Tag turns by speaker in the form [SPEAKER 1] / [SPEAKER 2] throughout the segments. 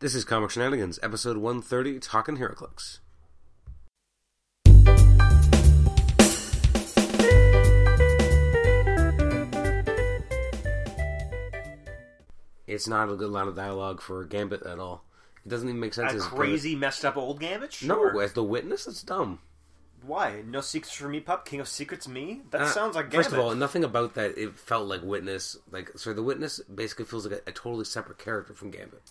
[SPEAKER 1] This is Comic Shenanigans, episode 130, Talking HeroClix. It's not a good line of dialogue for Gambit at all. It doesn't even make sense.
[SPEAKER 2] a
[SPEAKER 1] as
[SPEAKER 2] crazy messed up old gambit? Sure.
[SPEAKER 1] No, as the witness, it's dumb.
[SPEAKER 2] Why? No secrets for me, pup. King of secrets, me. That
[SPEAKER 1] Uh,
[SPEAKER 2] sounds like gambit.
[SPEAKER 1] First of all, nothing about that. It felt like Witness. Like so, the Witness basically feels like a, a totally separate character from Gambit.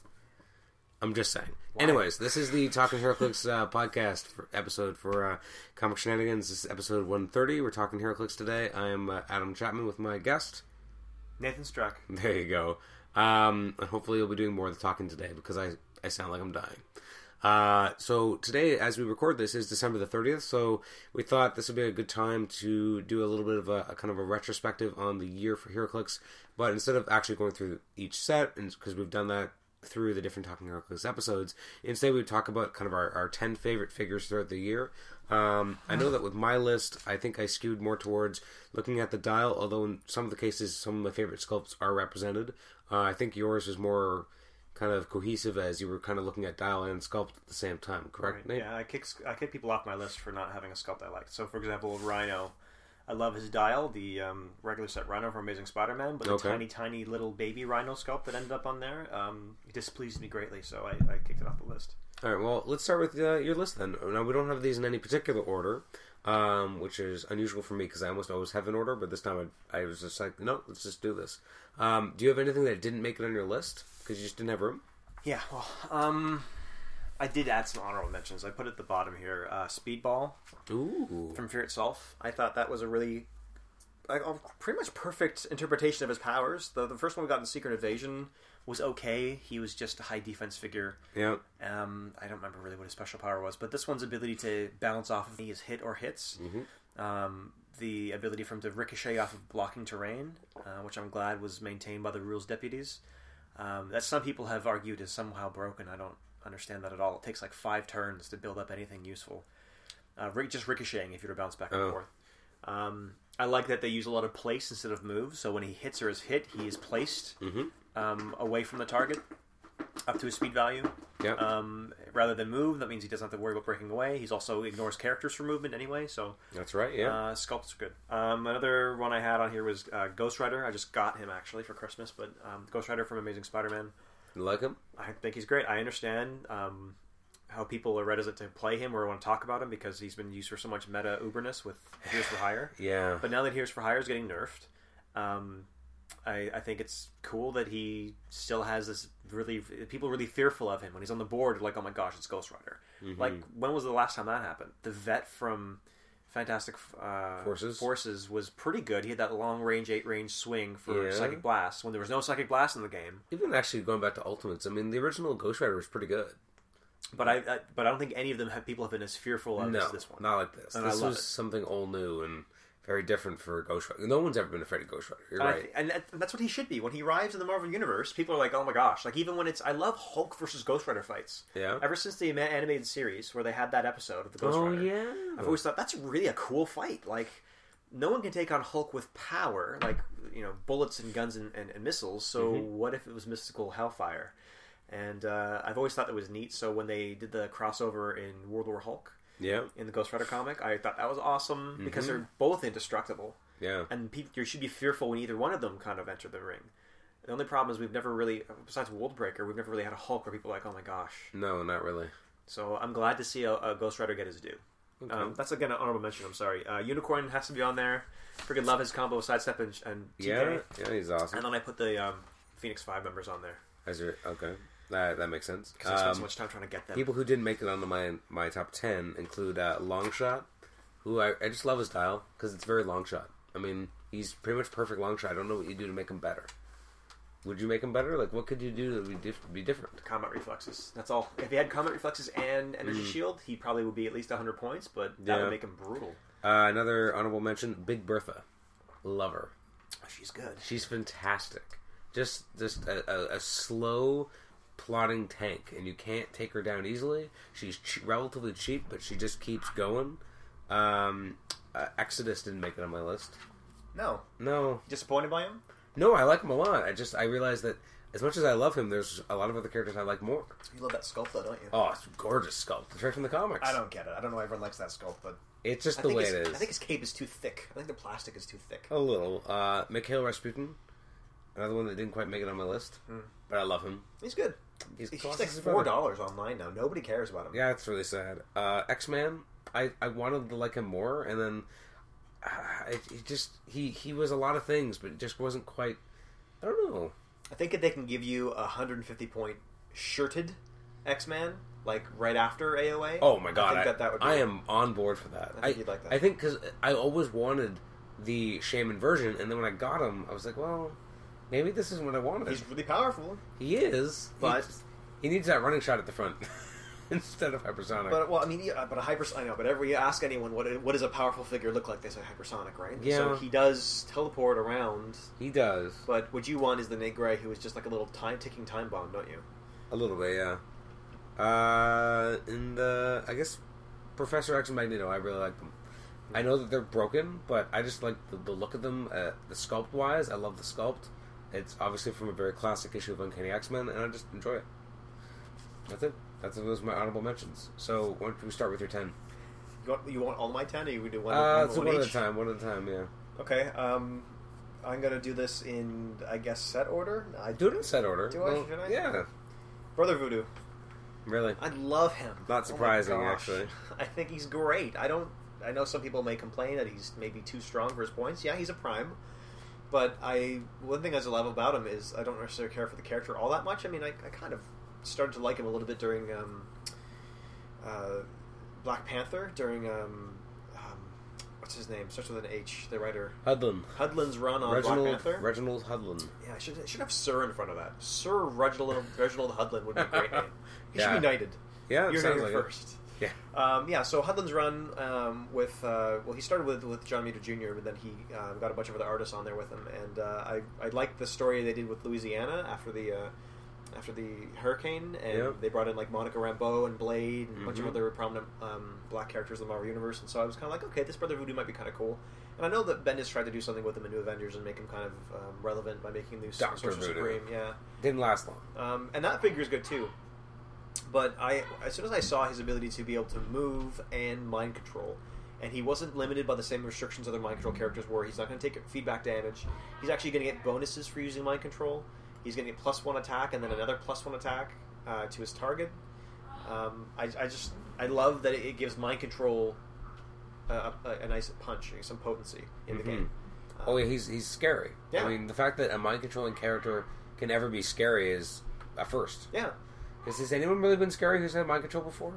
[SPEAKER 1] I'm just saying. Anyways, this is the Talking HeroClix uh, podcast for, episode for uh, Comic Shenanigans. This is episode 130. We're talking HeroClix today. I am uh, Adam Chapman with my guest.
[SPEAKER 2] Nathan Struck.
[SPEAKER 1] There you go. Um, and hopefully you'll be doing more of the talking today because I, I sound like I'm dying. Uh, so today, as we record this, is December the 30th. So we thought this would be a good time to do a little bit of a, a kind of a retrospective on the year for HeroClix. But instead of actually going through each set, because we've done that through the different Talking HeroClix episodes, instead we would talk about kind of our, our 10 favorite figures throughout the year. Um, I know that with my list, I think I skewed more towards looking at the dial, although in some of the cases, some of my favorite sculpts are represented. Uh, I think yours is more kind of cohesive as you were kind of looking at dial and sculpt at the same time, correct? Nate?
[SPEAKER 2] Yeah, I kick I kick people off my list for not having a sculpt I liked. So, for example, Rhino. I love his dial, the um, regular set Rhino from Amazing Spider-Man, but the
[SPEAKER 1] Okay.
[SPEAKER 2] tiny, tiny little baby Rhino sculpt that ended up on there um, displeased me greatly, so I, I kicked it off the list.
[SPEAKER 1] All right, well, let's start with uh, your list then. Now, we don't have these in any particular order, um, which is unusual for me because I almost always have an order, but this time I, I was just like, no, let's just do this. Um, do you have anything that didn't make it on your list because you just didn't have room?
[SPEAKER 2] Yeah, well, um, I did add some honorable mentions. I put at the bottom here uh, Speedball
[SPEAKER 1] Ooh.
[SPEAKER 2] from Fear Itself. I thought that was a really like, a pretty much perfect interpretation of his powers. The, the first one we got in Secret Invasion was okay. He was just a high defense figure.
[SPEAKER 1] Yeah.
[SPEAKER 2] Um, I don't remember really what his special power was, but this one's ability to bounce off of his hit or hits. Um, the ability for him to ricochet off of blocking terrain, uh, which I'm glad was maintained by the rules deputies. Um, that some people have argued is somehow broken. I don't understand that at all. It takes like five turns to build up anything useful. Uh, ric- just ricocheting if you were to bounce back and
[SPEAKER 1] Oh.
[SPEAKER 2] forth. Um, I like that they use a lot of place instead of move. So when he hits or is hit, he is placed um, away from the target up to his speed value.
[SPEAKER 1] Yeah.
[SPEAKER 2] Um, rather than move, that means he doesn't have to worry about breaking away. He's also ignores characters for movement anyway, so
[SPEAKER 1] That's right, yeah.
[SPEAKER 2] uh, sculpts are good. Um, another one I had on here was uh, Ghost Rider. I just got him actually for Christmas, but um, Ghost Rider from Amazing Spider-Man.
[SPEAKER 1] You like him?
[SPEAKER 2] I think he's great. I understand um, how people are reticent to play him or want to talk about him because he's been used for so much meta uberness with Heroes for Hire.
[SPEAKER 1] Yeah.
[SPEAKER 2] But now that Heroes for Hire is getting nerfed, um, I, I think it's cool that he still has this really people are really fearful of him when he's on the board. Like, oh my gosh, it's Ghost Rider.
[SPEAKER 1] Mm-hmm.
[SPEAKER 2] Like, when was the last time that happened? The vet from Fantastic uh,
[SPEAKER 1] Forces?
[SPEAKER 2] Forces was pretty good. He had that long range, eight range swing for
[SPEAKER 1] Yeah.
[SPEAKER 2] Psychic Blast when there was no Psychic Blast in the game.
[SPEAKER 1] Even actually going back to Ultimates, I mean, the original Ghost Rider was pretty good.
[SPEAKER 2] But I, I but I don't think any of them have people have been as fearful of
[SPEAKER 1] No,
[SPEAKER 2] as this one.
[SPEAKER 1] not like this.
[SPEAKER 2] And I
[SPEAKER 1] this
[SPEAKER 2] love
[SPEAKER 1] was
[SPEAKER 2] it.
[SPEAKER 1] something all new and very different for Ghost Rider. No one's ever been afraid of Ghost Rider. You're
[SPEAKER 2] And, I
[SPEAKER 1] right.
[SPEAKER 2] thi- and that- that's what he should be. When he arrives in the Marvel Universe, people are like, "Oh my gosh!" Like even when it's, I love Hulk versus Ghost Rider fights.
[SPEAKER 1] Yeah.
[SPEAKER 2] Ever since the ama- animated series where they had that episode of the Ghost
[SPEAKER 1] Oh,
[SPEAKER 2] Rider,
[SPEAKER 1] yeah.
[SPEAKER 2] I've always thought that's really a cool fight. Like no one can take on Hulk with power, like you know, bullets and guns and, and, and missiles. So
[SPEAKER 1] Mm-hmm.
[SPEAKER 2] what if it was mystical Hellfire? And uh, I've always thought that was neat. So when they did the crossover in World War Hulk
[SPEAKER 1] Yeah,
[SPEAKER 2] in the Ghost Rider comic, I thought that was awesome
[SPEAKER 1] Mm-hmm.
[SPEAKER 2] because they're both indestructible
[SPEAKER 1] yeah.
[SPEAKER 2] and people, you should be fearful when either one of them kind of enter the ring. The only problem is we've never really, besides Worldbreaker, we've never really had a Hulk where people are like, oh my gosh.
[SPEAKER 1] No, not really.
[SPEAKER 2] So I'm glad to see a, a Ghost Rider get his due. Um, that's again an honorable mention. I'm sorry. Uh, Unicorn has to be on there. Freaking love his combo with sidestep and, and TK.
[SPEAKER 1] Yeah, yeah, he's awesome.
[SPEAKER 2] And then I put the um, Phoenix Five members on there
[SPEAKER 1] As you're, okay, that that makes sense.
[SPEAKER 2] because I spent so
[SPEAKER 1] Um,
[SPEAKER 2] much time trying to get them.
[SPEAKER 1] people who didn't make it onto my my top ten include uh, Longshot, who I, I just love his style because it's very long shot. I mean, he's pretty much perfect long shot. I don't know what you do to make him better. Would you make him better? Like, what could you do to be, dif- be different?
[SPEAKER 2] Combat reflexes. That's all. If he had combat reflexes and energy shield, he probably would be at least 100 points, but that
[SPEAKER 1] Yeah.
[SPEAKER 2] would make him brutal.
[SPEAKER 1] Uh, another honorable mention: Big Bertha, love her.
[SPEAKER 2] She's good.
[SPEAKER 1] She's fantastic. Just just a, a, a slow plodding tank, and you can't take her down easily. She's ch- relatively cheap, but she just keeps going. Um, uh, Exodus didn't make it on my list.
[SPEAKER 2] No,
[SPEAKER 1] No,
[SPEAKER 2] disappointed by him.
[SPEAKER 1] no, I like him a lot. I just I realized that as much as I love him, there's a lot of other characters I like more.
[SPEAKER 2] You love that sculpt, though, don't you?
[SPEAKER 1] Oh, it's a gorgeous sculpt, straight from the comics.
[SPEAKER 2] I don't get it. I don't know why everyone likes that sculpt, but
[SPEAKER 1] It's just
[SPEAKER 2] I
[SPEAKER 1] the
[SPEAKER 2] think
[SPEAKER 1] way
[SPEAKER 2] his,
[SPEAKER 1] it is.
[SPEAKER 2] I think his cape is too thick. I think the plastic is too thick.
[SPEAKER 1] a little. Uh, Mikhail Rasputin, another one that didn't quite make it on my list, but I love him.
[SPEAKER 2] He's good.
[SPEAKER 1] He's,
[SPEAKER 2] Hmm. He's
[SPEAKER 1] classy
[SPEAKER 2] like
[SPEAKER 1] as a
[SPEAKER 2] four
[SPEAKER 1] feather.
[SPEAKER 2] dollars online now. Nobody cares about him.
[SPEAKER 1] Yeah, it's really sad. Uh, X Man, I, I wanted to like him more, and then uh, it, it just he he was a lot of things, but it just wasn't quite. I don't know.
[SPEAKER 2] I think if they can give you a 150 point shirted X Man, like right after AOA.
[SPEAKER 1] Oh my god, I,
[SPEAKER 2] I think that, that would be
[SPEAKER 1] I am on board for that.
[SPEAKER 2] I think you'd like that.
[SPEAKER 1] I think because I always wanted the Shaman version, and then when I got him, I was like, well, maybe this isn't what I wanted.
[SPEAKER 2] He's really powerful,
[SPEAKER 1] he is,
[SPEAKER 2] But-
[SPEAKER 1] he, just- he needs that running shot at the front instead of hypersonic.
[SPEAKER 2] but well, I mean, yeah, but a hyper. I know, but every you ask anyone what what does a powerful figure look like, they say hypersonic, right? So
[SPEAKER 1] Yeah.
[SPEAKER 2] he does teleport around,
[SPEAKER 1] he does
[SPEAKER 2] but what you want is the Nate Gray, who is just like a little time ticking time bomb, don't you?
[SPEAKER 1] a little bit, yeah. Uh, and uh, I guess Professor X and Magneto, I really like them. I know that they're broken, but I just like the, the look of them. Uh, the sculpt wise, I love the sculpt. It's obviously from a very classic issue of Uncanny X Men, and I just enjoy it. That's it. That's those are my honorable mentions. So why don't we start with your ten?
[SPEAKER 2] You want, you want all my ten, or you would do one,
[SPEAKER 1] Uh,
[SPEAKER 2] one,
[SPEAKER 1] so
[SPEAKER 2] one
[SPEAKER 1] one at
[SPEAKER 2] each?
[SPEAKER 1] a time. One at a time. Yeah.
[SPEAKER 2] Okay, um, I'm gonna do this in I guess set order. I
[SPEAKER 1] Do it in set order.
[SPEAKER 2] Do I?
[SPEAKER 1] well,
[SPEAKER 2] Should I?
[SPEAKER 1] Yeah.
[SPEAKER 2] Brother Voodoo.
[SPEAKER 1] Really.
[SPEAKER 2] I love him.
[SPEAKER 1] Not
[SPEAKER 2] Oh my
[SPEAKER 1] surprising,
[SPEAKER 2] gosh.
[SPEAKER 1] actually.
[SPEAKER 2] I think he's great. I don't. I know some people may complain that he's maybe too strong for his points. Yeah, he's a prime, but I one thing I love about him is I don't necessarily care for the character all that much. I mean, I, I kind of started to like him a little bit during um, uh, Black Panther during um, um, what's his name starts with an H. The writer
[SPEAKER 1] Hudlin.
[SPEAKER 2] Hudlin's run on Black
[SPEAKER 1] Reginald.
[SPEAKER 2] Panther.
[SPEAKER 1] Reginald Hudlin.
[SPEAKER 2] yeah, I should, I should have Sir in front of that. Sir Reginald Reginald Hudlin would be a great name. He
[SPEAKER 1] Yeah.
[SPEAKER 2] should be knighted.
[SPEAKER 1] Yeah. it
[SPEAKER 2] You're
[SPEAKER 1] sounds
[SPEAKER 2] here
[SPEAKER 1] like it.
[SPEAKER 2] first.
[SPEAKER 1] Yeah.
[SPEAKER 2] Um, yeah, so Hudlin's run um, with uh, well, he started with with John Muter Jr., but then he uh, got a bunch of other artists on there with him, and uh, I I liked the story they did with Louisiana after the uh, after the hurricane, and
[SPEAKER 1] Yep.
[SPEAKER 2] they brought in like Monica Rambeau and Blade and a bunch of
[SPEAKER 1] Mhm.
[SPEAKER 2] other prominent um, black characters in the Marvel universe, and so I was kind of like, okay, this Brother Voodoo might be kind of cool, and I know that Bendis tried to do something with him in New Avengers and make him kind of um, relevant by making him the
[SPEAKER 1] Dr.
[SPEAKER 2] Sorcerer
[SPEAKER 1] Voodoo.
[SPEAKER 2] Supreme, yeah.
[SPEAKER 1] Didn't last long.
[SPEAKER 2] Um, and that figure is good too. But I, as soon as I saw his ability to be able to move and mind control, and he wasn't limited by the same restrictions other mind control characters were. He's not going to take feedback damage. He's actually going to get bonuses for using mind control. He's going to get plus one attack and then another plus one attack uh, to his target. Um, I, I just I love that it, it gives mind control a, a, a nice punch, some potency in the
[SPEAKER 1] Mhm.
[SPEAKER 2] game. Um,
[SPEAKER 1] Oh, yeah, he's he's scary.
[SPEAKER 2] Yeah.
[SPEAKER 1] I mean, the fact that a mind controlling character can ever be scary is a first.
[SPEAKER 2] yeah.
[SPEAKER 1] Has, has anyone really been scary who's had mind control before?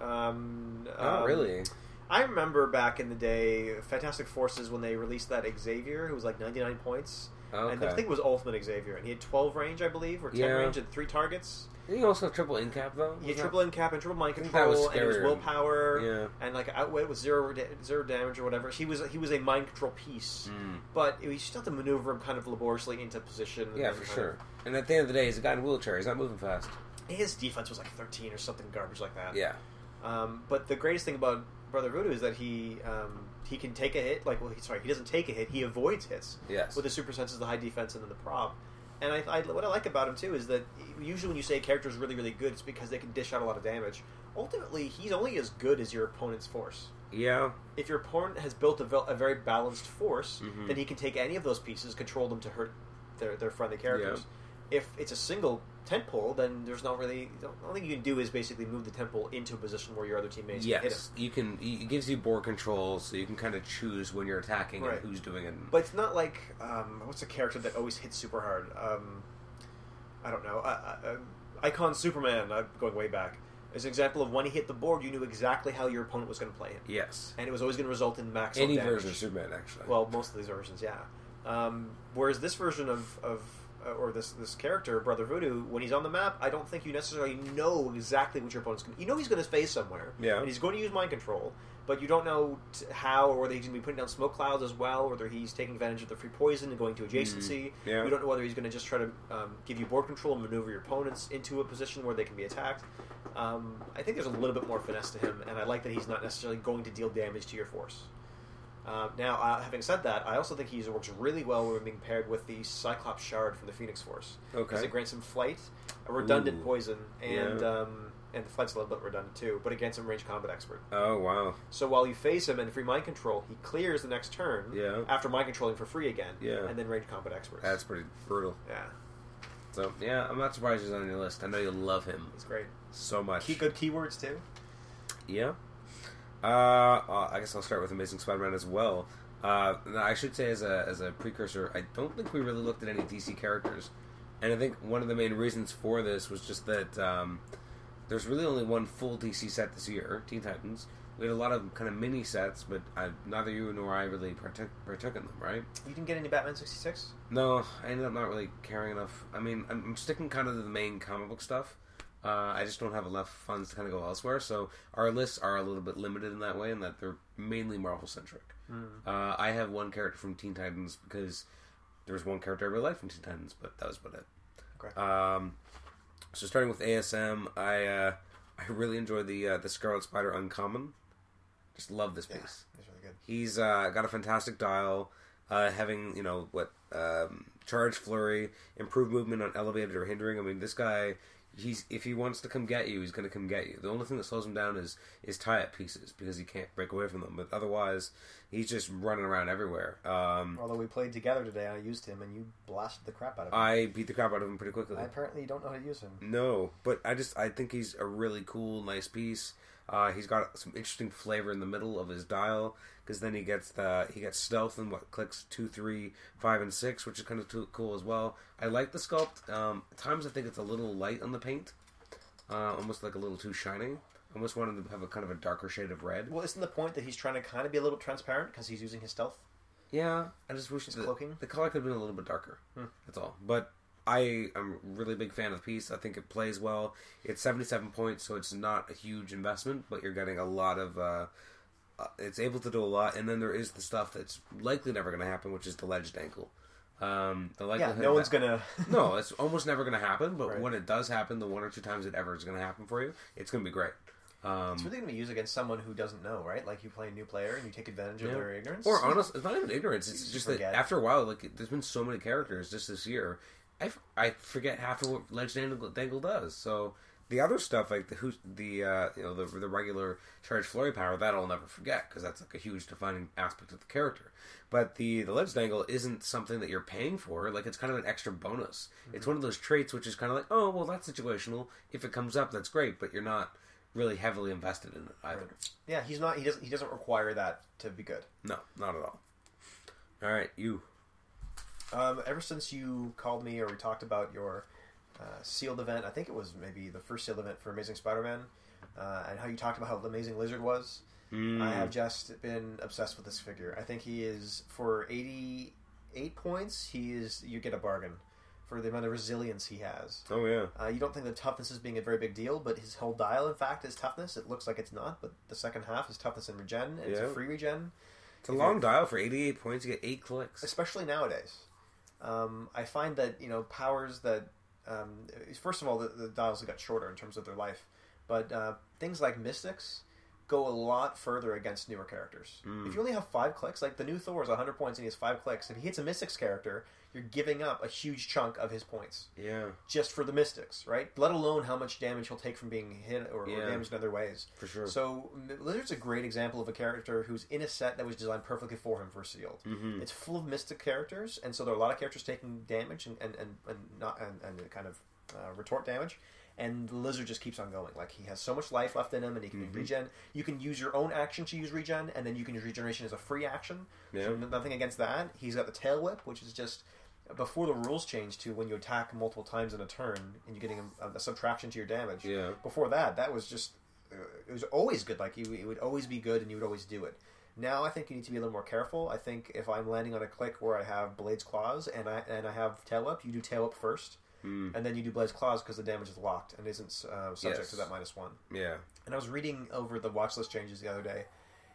[SPEAKER 2] Um,
[SPEAKER 1] Not
[SPEAKER 2] um,
[SPEAKER 1] really.
[SPEAKER 2] I remember back in the day, Fantastic Forces when they released that Xavier, who was like 99 points, and
[SPEAKER 1] Okay.
[SPEAKER 2] I think it was Ultimate Xavier, and he had 12 range, I believe, or 10
[SPEAKER 1] Yeah.
[SPEAKER 2] range and three targets.
[SPEAKER 1] Didn't he also have triple in cap though?
[SPEAKER 2] He had
[SPEAKER 1] Was
[SPEAKER 2] triple end cap and triple mind
[SPEAKER 1] I think that
[SPEAKER 2] control,
[SPEAKER 1] was
[SPEAKER 2] and it was
[SPEAKER 1] scarier.
[SPEAKER 2] willpower,
[SPEAKER 1] Yeah.
[SPEAKER 2] and like outwit with zero da- zero damage or whatever. He was he was a mind control piece,
[SPEAKER 1] that- Mm.
[SPEAKER 2] but you still have to maneuver him kind of laboriously into position. and
[SPEAKER 1] Yeah,
[SPEAKER 2] then
[SPEAKER 1] for
[SPEAKER 2] kind of-
[SPEAKER 1] sure. And at the end of the day, he's a guy in a wheelchair. He's not moving fast.
[SPEAKER 2] His defense was like 13 or something garbage like that.
[SPEAKER 1] Yeah.
[SPEAKER 2] Um, but the greatest thing about Brother Voodoo is that he um, he can take a hit. Like, well, he, sorry, he doesn't take a hit. He avoids hits
[SPEAKER 1] Yes.
[SPEAKER 2] with the super senses, the high defense, and then the prob. And I, I, what I like about him too is that usually when you say a character is really really good, it's because they can dish out a lot of damage. Ultimately, he's only as good as your opponent's force.
[SPEAKER 1] yeah.
[SPEAKER 2] If your opponent has built a, vel- a very balanced force,
[SPEAKER 1] Mhm.
[SPEAKER 2] then he can take any of those pieces, control them to hurt their, their friendly characters. If it's a single tentpole, then there's not really. The only thing you can do is basically move the temple into a position where your other teammates can hit him.
[SPEAKER 1] Yes. You can. It gives you board control, so you can kind of choose when you're attacking
[SPEAKER 2] Right.
[SPEAKER 1] and who's doing it.
[SPEAKER 2] But it's not like um, what's a character that always hits super hard? Um, I don't know. Uh, uh, Icon Superman. I'm going way back. Is an example of when he hit the board, you knew exactly how your opponent was going to play him,
[SPEAKER 1] yes.
[SPEAKER 2] and it was always going to result in maximum
[SPEAKER 1] Any
[SPEAKER 2] damage.
[SPEAKER 1] version of Superman, actually.
[SPEAKER 2] Well, most of these versions, yeah. Um, whereas this version of, of uh, or this this character, Brother Voodoo, when he's on the map, I don't think you necessarily know exactly what your opponent's going. to... You know he's going to face somewhere,
[SPEAKER 1] Yeah.
[SPEAKER 2] and he's going to use mind control, but you don't know t- how or whether he's going to be putting down smoke clouds as well, whether he's taking advantage of the free poison and going to adjacency.
[SPEAKER 1] yeah.
[SPEAKER 2] You don't know whether he's going to just try to um, give you board control and maneuver your opponents into a position where they can be attacked. Um, I think there's a little bit more finesse to him, and I like that he's not necessarily going to deal damage to your force. Um, now, uh, having said that, I also think he works really well when being paired with the Cyclops Shard from the Phoenix Force. Because
[SPEAKER 3] Okay.
[SPEAKER 2] it grants him flight, a redundant
[SPEAKER 1] Ooh.
[SPEAKER 2] poison, and
[SPEAKER 3] Yeah.
[SPEAKER 2] um, and the flight's a little bit redundant too, but it grants him range combat expert.
[SPEAKER 1] Oh wow.
[SPEAKER 2] So while you face him and free mind control, he clears the next turn
[SPEAKER 1] Yeah.
[SPEAKER 2] after mind controlling for free again,
[SPEAKER 1] Yeah.
[SPEAKER 2] and then range combat expert.
[SPEAKER 1] That's pretty brutal.
[SPEAKER 2] yeah,
[SPEAKER 1] So yeah, I'm not surprised he's on your list. I know you love him
[SPEAKER 2] it's great.
[SPEAKER 1] so much.
[SPEAKER 2] Key good keywords too.
[SPEAKER 1] Yeah. Uh, uh, I guess I'll start with Amazing Spider-Man as well. Uh, and I should say as a as a precursor, I don't think we really looked at any DC characters, and I think one of the main reasons for this was just that um, there's really only one full DC set this year, Teen Titans. We had a lot of kind of mini sets, but I, neither you nor I really partook, partook in them, right?
[SPEAKER 2] You didn't get any Batman sixty six.
[SPEAKER 1] No, I ended up not really caring enough. I mean, I'm, I'm sticking kind of to the main comic book stuff. Uh, I just don't have enough funds to kind of go elsewhere. So our lists are a little bit limited in that way, in that they're mainly Marvel centric.
[SPEAKER 2] Hmm,
[SPEAKER 1] Uh, I have one character from Teen Titans because there was one character I really liked from Teen Titans, but that was about it.
[SPEAKER 2] Okay.
[SPEAKER 1] Um, so starting with ASM, I uh, I really enjoy the uh, the Scarlet Spider Uncommon. Just love this piece.
[SPEAKER 2] That's really good.
[SPEAKER 1] He's uh, got a fantastic dial, uh, having you know what um, charge flurry, improved movement on elevated or hindering. I mean, this guy, he's if he wants to come get you, he's going to come get you. The only thing that slows him down is is tie up pieces because he can't break away from them. But otherwise, he's just running around everywhere. Um,
[SPEAKER 2] Although we played together today, I used him and you blasted the crap out of him.
[SPEAKER 1] I beat the crap out of him pretty quickly.
[SPEAKER 2] I apparently don't know how to use him.
[SPEAKER 1] No, but I just I think he's a really cool, nice piece. Uh, he's got some interesting flavor in the middle of his dial because then he gets the he gets stealth and what clicks two, three, five, and six, which is kind of too, cool as well. I like the sculpt. Um, at times I think it's a little light on the paint, uh, almost like a little too shiny. Almost wanted to have a kind of a darker shade of red.
[SPEAKER 2] Well, isn't the point that he's trying to kind of be a little transparent because he's using his stealth?
[SPEAKER 1] Yeah, I just wish the,
[SPEAKER 2] cloaking?
[SPEAKER 1] the color could have been a little bit darker.
[SPEAKER 2] Hmm.
[SPEAKER 1] That's all. But I am a really big fan of the piece. I think it plays well. It's 77 points, so it's not a huge investment, but you're getting a lot of. Uh, uh, it's able to do a lot, and then there is the stuff that's likely never going to happen, which is the ledged ankle. Um, the
[SPEAKER 2] Yeah,
[SPEAKER 1] likelihood
[SPEAKER 2] no one's
[SPEAKER 1] that-
[SPEAKER 2] gonna.
[SPEAKER 1] no, it's almost never going to happen. But
[SPEAKER 2] Right.
[SPEAKER 1] when it does happen, the one or two times it ever is going to happen for you, it's going to be great. Um,
[SPEAKER 2] It's really gonna be used against someone who doesn't know, right? Like you play a new player and you take advantage of
[SPEAKER 1] Yeah.
[SPEAKER 2] their ignorance.
[SPEAKER 1] Or honest, it's not even ignorance. It's just that
[SPEAKER 2] forget.
[SPEAKER 1] after a while, like there's been so many characters just this year, I, f- I forget half of what Legend Dangle- Dangle does. So the other stuff, like the who, the uh, you know the, the regular charge flurry power, that I'll never forget because that's like a huge defining aspect of the character. But the the Legend Dangle isn't something that you're paying for. Like it's kind of an extra bonus.
[SPEAKER 2] Mm-hmm.
[SPEAKER 1] It's one of those traits which is kind of like, oh well, that's situational. If it comes up, that's great, but you're not really heavily invested in it either.
[SPEAKER 2] yeah, he's not. He doesn't. He doesn't require that to be good.
[SPEAKER 1] No, not at all. All right, you.
[SPEAKER 2] Um, ever since you called me or we talked about your uh, sealed event, I think it was maybe the first sealed event for Amazing Spider-Man, uh, and how you talked about how Amazing Lizard was.
[SPEAKER 1] Hmm. Mm.
[SPEAKER 2] I have just been obsessed with this figure. I think he is for eighty-eight points. He is you get a bargain for the amount of resilience he has.
[SPEAKER 1] Oh yeah.
[SPEAKER 2] Uh, you don't think the toughness is being a very big deal, but his whole dial, in fact, is toughness. It looks like it's not, but the second half is toughness and regen, and it's a
[SPEAKER 1] Yeah.
[SPEAKER 2] free regen,
[SPEAKER 1] It's a long dial for 88 points. You get eight clicks.
[SPEAKER 2] especially nowadays. Um, I find that you know powers that um, first of all the, the dials got shorter in terms of their life, but uh, things like mystics go a lot further against newer characters. If you only have five clicks, like the new Thor is 100 points and he has five clicks, if he hits a mystics character, you're giving up a huge chunk of his points.
[SPEAKER 1] Yeah,
[SPEAKER 2] just for the Mystics, right? Let alone how much damage he'll take from being hit or,
[SPEAKER 1] Yeah.
[SPEAKER 2] or damaged in other ways.
[SPEAKER 1] for sure.
[SPEAKER 2] So M- Lizard's a great example of a character who's in a set that was designed perfectly for him for E Sealed.
[SPEAKER 1] Mhm.
[SPEAKER 2] It's full of Mystic characters, and so there are a lot of characters taking damage and and and, and not and, and kind of uh, retort damage. And the lizard just keeps on going. Like he has so much life left in him, and he can regen. You can use your own action to use regen, and then you can use regeneration as a free action.
[SPEAKER 1] Yeah.
[SPEAKER 2] So n- nothing against that. He's got the tail whip, which is just before the rules changed to when you attack multiple times in a turn and you're getting a, a subtraction to your damage
[SPEAKER 1] Yeah.
[SPEAKER 2] before that, that was just uh, it was always good. Like you, it would always be good, and you would always do it. Now I think you need to be a little more careful. I think if I'm landing on a click where I have Blade's claws and I and I have tail up, you do tail up first,
[SPEAKER 1] Mm.
[SPEAKER 2] and then you do Blade's claws because the damage is locked and isn't uh, subject
[SPEAKER 1] Yes.
[SPEAKER 2] to that minus one.
[SPEAKER 1] Yeah.
[SPEAKER 2] And I was reading over the watch list changes the other day,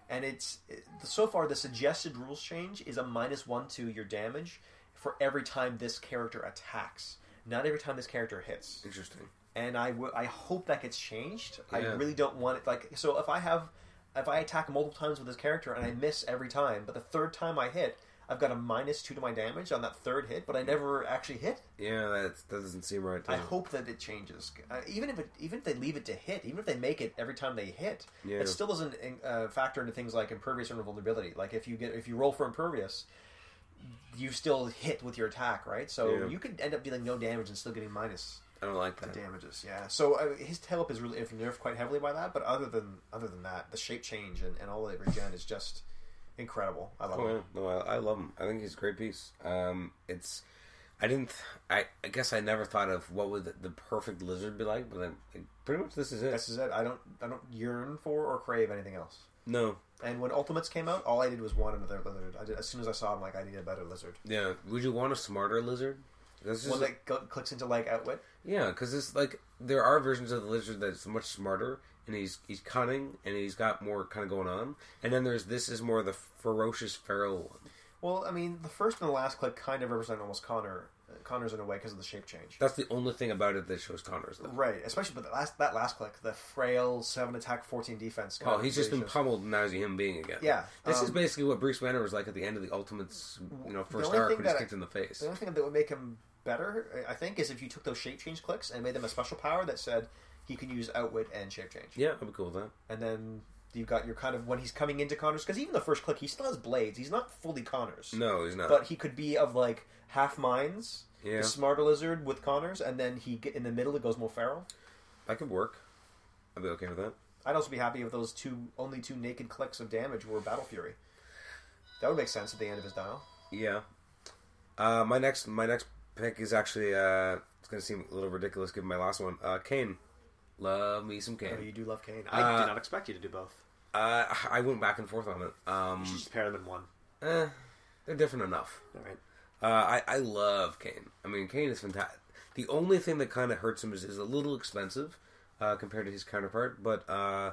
[SPEAKER 2] and it's it- so far the suggested rules change is a minus one to your damage for every time this character attacks, not every time this character hits
[SPEAKER 1] Interesting.
[SPEAKER 2] and I wo- I hope that gets changed. I
[SPEAKER 1] Yeah.
[SPEAKER 2] really don't want it like so. If I have if I attack multiple times with this character and I miss every time, but the third time I hit, I've got a minus two to my damage on that third hit, but I never actually hit.
[SPEAKER 1] Yeah, that's, that doesn't seem right.
[SPEAKER 2] I
[SPEAKER 1] does it?
[SPEAKER 2] hope that it changes. Uh, even if it, even if they leave it to hit, even if they make it every time they hit,
[SPEAKER 1] Yeah.
[SPEAKER 2] it still doesn't uh, factor into things like impervious and vulnerability. Like if you get if you roll for impervious, you still hit with your attack, right? So
[SPEAKER 1] Yeah.
[SPEAKER 2] you could end up dealing no damage and still getting minus
[SPEAKER 1] I don't like
[SPEAKER 2] the
[SPEAKER 1] that.
[SPEAKER 2] damages. Yeah. So uh, his tail up is really nerfed quite heavily by that. But other than other than that, the shape change and, and all the regen is just incredible. I love
[SPEAKER 1] Oh
[SPEAKER 2] it.
[SPEAKER 1] yeah, no, I, I love him. I think he's a great piece. Um, it's, I didn't, I, I guess I never thought of what would the, the perfect lizard be like, but then like, pretty much this is it.
[SPEAKER 2] This is it. I don't I don't yearn for or crave anything else.
[SPEAKER 1] no,
[SPEAKER 2] And when Ultimates came out, all I did was want another lizard. I did, as soon as I saw him, like I need a better lizard.
[SPEAKER 1] yeah. Would you want a smarter lizard? That's just
[SPEAKER 2] One that cl- clicks into like outwit.
[SPEAKER 1] yeah, because it's like there are versions of the lizard that's much smarter, and he's he's cunning, and he's got more kind of going on. And then there's this is more the ferocious feral one.
[SPEAKER 2] Well, I mean, the first and the last clip kind of represent almost Connor, uh, Connor's in a way because of the shape change.
[SPEAKER 1] That's the only thing about it that shows Connors. Though.
[SPEAKER 2] Right, especially but the last that last click, the frail seven attack, fourteen defense.
[SPEAKER 1] Oh,
[SPEAKER 2] kind of
[SPEAKER 1] he's just been
[SPEAKER 2] really
[SPEAKER 1] pummeled, and now he's a human being again.
[SPEAKER 2] Yeah,
[SPEAKER 1] this is
[SPEAKER 2] um,
[SPEAKER 1] basically what Bruce Banner was like at the end of the Ultimates, you know, first
[SPEAKER 2] only
[SPEAKER 1] arc
[SPEAKER 2] thing
[SPEAKER 1] when he's
[SPEAKER 2] that I-
[SPEAKER 1] kicked in the face.
[SPEAKER 2] The only thing that would make him better, I I think, is if you took those shape change clicks and made them a special power that said he can use outwit and shape change.
[SPEAKER 1] Yeah, I'd be cool with that.
[SPEAKER 2] And then you've got your kind of when he's coming into Connors because even the first click he still has blades. He's not fully Connors,
[SPEAKER 1] No, he's not.
[SPEAKER 2] but he could be of like half minds.
[SPEAKER 1] Yeah.
[SPEAKER 2] The smarter lizard with Connors, and then he get in the middle. It goes more feral.
[SPEAKER 1] that could work. I'd be okay with that.
[SPEAKER 2] I'd also be happy if those two only two naked clicks of damage were Battle Fury. That would make sense at the end of his dial.
[SPEAKER 1] Yeah. Uh, my next, my next pick is actually uh, it's going to seem a little ridiculous given my last one. Uh, Kane, love me some
[SPEAKER 2] Oh, you
[SPEAKER 1] Kane.
[SPEAKER 2] do love Kane.
[SPEAKER 3] I
[SPEAKER 1] Uh,
[SPEAKER 3] did not expect you to do both.
[SPEAKER 1] Uh, I went back and forth on it.
[SPEAKER 3] You should
[SPEAKER 1] Um,
[SPEAKER 3] just pair them in one.
[SPEAKER 1] eh, they're different enough.
[SPEAKER 3] All right.
[SPEAKER 1] Uh, I, I love Kane. I mean, Kane is fantastic. The only thing that kind of hurts him is he's a little expensive uh, compared to his counterpart, but uh,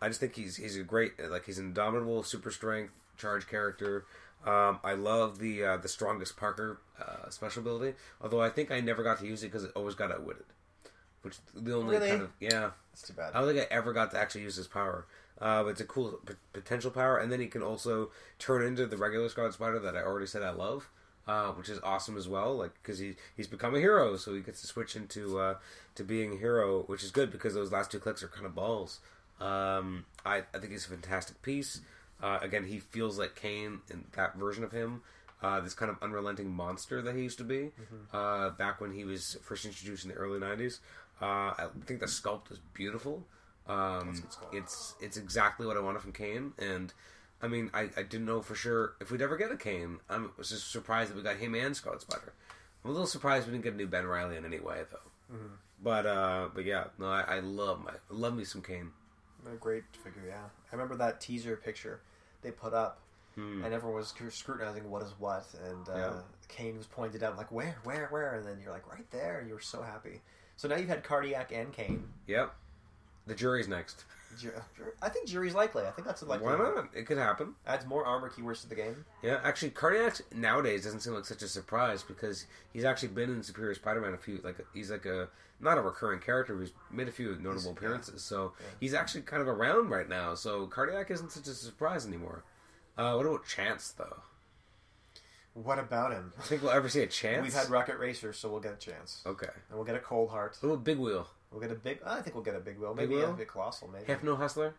[SPEAKER 1] I just think he's he's a great like he's indomitable, super strength, charge character. Um, I love the uh, the strongest Parker uh, special ability, although I think I never got to use it because it always got outwitted. Which the only
[SPEAKER 2] Really?
[SPEAKER 1] kind of yeah,
[SPEAKER 2] That's too bad.
[SPEAKER 1] I don't think I ever got to actually use his power. Uh, but it's a cool p- potential power, and then he can also turn into the regular Scarlet Spider that I already said I love, uh, which is awesome as well. Like because he he's become a hero, so he gets to switch into uh, to being a hero, which is good because those last two clicks are kind of balls. Um, I I think he's a fantastic piece. Uh, again, he feels like Kane in that version of him. Uh, this kind of unrelenting monster that he used to be uh, back when he was first introduced in the early 90s. Uh, I think the sculpt is beautiful. Um, it's it's exactly what I wanted from Kane, and I mean I, I didn't know for sure if we'd ever get a Kane. I am was just surprised that we got him and Scarlet Spider. I'm a little surprised we didn't get a new Ben Riley in any way though. But uh, but yeah, no, I, I love my love me some Kane.
[SPEAKER 2] A great figure, yeah. I remember that teaser picture they put up, and everyone was scru- scrutinizing what is what, and uh,
[SPEAKER 1] Hmm. Yeah.
[SPEAKER 2] Kane was pointed out like where, where, where, and then you're like right there. and You were so happy. So now you've had cardiac and Kane.
[SPEAKER 1] Yep, the jury's next.
[SPEAKER 2] Ju- ju- I think jury's likely. I think that's a likely.
[SPEAKER 1] Why
[SPEAKER 2] one.
[SPEAKER 1] not? It could happen.
[SPEAKER 2] Adds more armor keywords to the game.
[SPEAKER 1] Yeah, actually, Cardiac nowadays doesn't seem like such a surprise because he's actually been in Superior Spider-Man a few. Like he's like a not a recurring character. but He's made a few notable appearances, so he's actually kind of around right now. So Cardiac isn't such a surprise anymore. Uh, what about Chance though?
[SPEAKER 2] What about him?
[SPEAKER 1] I think we'll ever see a Chance.
[SPEAKER 2] We've had Rocket Racer, so we'll get a chance,
[SPEAKER 1] okay.
[SPEAKER 2] and we'll get a Cold Heart.
[SPEAKER 1] What about Big Wheel?
[SPEAKER 2] We'll get a big. I think we'll get a big wheel.
[SPEAKER 1] Big
[SPEAKER 2] Maybe
[SPEAKER 1] Wheel?
[SPEAKER 2] a bit colossal. Maybe
[SPEAKER 1] Hypno Hustler.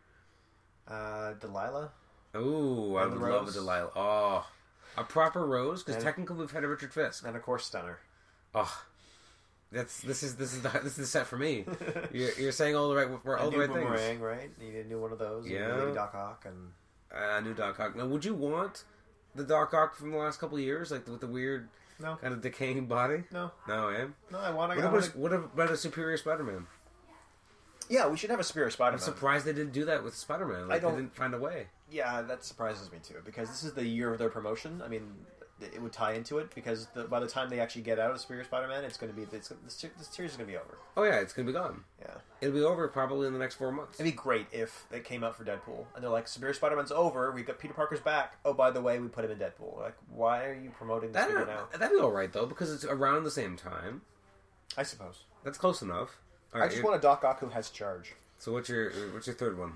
[SPEAKER 2] uh, Delilah.
[SPEAKER 1] Ooh, I
[SPEAKER 2] And the
[SPEAKER 1] would love a
[SPEAKER 2] Rose.
[SPEAKER 1] Delilah. Oh, a proper Rose because
[SPEAKER 2] And-
[SPEAKER 1] technically we've had a Richard Fisk.
[SPEAKER 2] And of course, Stunner.
[SPEAKER 1] Oh. That's this is this is the this is the set for me. You're, you're saying all the right all the
[SPEAKER 2] A new
[SPEAKER 1] right things.
[SPEAKER 2] boomerang, right? You need a new one of those. and
[SPEAKER 1] Yeah.
[SPEAKER 2] Lady Doc Ock and
[SPEAKER 1] uh, new Doc Ock. Now, would you want the Doc Ock from the last couple of years, like with the weird
[SPEAKER 2] no,
[SPEAKER 1] kind of decaying body?
[SPEAKER 2] no,
[SPEAKER 1] No, eh?
[SPEAKER 2] no. I want
[SPEAKER 1] What
[SPEAKER 2] to.
[SPEAKER 1] about, a, what about a Superior Spider-Man?
[SPEAKER 2] Yeah, we should have a Spirit Spider
[SPEAKER 1] I'm
[SPEAKER 2] Man.
[SPEAKER 1] surprised they didn't do that with Spider-Man. Like,
[SPEAKER 2] don't-
[SPEAKER 1] They didn't find a way.
[SPEAKER 2] yeah, that surprises me too because this is the year of their promotion. I mean, th- it would tie into it because the, by the time they actually get out of Spirit Spider Man, it's going to be this, this, this series is going to be over.
[SPEAKER 1] Oh yeah, it's gonna be gone.
[SPEAKER 2] Yeah,
[SPEAKER 1] It'll be over probably in the next four months.
[SPEAKER 2] it'd be great if it came out for Deadpool and they're like, Spirit Spider Man's over. We got Peter Parker's back. Oh, by the way, we put him in Deadpool. Like, why are you promoting this
[SPEAKER 1] That
[SPEAKER 2] figure now?
[SPEAKER 1] that'd be all right though because it's around the same time.
[SPEAKER 2] I suppose.
[SPEAKER 1] That's close enough. All
[SPEAKER 2] I
[SPEAKER 1] right.
[SPEAKER 2] just
[SPEAKER 1] you're-
[SPEAKER 2] want a Doc Ock who has charge.
[SPEAKER 1] So what's your what's your third one?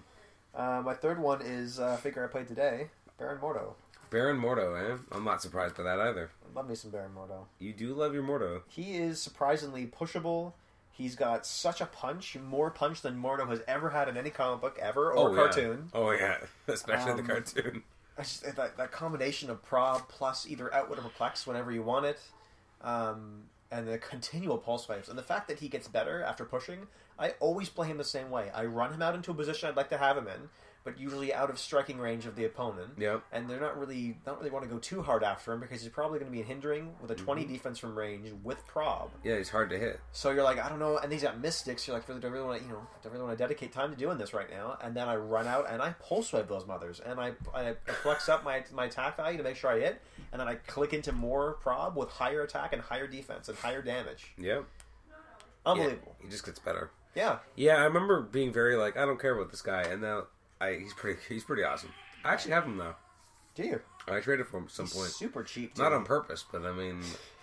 [SPEAKER 2] Uh, my third one is uh, figure I played today, Baron Mordo.
[SPEAKER 1] Baron Mordo, eh? I'm not surprised by that either.
[SPEAKER 2] Love me some Baron Mordo.
[SPEAKER 1] You do love your Mordo.
[SPEAKER 2] He is surprisingly pushable. He's got such a punch, more punch than Mordo has ever had in any comic book ever or
[SPEAKER 1] yeah.
[SPEAKER 2] cartoon.
[SPEAKER 1] Oh yeah, especially the
[SPEAKER 2] Um,
[SPEAKER 1] cartoon.
[SPEAKER 2] I just, that, that combination of prob plus either outward or perplex whenever you want it, um, and the continual pulse waves, and the fact that he gets better after pushing. I always play him the same way. I run him out into a position I'd like to have him in, but usually out of striking range of the opponent.
[SPEAKER 1] Yep.
[SPEAKER 2] And they're not really not really want to go too hard after him because he's probably going to be hindering with a 20 defense from range with prob.
[SPEAKER 1] Yeah, he's hard to hit.
[SPEAKER 2] So you're like, I don't know, and these got mystics. You're like, really, do I really want to, you know, do I really want to dedicate time to doing this right now? And then I run out and I pulse wave those mothers, and I I, I flex up my my attack value to make sure I hit, and then I click into more prob with higher attack and higher defense and higher damage.
[SPEAKER 1] Yep. Yeah,
[SPEAKER 2] Unbelievable.
[SPEAKER 1] he just gets better.
[SPEAKER 2] Yeah.
[SPEAKER 1] Yeah, I remember being very like, I don't care about this guy, and now I he's pretty he's pretty awesome. I actually have him now.
[SPEAKER 2] Do you?
[SPEAKER 1] I traded for him at some
[SPEAKER 2] He's
[SPEAKER 1] point,
[SPEAKER 2] Super cheap. Too.
[SPEAKER 1] not on purpose, but I mean,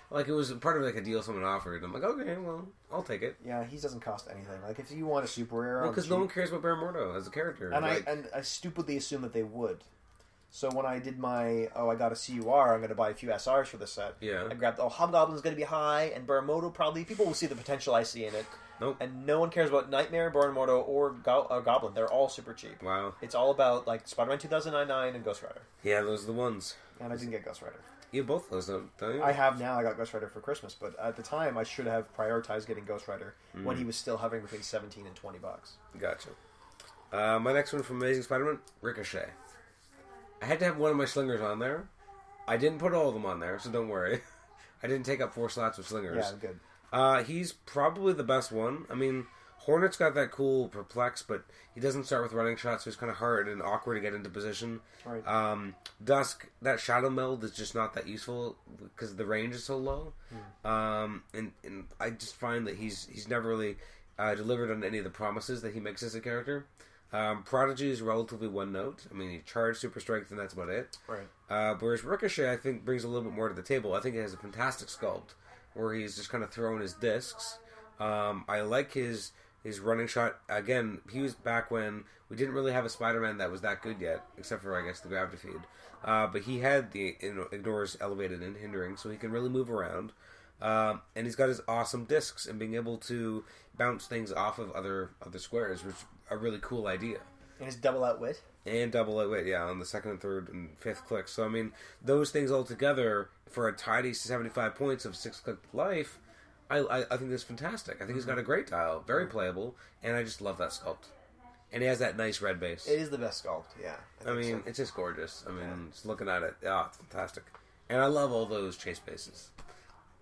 [SPEAKER 1] like it was part of like a deal someone offered. I'm like, okay, well, I'll take it
[SPEAKER 2] Yeah, he doesn't cost anything. Like if you want a super rare, on
[SPEAKER 1] because no
[SPEAKER 2] cheap-
[SPEAKER 1] one cares about Baron Mordo as a character.
[SPEAKER 2] and
[SPEAKER 1] like,
[SPEAKER 2] I and I stupidly assumed that they would. So when I did my oh I got a CUR I'm going to buy a few SRs for this set.
[SPEAKER 1] Yeah.
[SPEAKER 2] I grabbed oh Hobgoblin's going to be high and Baramoto probably people will see the potential I see in it.
[SPEAKER 1] nope.
[SPEAKER 2] And no one cares about Nightmare, Baramoto, or Go- uh, Goblin. They're all super cheap.
[SPEAKER 1] wow.
[SPEAKER 2] It's all about like Spider-Man 2009 and Ghost Rider.
[SPEAKER 1] Yeah, those are the ones.
[SPEAKER 2] And I didn't get Ghost Rider.
[SPEAKER 1] You have both those, don't don't you?
[SPEAKER 2] I have now. I got Ghost Rider for Christmas, but at the time I should have prioritized getting Ghost Rider when he was still hovering between 17 and 20 bucks.
[SPEAKER 1] Gotcha. Uh, my next one from Amazing Spider-Man, Ricochet. I had to have one of my slingers on there. I didn't put all of them on there, so don't worry. I didn't take up four slots of slingers.
[SPEAKER 2] Yeah, good.
[SPEAKER 1] Uh, he's probably the best one. I mean, Hornet's got that cool perplex, but he doesn't start with running shots, so it's kind of hard and awkward to get into position.
[SPEAKER 2] Right.
[SPEAKER 1] Um, Dusk, that shadow meld is just not that useful because the range is so low. Um, and, and I just find that he's he's never really uh, delivered on any of the promises that he makes as a character. Um, Prodigy is relatively one note. I mean, he charged super strength, and that's about it.
[SPEAKER 2] Right.
[SPEAKER 1] Uh, whereas Ricochet, I think, brings a little bit more to the table. I think he has a fantastic sculpt where he's just kind of throwing his discs. Um, I like his his running shot. Again, he was back when we didn't really have a Spider-Man that was that good yet, except for I guess the gravity feed. Uh, but he had the you know, ignores elevated and hindering, so he can really move around. Um, and he's got his awesome discs and being able to bounce things off of other other squares, which is a really cool idea
[SPEAKER 2] And his double outwit.
[SPEAKER 1] and double it weight, yeah, on the second and third and fifth click. So I mean, those things all together for a tidy seventy-five points of six click life, I I, I think that's fantastic. I think he's got a
[SPEAKER 2] Mm-hmm.
[SPEAKER 1] great dial, very playable, and I just love that sculpt. And he has that nice red base.
[SPEAKER 2] It is the best sculpt. Yeah.
[SPEAKER 1] I
[SPEAKER 2] think so.
[SPEAKER 1] mean, it's just gorgeous. I mean, just looking at it, yeah, it's fantastic. And I love all those chase bases,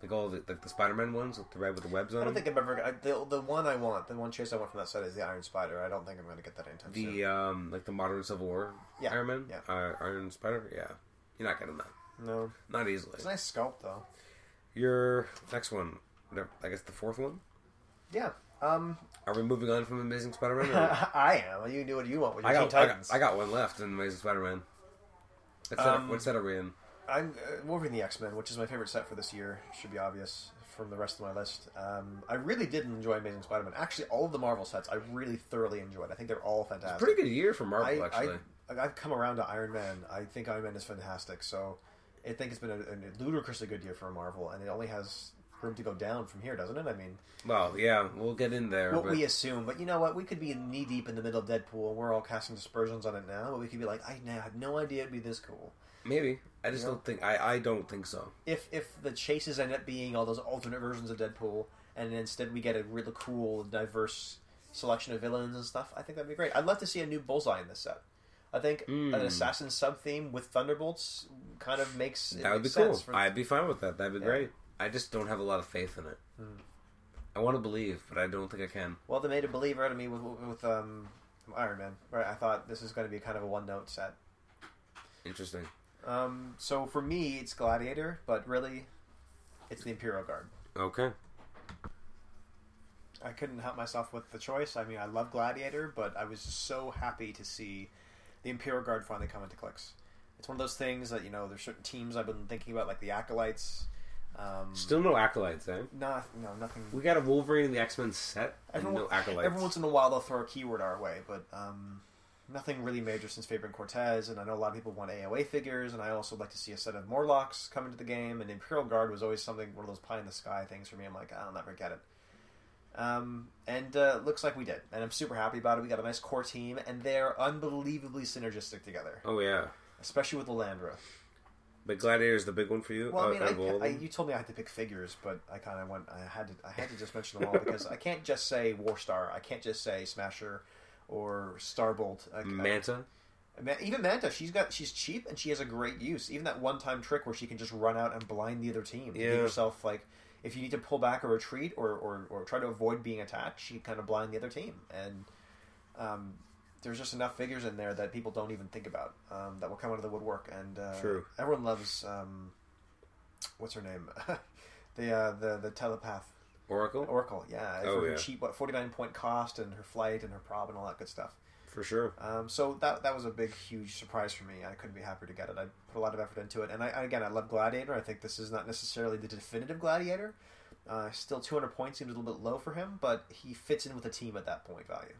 [SPEAKER 1] like all the like the Spider-Man ones with the red with the webs on.
[SPEAKER 2] I don't
[SPEAKER 1] them.
[SPEAKER 2] think I've ever I, the the one I want, the one chase I want from that set is the Iron Spider. I don't think I'm going to get that anytime soon.
[SPEAKER 1] the um like the modern Civil War
[SPEAKER 2] Yeah,
[SPEAKER 1] Iron Man,
[SPEAKER 2] yeah.
[SPEAKER 1] uh, Iron Spider, yeah. You're not getting that,
[SPEAKER 2] No,
[SPEAKER 1] not easily.
[SPEAKER 2] it's a nice sculpt though.
[SPEAKER 1] Your next one, no, I guess the fourth one.
[SPEAKER 2] Yeah. Um,
[SPEAKER 1] Are we moving on from Amazing Spider-Man? or-
[SPEAKER 2] I am. You do what you want with your
[SPEAKER 1] Oh. I
[SPEAKER 2] Teen
[SPEAKER 1] got, I got
[SPEAKER 2] Titans.
[SPEAKER 1] I got one left in Amazing Spider-Man. What set,
[SPEAKER 2] Um,
[SPEAKER 1] what set are we in?
[SPEAKER 2] I'm uh, Wolverine the X Men, which is my favorite set for this year. Should be obvious from the rest of my list. Um, I really did enjoy Amazing Spider Man. Actually, all of the Marvel sets I really thoroughly enjoyed. I think they're all fantastic.
[SPEAKER 1] Pretty good year for Marvel,
[SPEAKER 2] I,
[SPEAKER 1] actually.
[SPEAKER 2] I, I've come around to Iron Man. I think Iron Man is fantastic. So I think it's been a, a ludicrously good year for Marvel, and it only has room to go down from here, doesn't it? I mean,
[SPEAKER 1] well, yeah, we'll get in there.
[SPEAKER 2] what
[SPEAKER 1] but
[SPEAKER 2] we assume, but you know what? We could be knee deep in the middle of Deadpool, and we're all casting dispersions on it now. But we could be like, I now had no idea it'd be this cool.
[SPEAKER 1] maybe I just
[SPEAKER 2] Yeah.
[SPEAKER 1] don't think I, I don't think so.
[SPEAKER 2] If if the chases end up being all those alternate versions of Deadpool, and instead we get a really cool, diverse selection of villains and stuff, I think that'd be great. I'd love to see a new Bullseye in this set. I think
[SPEAKER 1] Hmm.
[SPEAKER 2] an assassin sub theme with Thunderbolts kind of makes it
[SPEAKER 1] that would be
[SPEAKER 2] makes
[SPEAKER 1] cool.
[SPEAKER 2] sense for-
[SPEAKER 1] I'd be fine with that. That'd be
[SPEAKER 2] Yeah. Hmm.
[SPEAKER 1] great. I just don't have a lot of faith in it. I want to believe, but I don't think I can.
[SPEAKER 2] well, they made a believer out of me with with um, Iron Man. Right? I thought this is going to be kind of a one note set.
[SPEAKER 1] Interesting.
[SPEAKER 2] Um, so for me, it's Gladiator, but really, it's the Imperial Guard.
[SPEAKER 1] Okay.
[SPEAKER 2] I couldn't help myself with the choice. I mean, I love Gladiator, but I was so happy to see the Imperial Guard finally come into clicks. It's one of those things that you know. There's certain teams I've been thinking about, like the Acolytes. Um,
[SPEAKER 1] Still no acolytes, eh?
[SPEAKER 2] not, no, nothing.
[SPEAKER 1] We got a Wolverine and the X Men set, and
[SPEAKER 2] Everyone-
[SPEAKER 1] no acolytes.
[SPEAKER 2] Every once in a while, they'll throw a keyword our way, but um, nothing really major since Fabian Cortez, and I know a lot of people want AOA figures, and I also like to see a set of Morlocks come into the game. And Imperial Guard was always something one of those pie in the sky things for me. I'm like, I'll never get it. Um, and uh, looks like we did, and I'm super happy about it. We got a nice core team, and they're unbelievably synergistic together,
[SPEAKER 1] Oh yeah,
[SPEAKER 2] especially with the Landra.
[SPEAKER 1] but Gladiator is the big one for you.
[SPEAKER 2] Well, I
[SPEAKER 1] out-
[SPEAKER 2] mean,
[SPEAKER 1] out of all of
[SPEAKER 2] I, I,
[SPEAKER 1] them?
[SPEAKER 2] you told me I had to pick figures, but I kind of went. I had to. I had to just mention them all because I can't just say Warstar. I can't just say Smasher or Starbolt. I, I-
[SPEAKER 1] Manta.
[SPEAKER 2] Ma- even Manta, she's got. She's cheap and she has a great use. Even that one time trick where she can just run out and blind the other team. You
[SPEAKER 1] Yeah.
[SPEAKER 2] Give yourself like if you need to pull back or retreat or or, or try to avoid being attacked, she kind of blind the other team. And um, there's just enough figures in there that people don't even think about um, that will come out of the woodwork. And uh,
[SPEAKER 1] True.
[SPEAKER 2] everyone loves um, what's her name, the uh, the the telepath
[SPEAKER 1] Oracle
[SPEAKER 2] Oracle. Yeah,
[SPEAKER 1] Oh,
[SPEAKER 2] for her
[SPEAKER 1] yeah.
[SPEAKER 2] cheap what forty nine point cost and her flight and her prob and all that good stuff.
[SPEAKER 1] for sure.
[SPEAKER 2] Um, so that that was a big, huge surprise for me. I couldn't be happier to get it. I put a lot of effort into it, and I and again, I love Gladiator. I think this is not necessarily the definitive Gladiator. Uh, still, 200 points seems a little bit low for him, but he fits in with the team at that point value.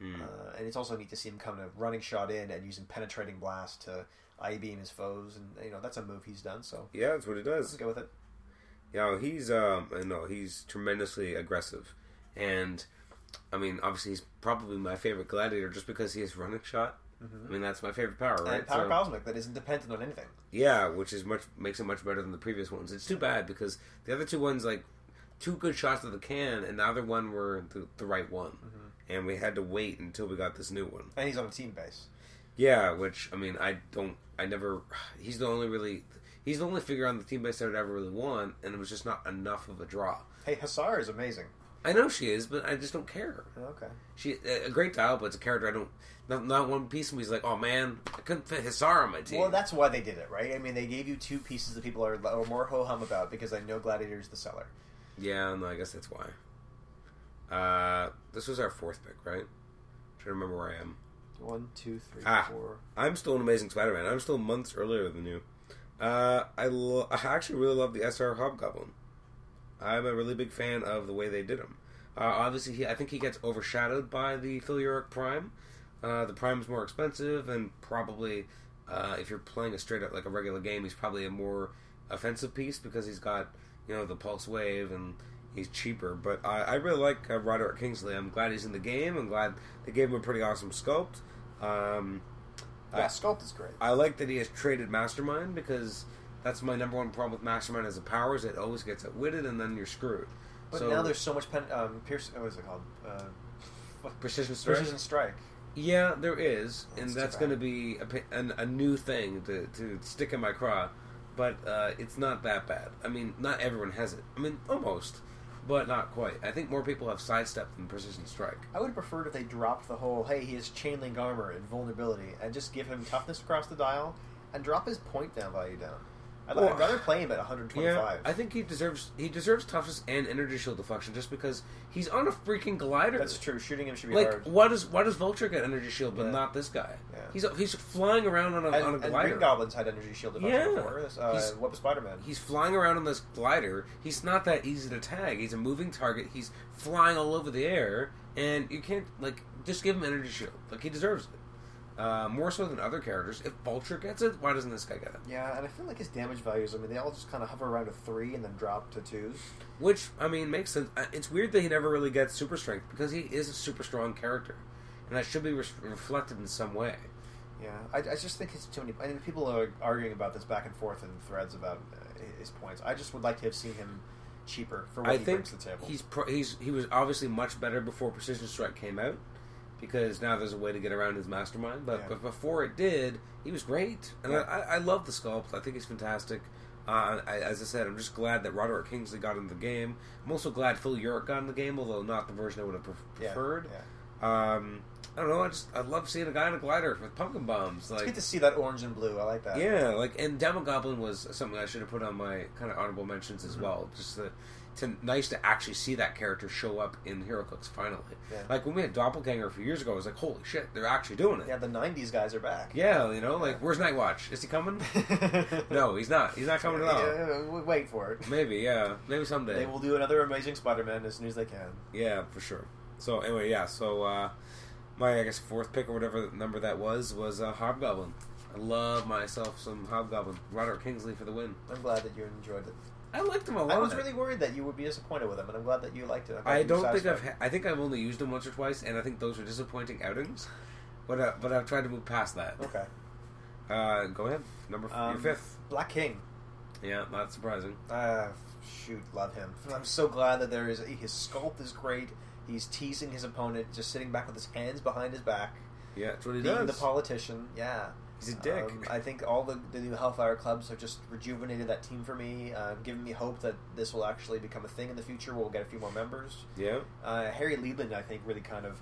[SPEAKER 1] Hmm.
[SPEAKER 2] Uh, and it's also neat to see him come to running shot in and using penetrating blast to I beam his foes, and you know that's a move he's done. So
[SPEAKER 1] yeah, that's what he does.
[SPEAKER 2] let's go with it.
[SPEAKER 1] Yeah, he's um, I know he's tremendously aggressive, and I mean, obviously, he's probably my favorite gladiator just because he has running shot. I mean, that's my favorite power, right?
[SPEAKER 2] Mm-hmm. And power
[SPEAKER 1] So-
[SPEAKER 2] cosmic that isn't dependent on anything.
[SPEAKER 1] yeah, which is much makes it much better than the previous ones. It's too bad because the other two ones like two good shots of the can, and the other one were the, the right one,
[SPEAKER 2] Mm-hmm.
[SPEAKER 1] and we had to wait until we got this new one.
[SPEAKER 2] And he's on a team base.
[SPEAKER 1] Yeah, which I mean, I don't, I never. He's the only really, he's the only figure on the team base I would ever really want, and it was just not enough of a draw.
[SPEAKER 2] Hey, Hussar is amazing.
[SPEAKER 1] I know she is, but I just don't care.
[SPEAKER 2] Okay.
[SPEAKER 1] She a a great dial, but it's a character I don't. Not, not one piece of me's like, oh man, I couldn't fit Hisar on my team.
[SPEAKER 2] Well, that's why they did it, right? I mean, they gave you two pieces that people are, are more ho hum about because they know Gladiator's the seller.
[SPEAKER 1] yeah, no, I guess that's why. Uh, this was our fourth pick, right? trying to remember where I am.
[SPEAKER 2] One, two, three,
[SPEAKER 1] Ah.
[SPEAKER 2] four.
[SPEAKER 1] I'm still an amazing Spider-Man. I'm still months earlier than you. Uh, I lo- I actually really love the SR Hobgoblin. I'm a really big fan of the way they did him. Uh, obviously, he I think he gets overshadowed by the Filuric Prime. Uh, the Prime's more expensive, and probably uh, if you're playing a straight up like a regular game, he's probably a more offensive piece because he's got you know the pulse wave and he's cheaper. But I, I really like uh, Roderick Kingsley. I'm glad he's in the game. I'm glad they gave him a pretty awesome sculpt. Um,
[SPEAKER 2] Yeah, Sculpt is great.
[SPEAKER 1] I like that he has traded Mastermind because that's my number one problem with Mastermind as a power is it always gets outwitted and then you're screwed.
[SPEAKER 2] But
[SPEAKER 1] so,
[SPEAKER 2] now there's so much pen. Um, Pierce. What is it called? Uh, what-
[SPEAKER 1] precision strike.
[SPEAKER 2] Precision Strike.
[SPEAKER 1] Yeah, there is, and that's
[SPEAKER 2] That's too
[SPEAKER 1] going to
[SPEAKER 2] bad.
[SPEAKER 1] be a, pa- an, a new thing to, to stick in my craw. But uh, it's not that bad. I mean, not everyone has it. I mean, almost, but not quite. I think more people have sidestep than precision strike.
[SPEAKER 2] I would have preferred if they dropped the whole, hey, he has chain link armor and vulnerability, and just give him toughness across the dial and drop his point down value down. I'd,
[SPEAKER 1] Well,
[SPEAKER 2] I'd rather play him at 125.
[SPEAKER 1] I think he deserves he deserves toughness and energy shield deflection just because he's on a freaking glider.
[SPEAKER 2] That's true. Shooting him should be
[SPEAKER 1] Like,
[SPEAKER 2] hard.
[SPEAKER 1] why does why does Vulture get energy shield but
[SPEAKER 2] Yeah.
[SPEAKER 1] not this guy?
[SPEAKER 2] Yeah.
[SPEAKER 1] He's he's flying around on a, on a
[SPEAKER 2] And, and
[SPEAKER 1] glider.
[SPEAKER 2] Green Goblins had energy shield deflection
[SPEAKER 1] Yeah.
[SPEAKER 2] before. Uh,
[SPEAKER 1] He's-
[SPEAKER 2] Web of Spider-Man.
[SPEAKER 1] he's flying around on this glider. He's not that easy to tag. He's a moving target. He's flying all over the air, and you can't like just give him energy shield. Like he deserves it. Uh, more so than other characters. If Vulture gets it, why doesn't this guy get it?
[SPEAKER 2] Yeah, and I feel like his damage values. I mean, they all just kind of hover around a three and then drop to twos.
[SPEAKER 1] Which I mean makes sense. Uh, It's weird that he never really gets super strength because he is a super strong character, and that should be re- reflected in some way.
[SPEAKER 2] Yeah, I, I just think it's too many. I mean, people are arguing about this back and forth in threads about uh, his points. I just would like to have seen him cheaper for what
[SPEAKER 1] I
[SPEAKER 2] he
[SPEAKER 1] think
[SPEAKER 2] brings to the table.
[SPEAKER 1] he's pro- he's he was obviously much better before Precision Strike came out because now there's a way to get around his mastermind. But
[SPEAKER 2] Yeah.
[SPEAKER 1] but before it did, he was great, and
[SPEAKER 2] Yeah.
[SPEAKER 1] I, I, I love the sculpt. I think he's fantastic. Uh, I, as I said, I'm just glad that Roderick Kingsley got in the game. I'm also glad Phil Urich got in the game, although not the version I would have pref-
[SPEAKER 2] Yeah,
[SPEAKER 1] preferred.
[SPEAKER 2] yeah.
[SPEAKER 1] Um, I don't know. I just I love seeing a guy in a glider with pumpkin bombs.
[SPEAKER 2] It's
[SPEAKER 1] Like
[SPEAKER 2] good to see that orange and blue. I like that.
[SPEAKER 1] yeah, like and Demogoblin was something I should have put on my kind of honorable mentions as
[SPEAKER 2] Mhm.
[SPEAKER 1] well. Just the, to nice to actually see that character show up in HeroClix finally.
[SPEAKER 2] Yeah.
[SPEAKER 1] Like when we had Doppelganger a few years ago, I was like, holy shit, they're actually doing it.
[SPEAKER 2] Yeah, the '90s guys are back.
[SPEAKER 1] Yeah, you know, like where's Nightwatch? Is he coming? no, he's not. He's not coming at all.
[SPEAKER 2] Yeah, we- wait for it.
[SPEAKER 1] Maybe, yeah, maybe someday.
[SPEAKER 2] They will do another Amazing Spider-Man as soon as they can.
[SPEAKER 1] Yeah, for sure. So anyway, yeah. So uh, my I guess fourth pick or whatever number that was was uh, Hobgoblin. I love myself some Hobgoblin. Roderick Kingsley for the win.
[SPEAKER 2] I'm glad that you enjoyed it.
[SPEAKER 1] I liked him a lot.
[SPEAKER 2] I was really worried that you would be disappointed with him, and I'm glad that you liked it. I'm glad
[SPEAKER 1] I
[SPEAKER 2] you were
[SPEAKER 1] don't think I've.
[SPEAKER 2] satisfied.
[SPEAKER 1] Ha- I think I've only used him once or twice, and I think those were disappointing outings. But uh, but I've tried to move past that.
[SPEAKER 2] Okay.
[SPEAKER 1] Uh, go ahead, number f-
[SPEAKER 2] Um,
[SPEAKER 1] your fifth.
[SPEAKER 2] Black King.
[SPEAKER 1] Yeah, not surprising.
[SPEAKER 2] Ah, shoot, love him. I'm so glad that there is his sculpt is great. He's teasing his opponent, just sitting back with his hands behind his back,
[SPEAKER 1] Yeah, that's what he
[SPEAKER 2] being
[SPEAKER 1] does.
[SPEAKER 2] the politician. Yeah,
[SPEAKER 1] He's a dick.
[SPEAKER 2] Um, I think all the, the new Hellfire clubs have just rejuvenated that team for me, uh, giving me hope that this will actually become a thing in the future. We'll get a few more members.
[SPEAKER 1] yeah,
[SPEAKER 2] Uh, Harry Liebland, I think, really kind of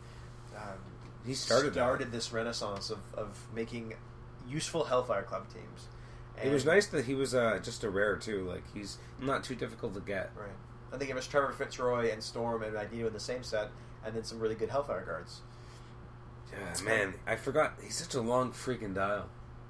[SPEAKER 2] um,
[SPEAKER 1] he started. that.
[SPEAKER 2] this renaissance of, of making useful Hellfire Club teams.
[SPEAKER 1] It was nice that he was uh, just a rare too. Like he's not too difficult to get.
[SPEAKER 2] Right. And they gave us Trevor Fitzroy and Storm and Magneto in the same set, and then some really good Hellfire guards.
[SPEAKER 1] Yeah, man, I forgot he's such a long freaking dial.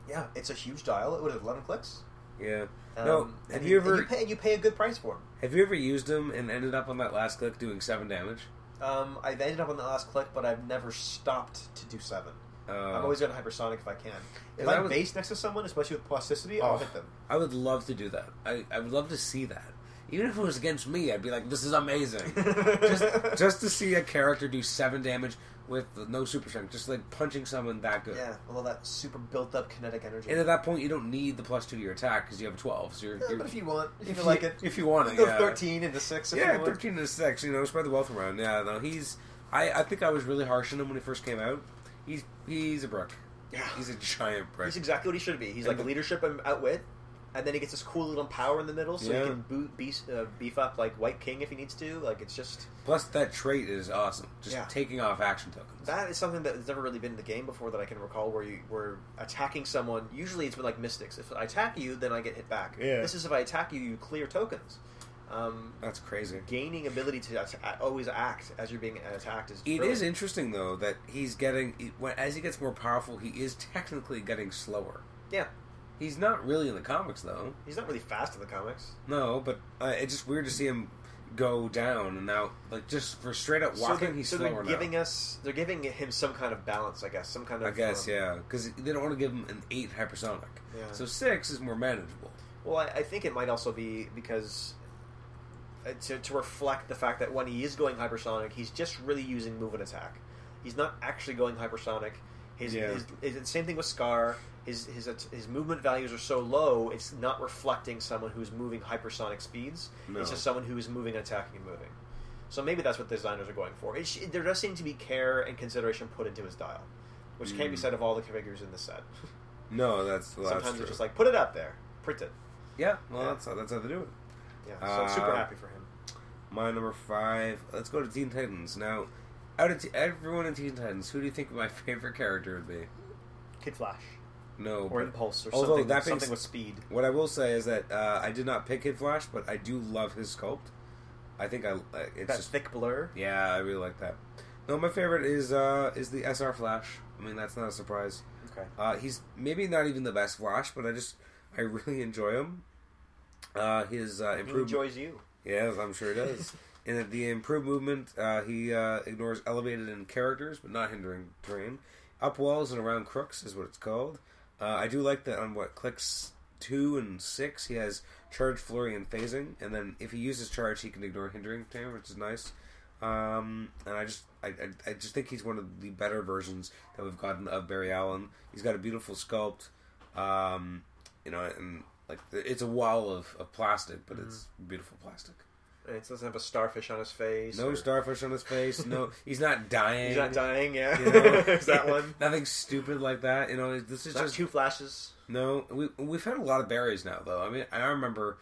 [SPEAKER 2] Yeah, it's a huge dial. It would have 11 clicks.
[SPEAKER 1] Yeah.
[SPEAKER 2] Um,
[SPEAKER 1] no, have
[SPEAKER 2] and
[SPEAKER 1] you
[SPEAKER 2] and
[SPEAKER 1] ever
[SPEAKER 2] You pay, you pay a good price for them.
[SPEAKER 1] have you ever used him and ended up on that last click doing seven damage?
[SPEAKER 2] Um, I've ended up on the last click, but I've never stopped to do 7.
[SPEAKER 1] Uh,
[SPEAKER 2] I'm always going to hypersonic if I can. If
[SPEAKER 1] that
[SPEAKER 2] I'm
[SPEAKER 1] was-
[SPEAKER 2] based next to someone, especially with plasticity,
[SPEAKER 1] Oh.
[SPEAKER 2] I'll hit them.
[SPEAKER 1] I would love to do that. I, I would love to see that. Even if it was against me, I'd be like, "This is amazing!" just, just to see a character do seven damage with no super strength, just like punching someone that good.
[SPEAKER 2] Yeah, with all that super built up kinetic energy.
[SPEAKER 1] And at that point, you don't need the plus two to your attack because you have twelve. So you're,
[SPEAKER 2] Yeah,
[SPEAKER 1] you're
[SPEAKER 2] Uh, but if you want, if you like it,
[SPEAKER 1] if you want it,
[SPEAKER 2] go
[SPEAKER 1] yeah.
[SPEAKER 2] 13 into 6 if
[SPEAKER 1] Yeah,
[SPEAKER 2] you want.
[SPEAKER 1] thirteen to six. You know, spread the wealth around. Yeah, no, he's. I, I think I was really harsh on him when he first came out. He's he's a brick.
[SPEAKER 2] Yeah.
[SPEAKER 1] He's a giant brick.
[SPEAKER 2] He's exactly what he should be. He's
[SPEAKER 1] And
[SPEAKER 2] like
[SPEAKER 1] the-
[SPEAKER 2] leadership and outwit, and then he gets this cool little power in the middle, so
[SPEAKER 1] Yeah.
[SPEAKER 2] he can boot, beef, uh, beef up like White King if he needs to. Like it's just
[SPEAKER 1] Plus, that trait is awesome. Just
[SPEAKER 2] Yeah.
[SPEAKER 1] taking off action tokens.
[SPEAKER 2] that is something that has never really been in the game before that I can recall, where you were attacking someone. Usually it's been like Mystics. If I attack you, then I get hit back.
[SPEAKER 1] Yeah.
[SPEAKER 2] This is if I attack you, you clear tokens. Um,
[SPEAKER 1] That's crazy.
[SPEAKER 2] gaining ability to at- always act as you're being attacked is
[SPEAKER 1] It
[SPEAKER 2] brilliant.
[SPEAKER 1] is interesting though that he's getting he- when- as he gets more powerful, he is technically getting slower.
[SPEAKER 2] yeah.
[SPEAKER 1] He's not really in the comics though.
[SPEAKER 2] He's not really fast in the comics.
[SPEAKER 1] No, but uh, it's just weird to see him go down and now like just for straight up
[SPEAKER 2] so
[SPEAKER 1] walking,
[SPEAKER 2] they're,
[SPEAKER 1] he's
[SPEAKER 2] so
[SPEAKER 1] slower
[SPEAKER 2] they're
[SPEAKER 1] now.
[SPEAKER 2] giving us they're giving him some kind of balance, I guess. Some kind of
[SPEAKER 1] I guess,
[SPEAKER 2] um,
[SPEAKER 1] yeah, because they don't want to give him an eight hypersonic.
[SPEAKER 2] Yeah.
[SPEAKER 1] So six is more manageable.
[SPEAKER 2] Well, I, I think it might also be because uh, to, to reflect the fact that when he is going hypersonic, he's just really using move and attack. He's not actually going hypersonic. His,
[SPEAKER 1] Yeah.
[SPEAKER 2] his, his, the same thing with Scar. His, his his movement values are so low, it's not reflecting someone who's moving hypersonic speeds.
[SPEAKER 1] No.
[SPEAKER 2] It's just someone who is moving, attacking, and moving. So maybe that's what designers are going for. It sh- there does seem to be care and consideration put into his dial, which can't be
[SPEAKER 1] Mm.
[SPEAKER 2] said of all the figures in the set.
[SPEAKER 1] No, that's well,
[SPEAKER 2] Sometimes
[SPEAKER 1] that's
[SPEAKER 2] they're
[SPEAKER 1] true.
[SPEAKER 2] just like, put it up there, print it.
[SPEAKER 1] yeah, well,
[SPEAKER 2] Yeah.
[SPEAKER 1] that's how, that's how they do it.
[SPEAKER 2] Yeah, so I'm super
[SPEAKER 1] Uh,
[SPEAKER 2] happy for him.
[SPEAKER 1] My number five. Let's go to Teen Titans now. Out of t- everyone in Teen Titans, who do you think my favorite character would be?
[SPEAKER 2] Kid Flash
[SPEAKER 1] No,
[SPEAKER 2] or
[SPEAKER 1] but-
[SPEAKER 2] Impulse or
[SPEAKER 1] although
[SPEAKER 2] something,
[SPEAKER 1] that being
[SPEAKER 2] something
[SPEAKER 1] s-
[SPEAKER 2] with speed.
[SPEAKER 1] What I will say is that uh, I did not pick Kid Flash, but I do love his sculpt. I think I uh, it's
[SPEAKER 2] that
[SPEAKER 1] just
[SPEAKER 2] thick blur.
[SPEAKER 1] yeah, I really like that. No, my favorite is uh, is the SR Flash. I mean, that's not a surprise.
[SPEAKER 2] Okay.
[SPEAKER 1] Uh, he's maybe not even the best Flash, but I just I really enjoy him. Uh, his uh,
[SPEAKER 2] He
[SPEAKER 1] improved
[SPEAKER 2] enjoys you.
[SPEAKER 1] yes, I'm sure he does. and at the improved movement, uh, he uh, ignores elevated and characters, but not hindering terrain. Up walls and around crooks is what it's called. Uh, I do like that on what clicks two and six, he has charge, flurry, and phasing. And then if he uses charge, he can ignore hindering terrain, which is nice. Um, and I just I, I, I just think he's one of the better versions that we've gotten of Barry Allen. He's got a beautiful sculpt, um, you know, and like it's a wall of, of plastic, but it's beautiful plastic.
[SPEAKER 2] And it doesn't have a starfish on his face.
[SPEAKER 1] No
[SPEAKER 2] or-
[SPEAKER 1] starfish on his face. No, he's not dying.
[SPEAKER 2] He's not dying. Yeah.
[SPEAKER 1] you know?
[SPEAKER 2] Is that one?
[SPEAKER 1] Nothing stupid like that. You know, this is
[SPEAKER 2] Not
[SPEAKER 1] just
[SPEAKER 2] two flashes.
[SPEAKER 1] no. We we've had a lot of berries now, though. I mean, I remember.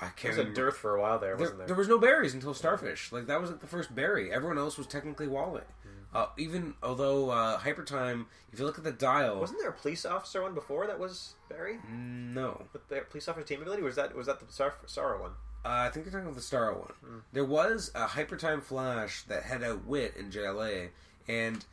[SPEAKER 1] I
[SPEAKER 2] There
[SPEAKER 1] can't.
[SPEAKER 2] was a
[SPEAKER 1] Remember.
[SPEAKER 2] dearth for a while there,
[SPEAKER 1] there,
[SPEAKER 2] wasn't there?
[SPEAKER 1] there was no berries until starfish. Like that was like the first berry. Everyone else was technically wallet.
[SPEAKER 2] Hmm.
[SPEAKER 1] Uh, even although uh, hypertime, if you look at the dial,
[SPEAKER 2] Wasn't there a police officer one before that was Barry
[SPEAKER 1] no.
[SPEAKER 2] with the police officer team ability? Or was that was that the Sar- Sarah one?
[SPEAKER 1] Uh, I think you're talking about the Star one.
[SPEAKER 2] Hmm.
[SPEAKER 1] There was a Hypertime Flash that had Outwit in JLA, and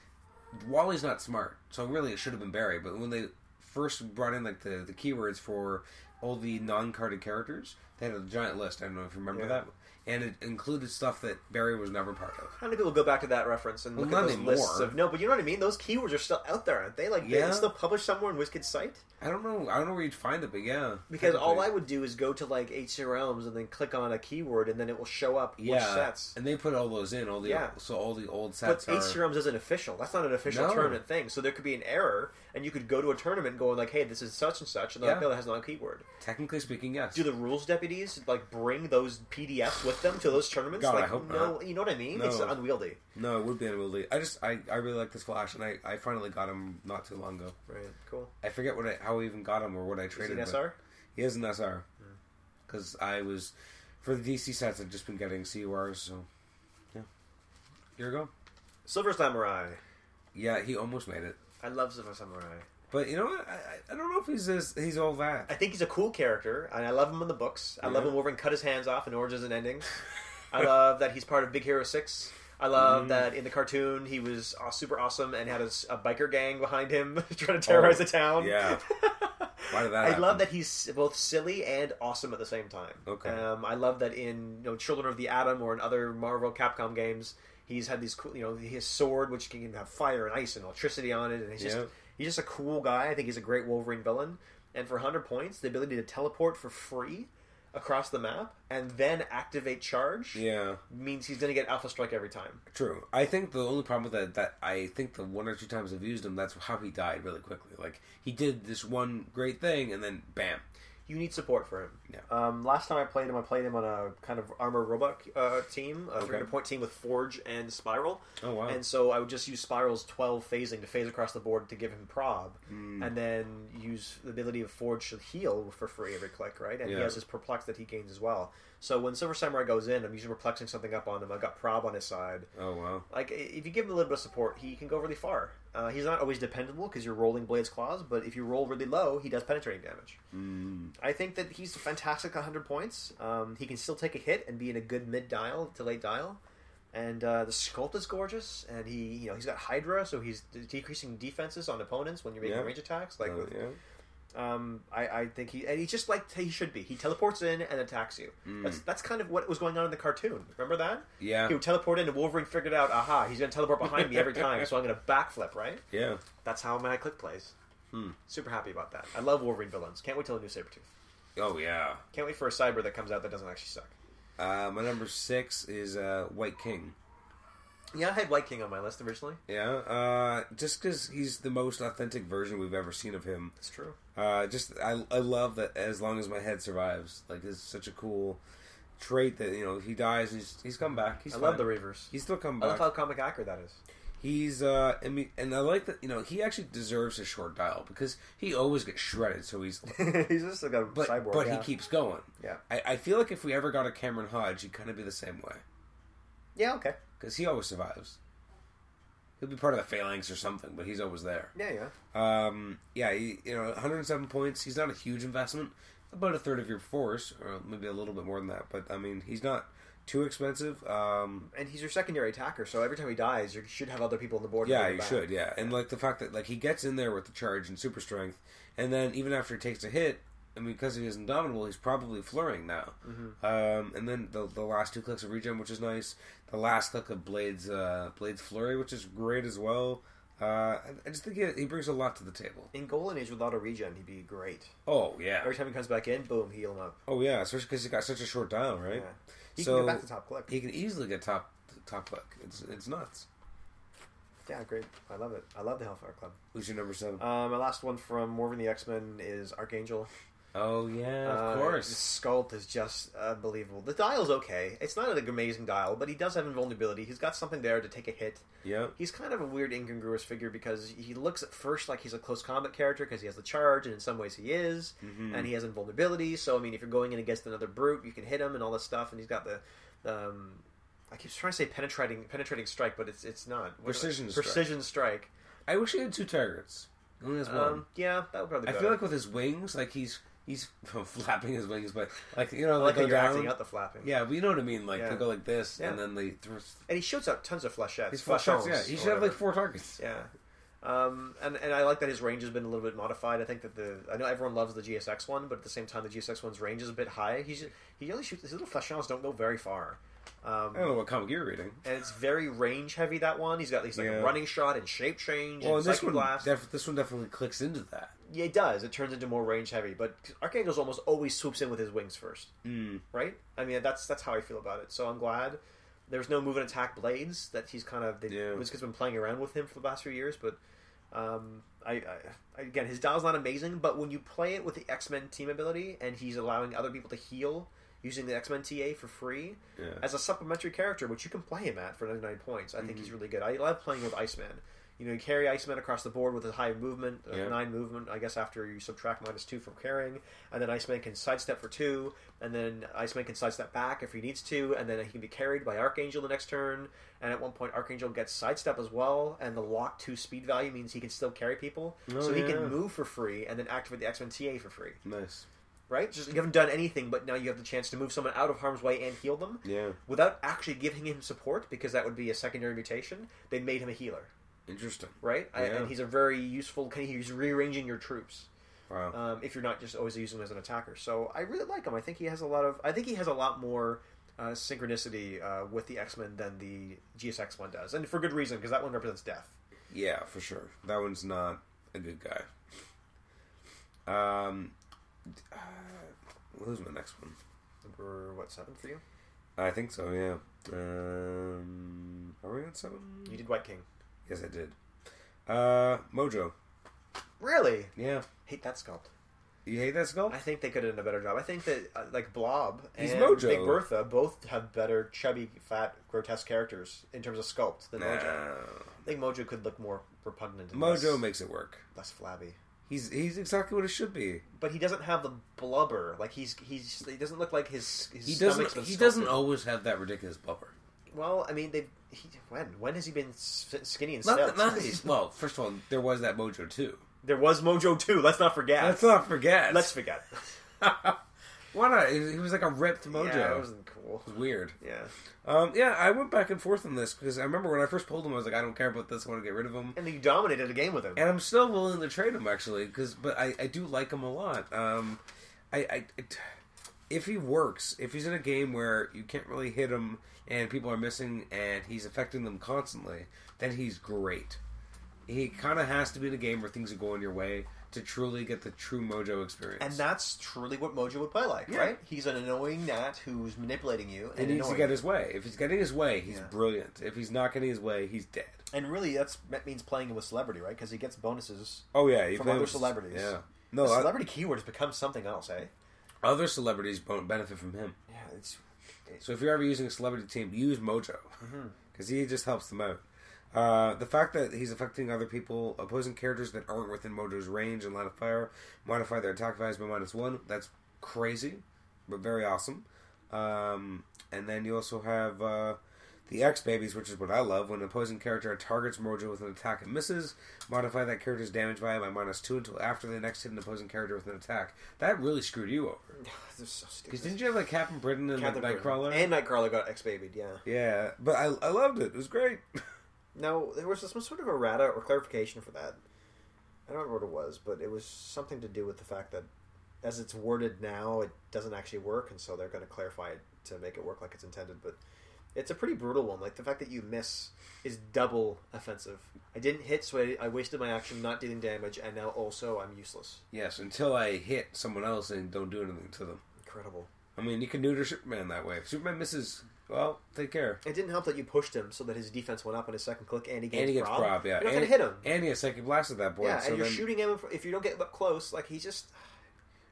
[SPEAKER 1] Wally's not smart, so really it should have been Barry. But when they first brought in like the, the keywords for all the non-carded characters, They had a giant list. I don't know if you remember
[SPEAKER 2] Yeah.
[SPEAKER 1] that, and it included stuff that Barry was never part of.
[SPEAKER 2] How many people go back to that reference and
[SPEAKER 1] Well,
[SPEAKER 2] look
[SPEAKER 1] not
[SPEAKER 2] at those lists
[SPEAKER 1] anymore.
[SPEAKER 2] of no? But you know what I mean. Those keywords are still out there, aren't they? Like
[SPEAKER 1] Yeah.
[SPEAKER 2] they're still published somewhere in WizKid's site.
[SPEAKER 1] I don't know. I don't know where you'd find it, but yeah,
[SPEAKER 2] Because all I
[SPEAKER 1] Technically.
[SPEAKER 2] would do is go to like HC Realms and then click on a keyword, and then it will show up which sets.
[SPEAKER 1] and they put all those in all the
[SPEAKER 2] Yeah.
[SPEAKER 1] so all the old
[SPEAKER 2] But
[SPEAKER 1] sets
[SPEAKER 2] HC
[SPEAKER 1] are
[SPEAKER 2] Realms isn't official. That's not an official
[SPEAKER 1] No.
[SPEAKER 2] tournament thing. So there could be an error, and you could go to a tournament going like, "Hey, this is such and such," and they're
[SPEAKER 1] Yeah.
[SPEAKER 2] like, "No, that has no keyword."
[SPEAKER 1] technically speaking yes.
[SPEAKER 2] Do the rules deputies like bring those PDFs with them to those tournaments?
[SPEAKER 1] God, I
[SPEAKER 2] like,
[SPEAKER 1] hope
[SPEAKER 2] no,
[SPEAKER 1] not.
[SPEAKER 2] you know what I mean?
[SPEAKER 1] No.
[SPEAKER 2] It's unwieldy.
[SPEAKER 1] no, it would be unwieldy. I just I, I really like this Flash, and I, I finally got him not too long ago.
[SPEAKER 2] Right. Cool.
[SPEAKER 1] I forget what I how I even got him or what I
[SPEAKER 2] Is
[SPEAKER 1] traded.
[SPEAKER 2] it
[SPEAKER 1] him.
[SPEAKER 2] SR?
[SPEAKER 1] He is an SR because I was for the DC sets. I've just been getting CURs, so yeah. Here we go.
[SPEAKER 2] Silver Samurai.
[SPEAKER 1] Yeah, he almost made it,
[SPEAKER 2] I love Silver Samurai.
[SPEAKER 1] but you know what? I, I- I don't know if he's this, he's all that.
[SPEAKER 2] I think he's a cool character, and I love him in the books. I love
[SPEAKER 1] Yeah.
[SPEAKER 2] when Wolverine cut his hands off in Origins and Endings. I love that he's part of Big Hero Six. I love
[SPEAKER 1] Mm.
[SPEAKER 2] that in the cartoon he was uh, super awesome and had a, s- a biker gang behind him trying to terrorize
[SPEAKER 1] Oh,
[SPEAKER 2] the town.
[SPEAKER 1] yeah. Why did that
[SPEAKER 2] I
[SPEAKER 1] happen?
[SPEAKER 2] love that he's both silly and awesome at the same time.
[SPEAKER 1] Okay.
[SPEAKER 2] Um, I love that in you know Children of the Atom or in other Marvel Capcom games, he's had these cool you know his sword which can have fire and ice and electricity on it, and he's just
[SPEAKER 1] Yeah.
[SPEAKER 2] he's just a cool guy. I think he's a great Wolverine villain. And for 100 points, the ability to teleport for free across the map and then activate charge
[SPEAKER 1] yeah.
[SPEAKER 2] means he's going to get Alpha Strike every time.
[SPEAKER 1] True. I think the only problem with that that I think the one or two times I've used him, that's how he died really quickly. Like he did this one great thing and then bam.
[SPEAKER 2] You need support for him.
[SPEAKER 1] Yeah.
[SPEAKER 2] Um, last time I played him, I played him on a kind of armor robot uh, team, a 300 point team with Forge and Spiral.
[SPEAKER 1] Oh wow.
[SPEAKER 2] And so I would just use Spiral's 12 phasing to phase across the board to give him prob,
[SPEAKER 1] Hmm.
[SPEAKER 2] and then use the ability of Forge to heal for free every click, right? And he
[SPEAKER 1] Yeah.
[SPEAKER 2] has his perplex that he gains as well. So when Silver Samurai goes in, I'm usually perplexing something up on him. I've got prob on his side.
[SPEAKER 1] oh wow.
[SPEAKER 2] Like, i- if you give him a little bit of support, he can go really far. Uh, he's not always dependable because you're rolling Blade's Claws, but if you roll really low, he does penetrating damage.
[SPEAKER 1] Mm.
[SPEAKER 2] I think that he's fantastic at 100 points. Um, he can still take a hit and be in a good mid dial to late dial. And uh, the sculpt is gorgeous, and he you know he's got Hydra, so he's d- decreasing defenses on opponents when you're making
[SPEAKER 1] Yeah.
[SPEAKER 2] range attacks. Like,
[SPEAKER 1] Oh,
[SPEAKER 2] with,
[SPEAKER 1] yeah.
[SPEAKER 2] um, I, I think he and he's just like he should be. He teleports in and attacks you.
[SPEAKER 1] Hmm.
[SPEAKER 2] That's that's kind of what was going on in the cartoon. Remember that?
[SPEAKER 1] Yeah.
[SPEAKER 2] He would teleport in, and Wolverine figured out, aha, he's going to teleport behind me every time, so I'm going to backflip, right?
[SPEAKER 1] Yeah.
[SPEAKER 2] That's how my click plays.
[SPEAKER 1] Hmm.
[SPEAKER 2] Super happy about that. I love Wolverine villains. Can't wait till a new Sabretooth.
[SPEAKER 1] Oh yeah.
[SPEAKER 2] Can't wait for a cyber that comes out that doesn't actually suck.
[SPEAKER 1] Uh, my number six is uh, White King.
[SPEAKER 2] Yeah, I had White King on my list originally.
[SPEAKER 1] Yeah, uh, just because he's the most authentic version we've ever seen of him.
[SPEAKER 2] That's true.
[SPEAKER 1] Uh, just I, I love that as long as my head survives. Like it's such a cool trait that you know he dies, he's he's come back. He's
[SPEAKER 2] I
[SPEAKER 1] fine.
[SPEAKER 2] love the Reavers.
[SPEAKER 1] He's still coming
[SPEAKER 2] I love
[SPEAKER 1] back.
[SPEAKER 2] how comic accurate that is.
[SPEAKER 1] He's uh, I mean, and I like that you know he actually deserves a short dial because he always gets shredded. So he's
[SPEAKER 2] he's just like a
[SPEAKER 1] but
[SPEAKER 2] cyborg.
[SPEAKER 1] but
[SPEAKER 2] yeah.
[SPEAKER 1] he keeps going.
[SPEAKER 2] Yeah.
[SPEAKER 1] I, I feel like if we ever got a Cameron Hodge, he'd kind of be the same way
[SPEAKER 2] yeah, okay.
[SPEAKER 1] because he always survives. He'll be part of the phalanx or something, but he's always there.
[SPEAKER 2] Yeah, yeah.
[SPEAKER 1] Um, yeah, he, you know, 107 points. He's not a huge investment. About a third of your force, or maybe a little bit more than that. But I mean, he's not too expensive. Um,
[SPEAKER 2] And he's your secondary attacker, so every time he dies, you should have other people on the board. to
[SPEAKER 1] yeah,
[SPEAKER 2] bring him
[SPEAKER 1] you
[SPEAKER 2] back.
[SPEAKER 1] should. Yeah, and like the fact that like he gets in there with the charge and super strength, and then even after he takes a hit, I mean, because he is indomitable, he's probably flurrying now.
[SPEAKER 2] Mm-hmm.
[SPEAKER 1] Um, and then the the last two clicks of regen, which is nice. The last click of Blade's uh, Blade's flurry, which is great as well. Uh, I- I just think he, he brings a lot to the table.
[SPEAKER 2] In Golden Age without a regen, he'd be great.
[SPEAKER 1] Oh yeah.
[SPEAKER 2] Every time he comes back in, boom, heal him up.
[SPEAKER 1] Oh yeah, especially because he got such a short dial, right?
[SPEAKER 2] Yeah. He
[SPEAKER 1] So-
[SPEAKER 2] can get back to top click.
[SPEAKER 1] He can easily get top top click. It's it's nuts.
[SPEAKER 2] Yeah, great. I love it. I love the Hellfire Club.
[SPEAKER 1] Who's your number seven?
[SPEAKER 2] Um, my last one from Warven the X Men is Archangel.
[SPEAKER 1] oh yeah, of
[SPEAKER 2] Uh,
[SPEAKER 1] course.
[SPEAKER 2] The sculpt is just unbelievable. The dial's okay. It's not an amazing dial, but he does have invulnerability. He's got something there to take a hit.
[SPEAKER 1] Yeah,
[SPEAKER 2] He's kind of a weird incongruous figure because he looks at first like he's a close combat character because he has the charge, and in some ways he is,
[SPEAKER 1] Mm-hmm.
[SPEAKER 2] and he has invulnerability. So I mean, if you're going in against another brute, you can hit him and all this stuff, and he's got the. Um, I keep trying to say penetrating penetrating strike, but it's it's not What-
[SPEAKER 1] Precision strike.
[SPEAKER 2] precision strike.
[SPEAKER 1] I wish he had two targets. He only has one.
[SPEAKER 2] Um, yeah, that would probably.
[SPEAKER 1] I
[SPEAKER 2] Be
[SPEAKER 1] feel
[SPEAKER 2] better.
[SPEAKER 1] like with his wings, like he's he's flapping his wings, but like you know,
[SPEAKER 2] I like
[SPEAKER 1] they
[SPEAKER 2] how
[SPEAKER 1] go
[SPEAKER 2] you're acting
[SPEAKER 1] down.
[SPEAKER 2] out the flapping.
[SPEAKER 1] Yeah, but you know what I mean. Like
[SPEAKER 2] Yeah.
[SPEAKER 1] they go like this,
[SPEAKER 2] Yeah.
[SPEAKER 1] and then they throw
[SPEAKER 2] and he shoots out tons of flechettes.
[SPEAKER 1] these flash shots.
[SPEAKER 2] flechons,
[SPEAKER 1] Yeah, he should
[SPEAKER 2] or
[SPEAKER 1] have like
[SPEAKER 2] whatever.
[SPEAKER 1] four targets.
[SPEAKER 2] Yeah. Um, and, and I like that his range has been a little bit modified. I think that the I know everyone loves the GSX one, but at the same time, the GSX one's range is a bit high. He's he only shoots his little flashbangs don't go very far. Um,
[SPEAKER 1] I don't know what comic you're reading.
[SPEAKER 2] and it's very range heavy. That one, he's got these like
[SPEAKER 1] Yeah.
[SPEAKER 2] a running shot and shape change.
[SPEAKER 1] Well,
[SPEAKER 2] and
[SPEAKER 1] this
[SPEAKER 2] Psychic
[SPEAKER 1] one,
[SPEAKER 2] blast.
[SPEAKER 1] def- this one definitely clicks into that.
[SPEAKER 2] yeah, it does. It turns into more range heavy. But Archangel's almost always swoops in with his wings first,
[SPEAKER 1] Mm.
[SPEAKER 2] right? I mean, that's that's how I feel about it. So I'm glad there's no move and attack blades that he's kind of. They,
[SPEAKER 1] Yeah.
[SPEAKER 2] Wizkid's been playing around with him for the last few years, but um, I, I again, his dial's not amazing. But when you play it with the X Men team ability, and he's allowing other people to heal using the X Men TA for free,
[SPEAKER 1] Yeah.
[SPEAKER 2] as a supplementary character, which you can play him at for 99 points. I think he's
[SPEAKER 1] Mm-hmm.
[SPEAKER 2] really good. I love playing with Iceman. You know, you carry Iceman across the board with a high movement, uh,
[SPEAKER 1] Yeah.
[SPEAKER 2] nine movement, I guess, after you subtract minus two from carrying, and then Iceman can sidestep for two, and then Iceman can sidestep back if he needs to, and then he can be carried by Archangel the next turn, and at one point Archangel gets sidestep as well, and the lock two speed value means he can still carry people,
[SPEAKER 1] Oh,
[SPEAKER 2] so he
[SPEAKER 1] yeah.
[SPEAKER 2] can move for free, and then activate the X-Men TA for free,
[SPEAKER 1] Nice.
[SPEAKER 2] right? Just you haven't done anything, but now you have the chance to move someone out of harm's way and heal them
[SPEAKER 1] Yeah.
[SPEAKER 2] without actually giving him support because that would be a secondary mutation. They made him a healer,
[SPEAKER 1] Interesting.
[SPEAKER 2] right? I-
[SPEAKER 1] Yeah.
[SPEAKER 2] And he's a very useful. kind of- He's rearranging your troops
[SPEAKER 1] Wow.
[SPEAKER 2] um, if you're not just always using him as an attacker. So I really like him. I think he has a lot of. I think he has a lot more. Uh, synchronicity uh, with the X Men than the GSX one does, and for good reason because that one represents death.
[SPEAKER 1] Yeah, for sure. That one's not a good guy. Um, uh, who's my next one?
[SPEAKER 2] Number what seven for you?
[SPEAKER 1] I think so. Yeah. Um, are we on seven?
[SPEAKER 2] You did White King.
[SPEAKER 1] Yes, I did. Uh, Mojo.
[SPEAKER 2] Really
[SPEAKER 1] Yeah.
[SPEAKER 2] hate that sculpt.
[SPEAKER 1] You hate that skull?
[SPEAKER 2] I think they could have done a better job. I think that uh, like Blob
[SPEAKER 1] He's
[SPEAKER 2] and
[SPEAKER 1] Mojo.
[SPEAKER 2] Big Bertha both have better chubby, fat, grotesque characters in terms of sculpt than
[SPEAKER 1] Nah.
[SPEAKER 2] Mojo. I think Mojo could look more repugnant. And
[SPEAKER 1] Mojo
[SPEAKER 2] less,
[SPEAKER 1] makes it work.
[SPEAKER 2] less flabby,
[SPEAKER 1] He's he's exactly what it should be.
[SPEAKER 2] but he doesn't have the blubber. Like he's he's he doesn't look like his his
[SPEAKER 1] He
[SPEAKER 2] stomach's
[SPEAKER 1] doesn't.
[SPEAKER 2] been
[SPEAKER 1] He
[SPEAKER 2] sculpted.
[SPEAKER 1] doesn't always have that ridiculous blubber.
[SPEAKER 2] Well, I mean, they he, when when has he been s- skinny and
[SPEAKER 1] Not,
[SPEAKER 2] stout?
[SPEAKER 1] that- not that he's- well, first of all, there was that Mojo too.
[SPEAKER 2] there was Mojo too. Let's not forget.
[SPEAKER 1] Let's not forget.
[SPEAKER 2] Let's forget.
[SPEAKER 1] Why not? He he was like a ripped Mojo.
[SPEAKER 2] Yeah, it wasn't cool.
[SPEAKER 1] weird.
[SPEAKER 2] Yeah,
[SPEAKER 1] Um, yeah, I went back and forth on this because I remember when I first pulled him, I was like, I don't care about this. I want to get rid of him,
[SPEAKER 2] and you dominated a game with him.
[SPEAKER 1] and I'm still willing to trade him actually because, but I, I do like him a lot. Um, I, I it- if he works, if he's in a game where you can't really hit him and people are missing and he's affecting them constantly, then he's great. He kind of has to be in a game where things are going your way to truly get the true mojo experience.
[SPEAKER 2] And that's truly what Mojo would play like,
[SPEAKER 1] Yeah.
[SPEAKER 2] right? He's an annoying gnat who's manipulating you
[SPEAKER 1] he
[SPEAKER 2] and
[SPEAKER 1] needs to
[SPEAKER 2] annoying.
[SPEAKER 1] get his way. If he's getting his way, he's
[SPEAKER 2] Yeah.
[SPEAKER 1] brilliant. If he's not getting his way, he's dead.
[SPEAKER 2] and really, that's that means playing him with celebrity, right? Because he gets bonuses.
[SPEAKER 1] Oh yeah, he
[SPEAKER 2] From
[SPEAKER 1] plays-
[SPEAKER 2] other celebrities.
[SPEAKER 1] Yeah, no,
[SPEAKER 2] the
[SPEAKER 1] Oh, I-
[SPEAKER 2] celebrity keyword has become something else, eh?
[SPEAKER 1] other celebrities don't benefit from him.
[SPEAKER 2] Yeah, it's
[SPEAKER 1] So if you're ever using a celebrity team, use Mojo
[SPEAKER 2] Mm-hmm.
[SPEAKER 1] because he just helps them out. Uh, the fact that he's affecting other people, opposing characters that aren't within Mojo's range and line of fire, modify their attack values by minus one. That's crazy, but very awesome. Um, and then you also have uh, the X babies, which is what I love. When an opposing character targets Mojo with an attack and misses, modify that character's damage value by minus two until after the next hit an opposing character with an attack. That really screwed you over.
[SPEAKER 2] this is so
[SPEAKER 1] Because
[SPEAKER 2] stupid.
[SPEAKER 1] didn't you have like Captain Britain and
[SPEAKER 2] Captain
[SPEAKER 1] like,
[SPEAKER 2] Britain.
[SPEAKER 1] Nightcrawler?
[SPEAKER 2] and Nightcrawler got X babied, yeah.
[SPEAKER 1] yeah, but I, I loved it. It was great.
[SPEAKER 2] Now there was some sort of errata or clarification for that. I don't remember what it was, but it was something to do with the fact that as it's worded now, it doesn't actually work, and so they're going to clarify it to make it work like it's intended. But it's a pretty brutal one. Like the fact that you miss is double offensive. I didn't hit, so I, I wasted my action not dealing damage, and now also I'm useless.
[SPEAKER 1] yes, until I hit someone else and don't do anything to them.
[SPEAKER 2] Incredible.
[SPEAKER 1] I mean, you can neuter Superman that way. If Superman misses, well, take care.
[SPEAKER 2] It didn't help that you pushed him so that his defense went up on his second click, and he gets
[SPEAKER 1] And he gets
[SPEAKER 2] prob.
[SPEAKER 1] prop, yeah.
[SPEAKER 2] You're not going
[SPEAKER 1] and,
[SPEAKER 2] to hit him.
[SPEAKER 1] And he has second blast at that point.
[SPEAKER 2] yeah,
[SPEAKER 1] so
[SPEAKER 2] and you're
[SPEAKER 1] then
[SPEAKER 2] shooting him if you don't get up close. Like he just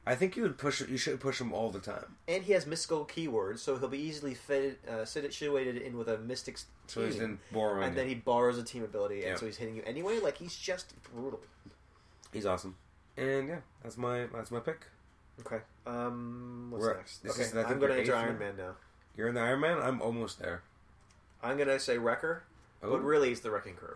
[SPEAKER 1] I think you would push. You should push him all the time.
[SPEAKER 2] and he has mystical keywords, so he'll be easily fitted, uh, situated in with a mystic's
[SPEAKER 1] So
[SPEAKER 2] team.
[SPEAKER 1] he's then borrowing.
[SPEAKER 2] and then he borrows a team ability, and
[SPEAKER 1] Yeah.
[SPEAKER 2] so he's hitting you anyway. Like he's just brutal.
[SPEAKER 1] he's awesome. And yeah, that's my that's my pick.
[SPEAKER 2] Okay. Um, what's
[SPEAKER 1] We're-
[SPEAKER 2] next?
[SPEAKER 1] this
[SPEAKER 2] okay,
[SPEAKER 1] is- I think
[SPEAKER 2] I'm going
[SPEAKER 1] we're
[SPEAKER 2] to enter
[SPEAKER 1] eighth
[SPEAKER 2] Iron
[SPEAKER 1] now.
[SPEAKER 2] Man now.
[SPEAKER 1] You're in the Iron Man. I'm almost there.
[SPEAKER 2] I'm going to say Wrecker,
[SPEAKER 1] Oh.
[SPEAKER 2] but really it's the Wrecking Crew.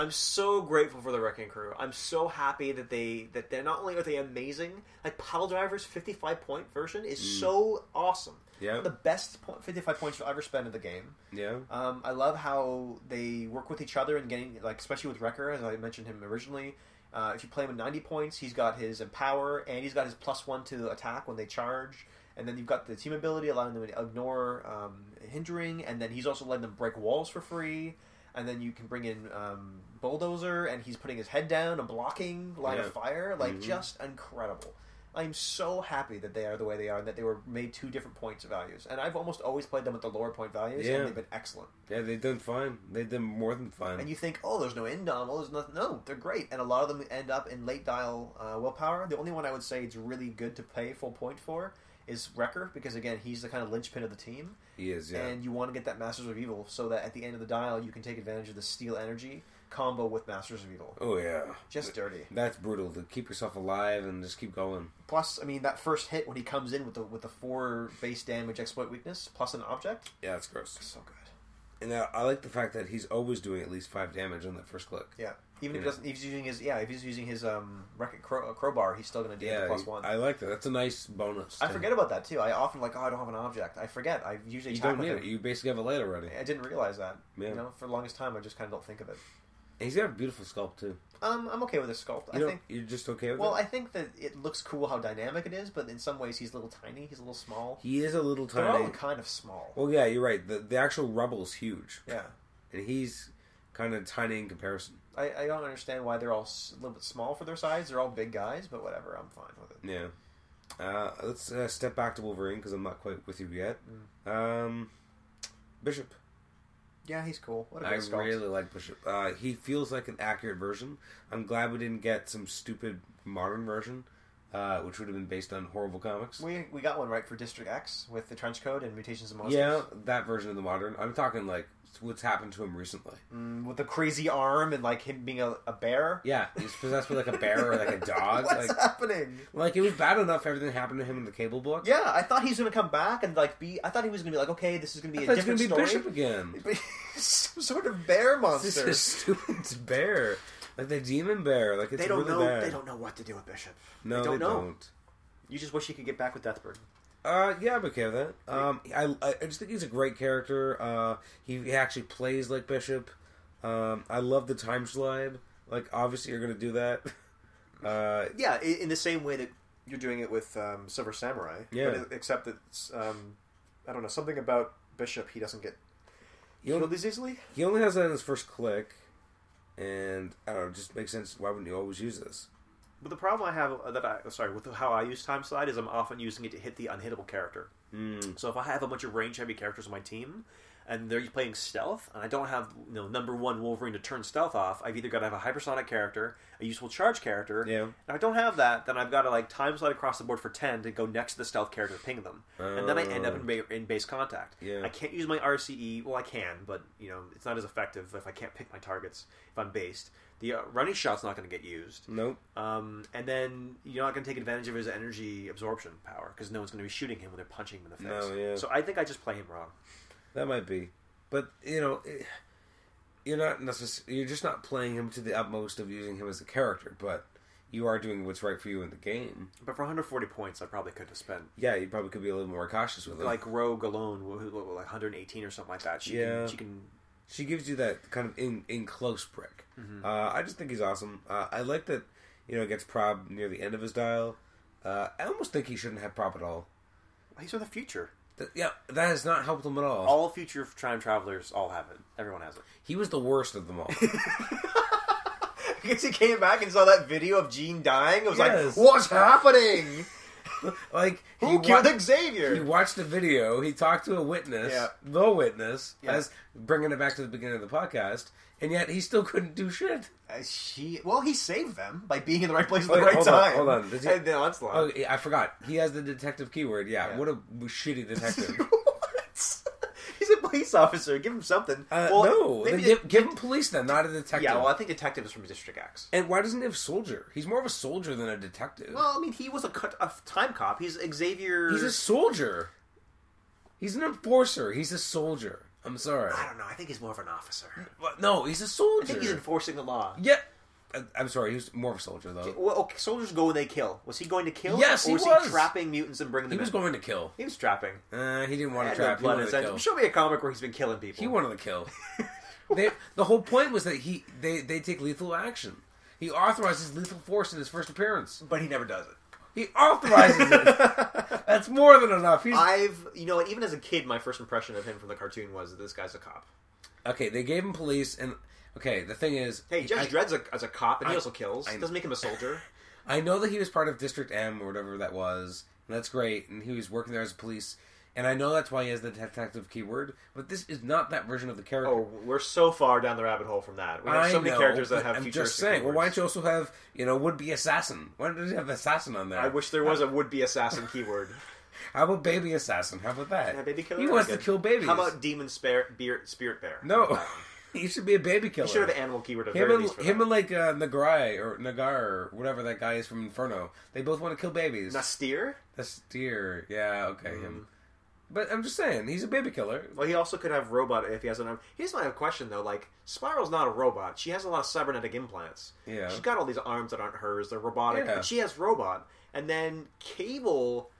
[SPEAKER 2] I'm so grateful for the Wrecking Crew. I'm so happy that they
[SPEAKER 1] Mm.
[SPEAKER 2] that they're not only are they amazing, like Pile Driver's 55 point version is so awesome.
[SPEAKER 1] Yeah.
[SPEAKER 2] The best po- 55 points you'll ever spend in the game.
[SPEAKER 1] Yeah.
[SPEAKER 2] Um, I love how they work with each other and getting like, especially with Wrecker, as I mentioned him originally. Uh, if you play him at 90 points, he's got his empower and he's got his plus one to attack when they charge. And then you've got the team ability allowing them to ignore um, hindering, and then he's also letting them break walls for free. And then you can bring in um, bulldozer, and he's putting his head down and blocking line
[SPEAKER 1] Yeah.
[SPEAKER 2] of fire, like
[SPEAKER 1] Mhm.
[SPEAKER 2] just incredible. I'm so happy that they are the way they are, and that they were made two different points of values. And I've almost always played them at the lower point values,
[SPEAKER 1] Yeah.
[SPEAKER 2] and they've been excellent.
[SPEAKER 1] Yeah, they've done fine. They've done more than fine.
[SPEAKER 2] And you think, oh, there's no indom, oh, there's nothing. No, they're great, and a lot of them end up in late dial uh, willpower. The only one I would say it's really good to pay full point for is Wrecker, because again, he's the kind of linchpin of the team,
[SPEAKER 1] he is, yeah.
[SPEAKER 2] and you want to get that Masters of Evil so that at the end of the dial you can take advantage of the Steel Energy combo with Masters of Evil.
[SPEAKER 1] oh yeah.
[SPEAKER 2] Just dirty.
[SPEAKER 1] That's brutal. To keep yourself alive and just keep going.
[SPEAKER 2] Plus, I mean, that first hit when he comes in with the with the four base damage exploit weakness plus an object,
[SPEAKER 1] Yeah, that's gross.
[SPEAKER 2] so good.
[SPEAKER 1] And I, I like the fact that he's always doing at least five damage on that first click.
[SPEAKER 2] Yeah. Even if
[SPEAKER 1] Yeah.
[SPEAKER 2] he doesn't, if he's using his yeah, if he's using his um Wreck-It crow, crowbar, he's still going to do the
[SPEAKER 1] Yeah,
[SPEAKER 2] plus
[SPEAKER 1] he-
[SPEAKER 2] one.
[SPEAKER 1] I like that. That's a nice bonus.
[SPEAKER 2] I
[SPEAKER 1] to-
[SPEAKER 2] forget about that too. I often like, oh, I don't have an object. I forget. I usually
[SPEAKER 1] You
[SPEAKER 2] attack
[SPEAKER 1] don't need
[SPEAKER 2] with
[SPEAKER 1] it. You basically have a light already.
[SPEAKER 2] I didn't realize that.
[SPEAKER 1] Yeah.
[SPEAKER 2] You know, for the longest time, I just kind of don't think of it.
[SPEAKER 1] He's got a beautiful sculpt too.
[SPEAKER 2] Um, I'm okay with this sculpt.
[SPEAKER 1] You
[SPEAKER 2] I
[SPEAKER 1] I
[SPEAKER 2] think.
[SPEAKER 1] you're just okay with
[SPEAKER 2] Well,
[SPEAKER 1] it.
[SPEAKER 2] I think that it looks cool how dynamic it is, but in some ways, he's a little tiny. He's a little small.
[SPEAKER 1] he is a little
[SPEAKER 2] They're all
[SPEAKER 1] tiny.
[SPEAKER 2] kind of small.
[SPEAKER 1] Well, yeah, you're right. The the actual rubble's huge,
[SPEAKER 2] Yeah.
[SPEAKER 1] and he's kind of tiny in comparison.
[SPEAKER 2] I, I don't understand why they're all s- a little bit small for their size. They're all big guys, but whatever. I'm fine with it.
[SPEAKER 1] Yeah. Uh, let's uh, step back to Wolverine because I'm not quite with you yet.
[SPEAKER 2] Mm.
[SPEAKER 1] Um, Bishop.
[SPEAKER 2] Yeah, he's cool. What a
[SPEAKER 1] I
[SPEAKER 2] great sculpt.
[SPEAKER 1] really like Bishop. Uh, he feels like an accurate version. I'm glad we didn't get some stupid modern version, uh, which would have been based on horrible comics.
[SPEAKER 2] We, we got one right for District X with the trench coat and mutations and monsters.
[SPEAKER 1] Yeah, that version of the modern. I'm talking like what's happened to him recently.
[SPEAKER 2] Mm, with the crazy arm and like him being a, a bear.
[SPEAKER 1] Yeah, he's possessed with like a bear or like a dog.
[SPEAKER 2] What's
[SPEAKER 1] like,
[SPEAKER 2] happening?
[SPEAKER 1] like it was bad enough everything happened to him in the Cable book.
[SPEAKER 2] Yeah, I thought he was gonna come back and like be. I thought he was gonna be like, okay, this is gonna
[SPEAKER 1] I
[SPEAKER 2] be
[SPEAKER 1] thought
[SPEAKER 2] a
[SPEAKER 1] it's gonna
[SPEAKER 2] different
[SPEAKER 1] be
[SPEAKER 2] story.
[SPEAKER 1] Bishop again.
[SPEAKER 2] But he's Some sort of bear
[SPEAKER 1] This is a
[SPEAKER 2] monster.
[SPEAKER 1] stupid bear, like the demon bear. Like it's
[SPEAKER 2] They don't
[SPEAKER 1] really
[SPEAKER 2] know.
[SPEAKER 1] bad.
[SPEAKER 2] They don't know what to do with Bishop.
[SPEAKER 1] No,
[SPEAKER 2] they don't know.
[SPEAKER 1] don't.
[SPEAKER 2] You just wish he could get back with Deathbird.
[SPEAKER 1] Uh, yeah, I'm okay with that. Um, I, I I just think he's a great character. Uh, he, he actually plays like Bishop. Um, I love the time slide. Like, obviously, you're gonna do that. Uh,
[SPEAKER 2] Yeah, i- in the same way that you're doing it with um, Silver Samurai.
[SPEAKER 1] Yeah.
[SPEAKER 2] But it- except that it's, um, I don't know something about Bishop. He doesn't get
[SPEAKER 1] he only,
[SPEAKER 2] as easily.
[SPEAKER 1] he only has that in his first click, and I don't know. It just makes sense. Why wouldn't you always use this?
[SPEAKER 3] But the problem I
[SPEAKER 2] uh,
[SPEAKER 3] have that I sorry with how I use time slide is I'm often using it to hit the unhittable character.
[SPEAKER 1] Hmm,
[SPEAKER 3] Mm. So if I have a bunch of range heavy characters on my team and they're playing stealth and I don't have you know number one Wolverine to turn stealth off, I've either got to have a hypersonic character, a useful charge character.
[SPEAKER 1] Yeah.
[SPEAKER 3] And if I don't have that, then I've got to like time slide across the board for ten to go next to the stealth character to ping them, and then I end up in, ba- in base contact.
[SPEAKER 1] Oh. Yeah.
[SPEAKER 3] I can't use my RCE. Well, I can, but you know it's not as effective if I can't pick my targets if I'm based. The uh, running shot's not going to get used.
[SPEAKER 1] Nope.
[SPEAKER 3] Um, and then you're not going to take advantage of his energy absorption power because no one's going to be shooting him when they're punching him in the face.
[SPEAKER 1] No, yeah.
[SPEAKER 3] So I think I just play him wrong.
[SPEAKER 1] That might be, but you know, it, you're not necess- You're just not playing him to the utmost of using him as a character, but you are doing what's right for you in the game.
[SPEAKER 3] But for 140 points, I probably could have spent
[SPEAKER 1] Yeah, you probably could be a little more cautious with him.
[SPEAKER 3] like Rogue alone, who- who- like 118 or something like that. She
[SPEAKER 1] Yeah.
[SPEAKER 3] can, she can.
[SPEAKER 1] she gives you that kind of in in close brick.
[SPEAKER 2] Mm-hmm.
[SPEAKER 1] Uh, I just think he's awesome. Uh, I like that you know it gets prob near the end of his dial. Uh, I almost think he shouldn't have prop at all.
[SPEAKER 3] He's from the future.
[SPEAKER 1] Th- yeah, that has not helped him at all.
[SPEAKER 2] Oh.
[SPEAKER 3] All future time travelers all have it. Everyone has it.
[SPEAKER 1] He was the worst of them all.
[SPEAKER 2] Because he came back and saw that video of Jean dying. It was
[SPEAKER 1] Yes.
[SPEAKER 2] like, what's happening?
[SPEAKER 1] like he
[SPEAKER 2] Who
[SPEAKER 1] wa-
[SPEAKER 2] killed Xavier?
[SPEAKER 1] He watched the video. He talked to a witness,
[SPEAKER 2] Yeah.
[SPEAKER 1] the witness,
[SPEAKER 2] Yeah.
[SPEAKER 1] as bringing it back to the beginning of the podcast, and yet he still couldn't do shit.
[SPEAKER 2] Uh, she well, he saved them by being in the right place at the
[SPEAKER 1] Wait,
[SPEAKER 2] right
[SPEAKER 1] hold on,
[SPEAKER 2] time.
[SPEAKER 1] hold on. Does he-
[SPEAKER 2] And the onslaught.
[SPEAKER 1] Oh, yeah, I forgot. He has the detective keyword. Yeah,
[SPEAKER 2] Yeah.
[SPEAKER 1] what a shitty detective.
[SPEAKER 2] What? He's a police officer. Give him something.
[SPEAKER 1] Uh,
[SPEAKER 2] well,
[SPEAKER 1] no, then
[SPEAKER 2] maybe
[SPEAKER 1] give, give him police then, not a detective.
[SPEAKER 2] yeah. Well, I think detective is from District X.
[SPEAKER 1] and why doesn't he have soldier? He's more of a soldier than a detective.
[SPEAKER 2] Well, I mean, he was a, cut, a time cop. He's Xavier.
[SPEAKER 1] He's a soldier. He's an enforcer. He's a soldier. I'm sorry.
[SPEAKER 3] don't know. I think he's more of an officer.
[SPEAKER 1] But no, he's a
[SPEAKER 2] I
[SPEAKER 1] soldier.
[SPEAKER 2] think he's enforcing the law.
[SPEAKER 1] yeah. I, I'm sorry, he was more of a soldier though.
[SPEAKER 3] Well, okay, soldiers go when they kill. Was he going to kill?
[SPEAKER 1] Yes,
[SPEAKER 3] or
[SPEAKER 1] he
[SPEAKER 3] was,
[SPEAKER 1] was.
[SPEAKER 3] he trapping mutants and bringing
[SPEAKER 1] He
[SPEAKER 3] them
[SPEAKER 1] was
[SPEAKER 3] in?
[SPEAKER 1] going to kill.
[SPEAKER 3] he was trapping.
[SPEAKER 1] Uh, he didn't want
[SPEAKER 3] I
[SPEAKER 1] to
[SPEAKER 3] had
[SPEAKER 1] trap.
[SPEAKER 3] no blood
[SPEAKER 1] He
[SPEAKER 3] in
[SPEAKER 1] wanted
[SPEAKER 3] his
[SPEAKER 1] to
[SPEAKER 3] head.
[SPEAKER 1] kill.
[SPEAKER 3] Show me a comic where he's been killing people.
[SPEAKER 1] He wanted to kill. they, the whole point was that he they, they take lethal action. He authorizes lethal force in his first appearance.
[SPEAKER 2] but he never does it.
[SPEAKER 1] He authorizes it. That's more than enough. He's,
[SPEAKER 2] I've you know even as a kid, my first impression of him from the cartoon was that this guy's a cop.
[SPEAKER 1] okay, they gave him police, and okay, the thing is,
[SPEAKER 2] Hey, Judge
[SPEAKER 1] I-
[SPEAKER 2] Dredd's a, as a cop, and he
[SPEAKER 1] I-
[SPEAKER 2] also kills.
[SPEAKER 1] I-
[SPEAKER 2] Doesn't make him a soldier.
[SPEAKER 1] I know that he was part of District M or whatever that was, and that's great, and he was working there as a police, and I know that's why he has the detective keyword, but this is not that version of the character.
[SPEAKER 2] Oh, we're so far down the rabbit hole from that. We have
[SPEAKER 1] I
[SPEAKER 2] so many
[SPEAKER 1] know,
[SPEAKER 2] characters that
[SPEAKER 1] but
[SPEAKER 2] have
[SPEAKER 1] I'm
[SPEAKER 2] futuristic
[SPEAKER 1] just saying. Well, why
[SPEAKER 2] keywords.
[SPEAKER 1] don't you also have you know would be assassin? Why don't you have assassin on there?
[SPEAKER 2] I wish there was a would-be assassin keyword.
[SPEAKER 1] How about baby assassin? How about that?
[SPEAKER 2] Yeah, baby killer.
[SPEAKER 1] He
[SPEAKER 2] that'd
[SPEAKER 1] wants
[SPEAKER 2] be
[SPEAKER 1] to
[SPEAKER 2] good.
[SPEAKER 1] kill babies.
[SPEAKER 2] How about demon spare, beer, spirit bear?
[SPEAKER 1] no? he should be a baby killer.
[SPEAKER 2] You should have an animal keyword. At
[SPEAKER 1] him
[SPEAKER 2] very
[SPEAKER 1] and
[SPEAKER 2] least for
[SPEAKER 1] him
[SPEAKER 2] that.
[SPEAKER 1] and like uh, Nagrai or Nagar or whatever that guy is from Inferno. They both want to kill babies.
[SPEAKER 2] Nastir.
[SPEAKER 1] The steer. Yeah. Okay.
[SPEAKER 2] Mm.
[SPEAKER 1] Him. But I'm just saying, he's a baby killer.
[SPEAKER 2] Well, he also could have robot if he has an arm. Here's my question though: like Spiral's not a robot. She has a lot of cybernetic implants.
[SPEAKER 1] Yeah.
[SPEAKER 2] she's got all these arms that aren't hers. They're robotic,
[SPEAKER 1] Yeah.
[SPEAKER 2] but she has robot. And then Cable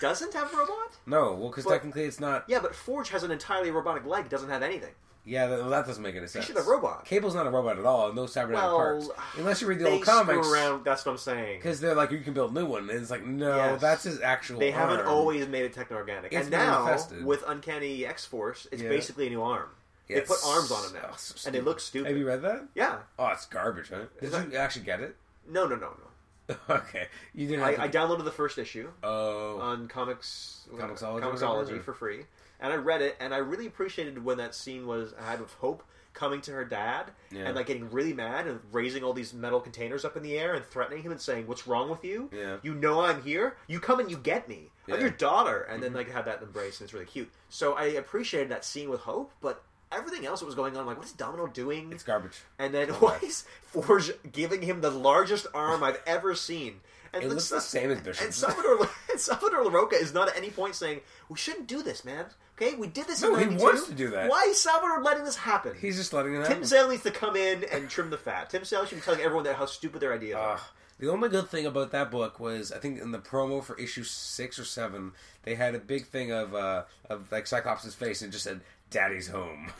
[SPEAKER 2] doesn't have robot.
[SPEAKER 1] No, well, because
[SPEAKER 2] Well-
[SPEAKER 1] technically it's not.
[SPEAKER 2] Yeah, but Forge has an entirely robotic leg. Doesn't have anything.
[SPEAKER 1] Yeah, that, that doesn't make any sense.
[SPEAKER 2] should have robot.
[SPEAKER 1] Cable's not a robot at all. No cybernetic
[SPEAKER 2] Well,
[SPEAKER 1] parts, unless you read the
[SPEAKER 2] Oh, they
[SPEAKER 1] old comics.
[SPEAKER 2] screw around. That's what I'm saying.
[SPEAKER 1] Because they're like, you can build a new one, and it's like, no,
[SPEAKER 2] Yes.
[SPEAKER 1] that's his actual.
[SPEAKER 2] They haven't
[SPEAKER 1] arm.
[SPEAKER 2] always made it techno organic.
[SPEAKER 1] It's
[SPEAKER 2] And now
[SPEAKER 1] manifested.
[SPEAKER 2] with Uncanny X Force, it's
[SPEAKER 1] Yeah.
[SPEAKER 2] basically a new arm.
[SPEAKER 1] Yeah,
[SPEAKER 2] they put
[SPEAKER 1] it's
[SPEAKER 2] arms on him now,
[SPEAKER 1] so- Oh, so
[SPEAKER 2] and they look stupid.
[SPEAKER 1] Have you read that?
[SPEAKER 2] yeah.
[SPEAKER 1] Oh, it's garbage. Huh? Did
[SPEAKER 2] It's
[SPEAKER 1] you actually get it?
[SPEAKER 2] No, no, no, no.
[SPEAKER 1] okay, you didn't. Have
[SPEAKER 2] I, I
[SPEAKER 1] to...
[SPEAKER 2] downloaded the first issue.
[SPEAKER 1] Oh,
[SPEAKER 2] on comics
[SPEAKER 1] Comixology or whatever?
[SPEAKER 2] Comixology for free, and I read it, and I really appreciated when that scene was I had of Hope coming to her dad
[SPEAKER 1] Yeah.
[SPEAKER 2] and like getting really mad and raising all these metal containers up in the air and threatening him and saying, "What's wrong with you?
[SPEAKER 1] Yeah.
[SPEAKER 2] You know I'm here. You come and you get me.
[SPEAKER 1] Yeah. Mm-hmm.
[SPEAKER 2] I'm your daughter." And then like had that embrace, and it's really cute. So I appreciated that scene with Hope, but everything else that was going on, like what's Domino doing?
[SPEAKER 1] it's garbage.
[SPEAKER 2] and then why is Forge giving him the largest arm I've ever seen? And
[SPEAKER 1] It
[SPEAKER 2] then
[SPEAKER 1] looks the
[SPEAKER 2] some-
[SPEAKER 1] same as Bishop.
[SPEAKER 2] and Salvador, and Salvador LaRocca is not at any point saying, we shouldn't do this, man. Okay, we did this
[SPEAKER 1] No,
[SPEAKER 2] in
[SPEAKER 1] he
[SPEAKER 2] 92.
[SPEAKER 1] wants to do that.
[SPEAKER 2] Why is Salvador letting this happen?
[SPEAKER 1] He's just letting it
[SPEAKER 2] Tim
[SPEAKER 1] happen.
[SPEAKER 2] Sale needs to come in and trim the fat. Tim Sale should be telling everyone that how stupid their ideas are.
[SPEAKER 1] Ugh. The only good thing about that book was, I think, in the promo for issue six or seven, they had a big thing of uh, of like Cyclops' face and it just said "Daddy's home"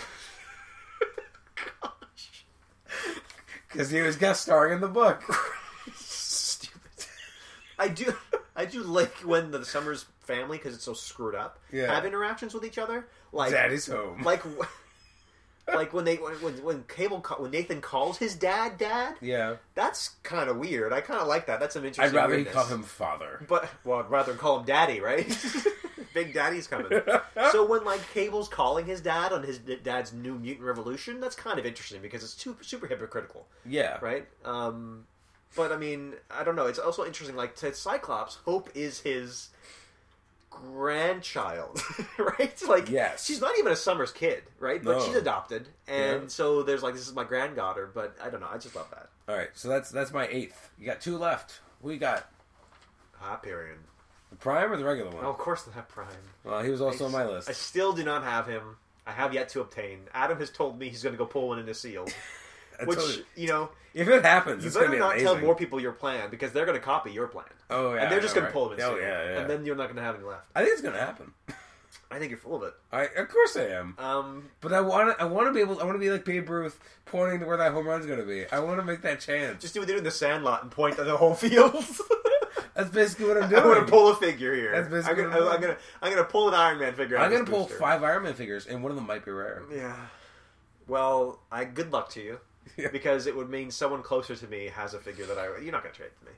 [SPEAKER 1] because he was guest starring in the book.
[SPEAKER 2] stupid. I do, I do like when the Summers family, because it's so screwed up,
[SPEAKER 1] Yeah.
[SPEAKER 2] have interactions with each other. Like
[SPEAKER 1] Daddy's home.
[SPEAKER 2] like like when they when when, when cable ca- when Nathan calls his dad dad.
[SPEAKER 1] yeah,
[SPEAKER 2] That's kind of weird. I kind of like that. That's some interesting.
[SPEAKER 1] I'd rather he
[SPEAKER 2] weirdness.
[SPEAKER 1] call him father.
[SPEAKER 2] But well, I'd rather call him Daddy, right? Big Daddy's coming. so when like Cable's calling his dad on his d- dad's New Mutant Revolution, that's kind of interesting because it's too, super hypocritical,
[SPEAKER 1] Yeah,
[SPEAKER 2] right? Um, but I mean, I don't know. It's also interesting. Like to Cyclops, Hope is his grandchild, right? Like
[SPEAKER 1] Yes.
[SPEAKER 2] she's not even a Summers kid, right? But
[SPEAKER 1] No.
[SPEAKER 2] she's adopted, and
[SPEAKER 1] Yeah.
[SPEAKER 2] so there's like this is my granddaughter. But I don't know. I just love that.
[SPEAKER 1] All right, so that's that's my eighth. You got two left. Who you got?
[SPEAKER 2] Hyperion.
[SPEAKER 1] The prime or the regular one?
[SPEAKER 2] Oh, of course not Prime.
[SPEAKER 1] Well, he was also on my
[SPEAKER 2] I
[SPEAKER 1] list.
[SPEAKER 2] still do not have him. I have yet to obtain. Adam has told me he's going to go pull one in the seal,
[SPEAKER 1] I
[SPEAKER 2] which
[SPEAKER 1] told you.
[SPEAKER 2] you know
[SPEAKER 1] if it happens,
[SPEAKER 2] you
[SPEAKER 1] it's gonna
[SPEAKER 2] better
[SPEAKER 1] be
[SPEAKER 2] not
[SPEAKER 1] amazing.
[SPEAKER 2] tell more people your plan because they're going to copy your plan,
[SPEAKER 1] oh yeah,
[SPEAKER 2] and they're just
[SPEAKER 1] I know,
[SPEAKER 2] going to pull
[SPEAKER 1] right?
[SPEAKER 2] them in
[SPEAKER 1] Oh
[SPEAKER 2] seal,
[SPEAKER 1] yeah, yeah.
[SPEAKER 2] and then you're not going to have any left.
[SPEAKER 1] I think it's gonna happen.
[SPEAKER 2] I think you're full of it.
[SPEAKER 1] I of course I am,
[SPEAKER 2] Um,
[SPEAKER 1] but I want to. I want to be able. I want to be like Babe Ruth, pointing to where that home run's gonna be. I want to make that chance.
[SPEAKER 2] just do what they do in the Sandlot and point at the whole field.
[SPEAKER 1] That's basically what I'm doing.
[SPEAKER 2] I'm going to pull a figure here.
[SPEAKER 1] That's
[SPEAKER 2] I'm
[SPEAKER 1] basically
[SPEAKER 2] going
[SPEAKER 1] what I'm
[SPEAKER 2] to I'm going to I'm going to pull an Iron Man figure. Out
[SPEAKER 1] I'm
[SPEAKER 2] of
[SPEAKER 1] gonna
[SPEAKER 2] this
[SPEAKER 1] pull
[SPEAKER 2] booster.
[SPEAKER 1] five Iron Man figures, and one of them might be rare.
[SPEAKER 2] Yeah. Well, I good luck to you
[SPEAKER 1] Yeah.
[SPEAKER 2] because it would mean someone closer to me has a figure that I you're not going to trade to me.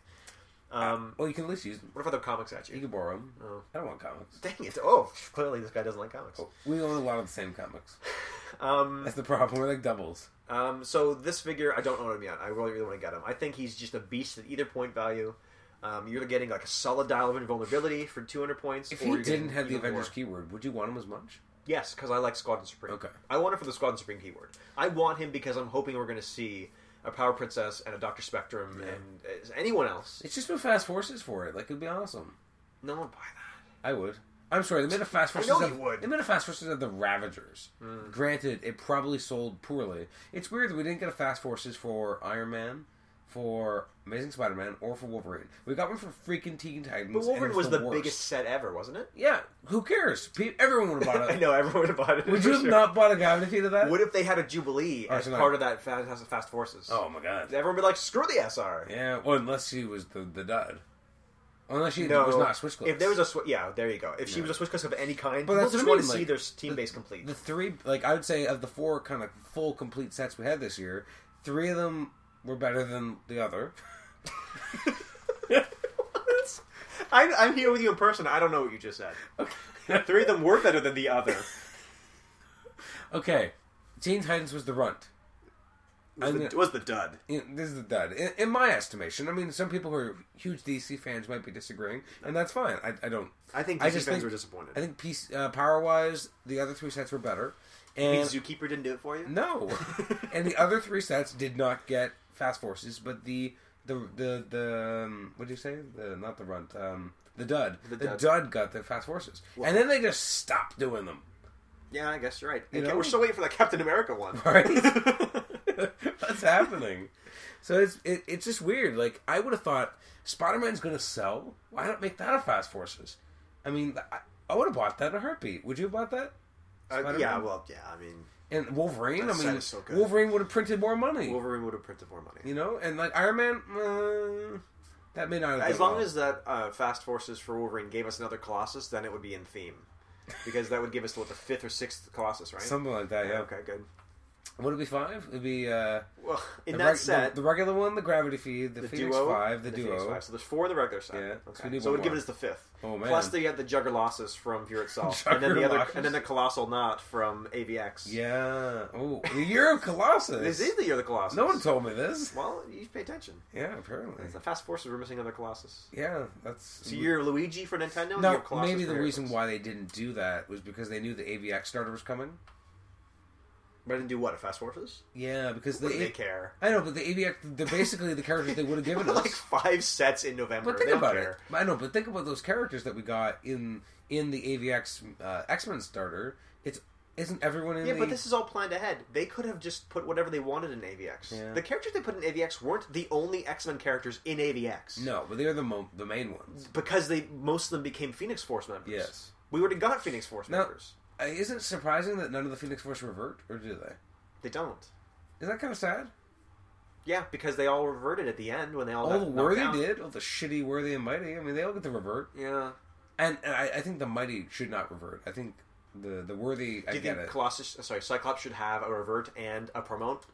[SPEAKER 2] Um,
[SPEAKER 1] Well, you can at least use. Them.
[SPEAKER 2] what if other comics at you?
[SPEAKER 1] You can borrow them.
[SPEAKER 2] Oh.
[SPEAKER 1] I don't want comics.
[SPEAKER 2] Dang it! Oh, clearly this guy doesn't like comics.
[SPEAKER 1] We own a lot of the same comics.
[SPEAKER 2] Um,
[SPEAKER 1] That's the problem. We're like doubles.
[SPEAKER 2] um, so this figure, I don't own him yet. I really, really want to get him. I think he's just a beast at either point value. Um, you're getting like a solid dial of invulnerability for 200 points.
[SPEAKER 1] If
[SPEAKER 2] or
[SPEAKER 1] he
[SPEAKER 2] you're
[SPEAKER 1] didn't
[SPEAKER 2] getting
[SPEAKER 1] have the
[SPEAKER 2] even
[SPEAKER 1] Avengers
[SPEAKER 2] more.
[SPEAKER 1] keyword, would you want him as much?
[SPEAKER 2] yes, because I like Squadron Supreme.
[SPEAKER 1] Okay.
[SPEAKER 2] I want him for the Squadron Supreme keyword. I want him because I'm hoping we're going to see a Power Princess and a Doctor Spectrum and uh, anyone else.
[SPEAKER 1] It's just been Fast Forces for it. Like it'd be awesome.
[SPEAKER 2] No one buy that.
[SPEAKER 1] I would. I'm sorry. They made a Fast Forces.
[SPEAKER 2] know
[SPEAKER 1] of,
[SPEAKER 2] you would.
[SPEAKER 1] They made a Fast Forces of the Ravagers. Granted, it probably sold poorly. It's weird that we didn't get a Fast Forces for Iron Man for Amazing Spider-Man or for Wolverine. We got one for freaking Teen Titans.
[SPEAKER 2] But
[SPEAKER 1] and
[SPEAKER 2] Wolverine
[SPEAKER 1] it's
[SPEAKER 2] was the,
[SPEAKER 1] worst.
[SPEAKER 2] biggest set ever, wasn't it?
[SPEAKER 1] Yeah, who cares? Pe- everyone would have bought
[SPEAKER 2] I
[SPEAKER 1] it.
[SPEAKER 2] know everyone bought it.
[SPEAKER 1] Would
[SPEAKER 2] for
[SPEAKER 1] you have
[SPEAKER 2] sure.
[SPEAKER 1] not bought a Gravity to that?
[SPEAKER 2] What if they had a Jubilee as
[SPEAKER 1] Arsenal.
[SPEAKER 2] part of that Fast, Fast Forces?
[SPEAKER 1] oh my god.
[SPEAKER 2] Everyone would be like, screw the SR.
[SPEAKER 1] Yeah, well, unless she was the the dud. Unless she
[SPEAKER 2] No,
[SPEAKER 1] was not switchcliffe.
[SPEAKER 2] If there was a sw- yeah, there you go. If she was a switchcliffe of any kind,
[SPEAKER 1] But
[SPEAKER 2] people
[SPEAKER 1] that's
[SPEAKER 2] just
[SPEAKER 1] what I
[SPEAKER 2] want to
[SPEAKER 1] mean,
[SPEAKER 2] see
[SPEAKER 1] like,
[SPEAKER 2] their team base complete.
[SPEAKER 1] the three, like I would say, of the four kind of full complete sets we had this year, three of them were better than the other.
[SPEAKER 2] I'm, I'm here with you in person. I don't know what you just said. Three of them were better than the other.
[SPEAKER 1] Okay, Teen Titans was the runt.
[SPEAKER 2] Was,
[SPEAKER 1] I'm
[SPEAKER 2] the,
[SPEAKER 1] gonna-
[SPEAKER 2] was the dud.
[SPEAKER 1] You know, this is the dud, in, in my estimation. I mean, some people who are huge DC fans might be disagreeing, and that's fine. I, I don't.
[SPEAKER 2] I think
[SPEAKER 1] I
[SPEAKER 2] DC
[SPEAKER 1] just
[SPEAKER 2] fans
[SPEAKER 1] think-
[SPEAKER 2] were disappointed.
[SPEAKER 1] I think piece, uh, power wise, the other three sets were better.
[SPEAKER 2] The
[SPEAKER 1] And
[SPEAKER 2] Zookeeper didn't do it for you.
[SPEAKER 1] no, and the other three sets did not get fast forces, but the the the the um, what do you say? The not the runt, um, the dud. The,
[SPEAKER 2] dud.
[SPEAKER 1] dud got the fast forces, and then they just stopped doing them.
[SPEAKER 2] Yeah, I guess you're right.
[SPEAKER 1] You
[SPEAKER 2] Okay,
[SPEAKER 1] know?
[SPEAKER 2] We're still waiting for the Captain America one.
[SPEAKER 1] Right? What's happening? So it's it, it's just weird. Like I would have thought Spider Man's going to sell. Why not make that a Fast Forces? I mean, I, I would have bought that in a heartbeat. Would you have bought that?
[SPEAKER 2] Uh, yeah,
[SPEAKER 1] Spider-Man?
[SPEAKER 2] well, yeah. I mean,
[SPEAKER 1] And Wolverine.
[SPEAKER 2] That
[SPEAKER 1] I
[SPEAKER 2] set
[SPEAKER 1] mean,
[SPEAKER 2] is so good.
[SPEAKER 1] Wolverine would have printed more money.
[SPEAKER 2] Wolverine would have printed more money.
[SPEAKER 1] You know, and like Iron Man, uh, that may not. Have
[SPEAKER 2] As
[SPEAKER 1] done
[SPEAKER 2] long
[SPEAKER 1] well.
[SPEAKER 2] as that uh, Fast Forces for Wolverine gave us another Colossus, then it would be in theme, because that would give us what the fifth or sixth Colossus, right?
[SPEAKER 1] something like that. Yeah.
[SPEAKER 2] Okay, good.
[SPEAKER 1] Would it be five? It'd be uh,
[SPEAKER 2] Well, in
[SPEAKER 1] the
[SPEAKER 2] that
[SPEAKER 1] reg-
[SPEAKER 2] set,
[SPEAKER 1] the, the regular one, the Gravity Feed, the,
[SPEAKER 2] the
[SPEAKER 1] Phoenix
[SPEAKER 2] duo,
[SPEAKER 1] Five, the,
[SPEAKER 2] and
[SPEAKER 1] duo.
[SPEAKER 2] Phoenix Five. So there's four in the regular set.
[SPEAKER 1] Yeah, so
[SPEAKER 2] Okay.
[SPEAKER 1] we
[SPEAKER 2] So,
[SPEAKER 1] need
[SPEAKER 2] it
[SPEAKER 1] one
[SPEAKER 2] would give
[SPEAKER 1] more.
[SPEAKER 2] us the fifth.
[SPEAKER 1] Oh, man.
[SPEAKER 2] Plus they had the Juggerlosses from Pure itself, and then the other,
[SPEAKER 1] Juggerlosses?
[SPEAKER 2] and then the Colossal Knot from AVX.
[SPEAKER 1] Yeah. Oh, the year of Colossus.
[SPEAKER 2] This is the year of the Colossus.
[SPEAKER 1] No one told me this.
[SPEAKER 2] Well, you pay attention.
[SPEAKER 1] Yeah, apparently.
[SPEAKER 2] The Fast Forces were missing another Colossus.
[SPEAKER 1] Yeah, that's.
[SPEAKER 2] So you're Luigi for Nintendo. and you're
[SPEAKER 1] Mm. no,
[SPEAKER 2] Colossus
[SPEAKER 1] maybe
[SPEAKER 2] for
[SPEAKER 1] the
[SPEAKER 2] Xbox.
[SPEAKER 1] reason why they didn't do that was because they knew the AVX starter was coming.
[SPEAKER 2] But I didn't do what? a Fast Forces?
[SPEAKER 1] Yeah, because
[SPEAKER 2] What
[SPEAKER 1] the
[SPEAKER 2] do they
[SPEAKER 1] A-
[SPEAKER 2] care?
[SPEAKER 1] I know, but the AVX they're basically the characters they would have given us.
[SPEAKER 2] like five sets in November.
[SPEAKER 1] but think
[SPEAKER 2] they
[SPEAKER 1] about
[SPEAKER 2] don't care.
[SPEAKER 1] it. I know, but think about those characters that we got in in the AVX uh, X Men starter. It's isn't everyone in
[SPEAKER 2] Yeah,
[SPEAKER 1] the
[SPEAKER 2] but this is all planned ahead. They could have just put whatever they wanted in AVX.
[SPEAKER 1] Yeah.
[SPEAKER 2] The characters they put in AVX weren't the only X Men characters in AVX.
[SPEAKER 1] no, but they're the mo- the main ones.
[SPEAKER 2] because they most of them became Phoenix Force members.
[SPEAKER 1] Yes.
[SPEAKER 2] we would have got Phoenix Force
[SPEAKER 1] No.
[SPEAKER 2] members.
[SPEAKER 1] Uh, Isn't it surprising that none of the Phoenix Force revert, or do they?
[SPEAKER 2] They don't.
[SPEAKER 1] Is that kind of sad?
[SPEAKER 2] Yeah, because they all reverted at the end when they all
[SPEAKER 1] All
[SPEAKER 2] got
[SPEAKER 1] the
[SPEAKER 2] knocked
[SPEAKER 1] worthy
[SPEAKER 2] out.
[SPEAKER 1] Oh, did, all the shitty worthy and mighty. I mean, they all get to revert.
[SPEAKER 2] Yeah.
[SPEAKER 1] And, and I, I think the mighty should not revert. I think the the worthy. I
[SPEAKER 2] Do you
[SPEAKER 1] get it.
[SPEAKER 2] think Colossus? uh, Sorry, Cyclops should have a revert and a promote.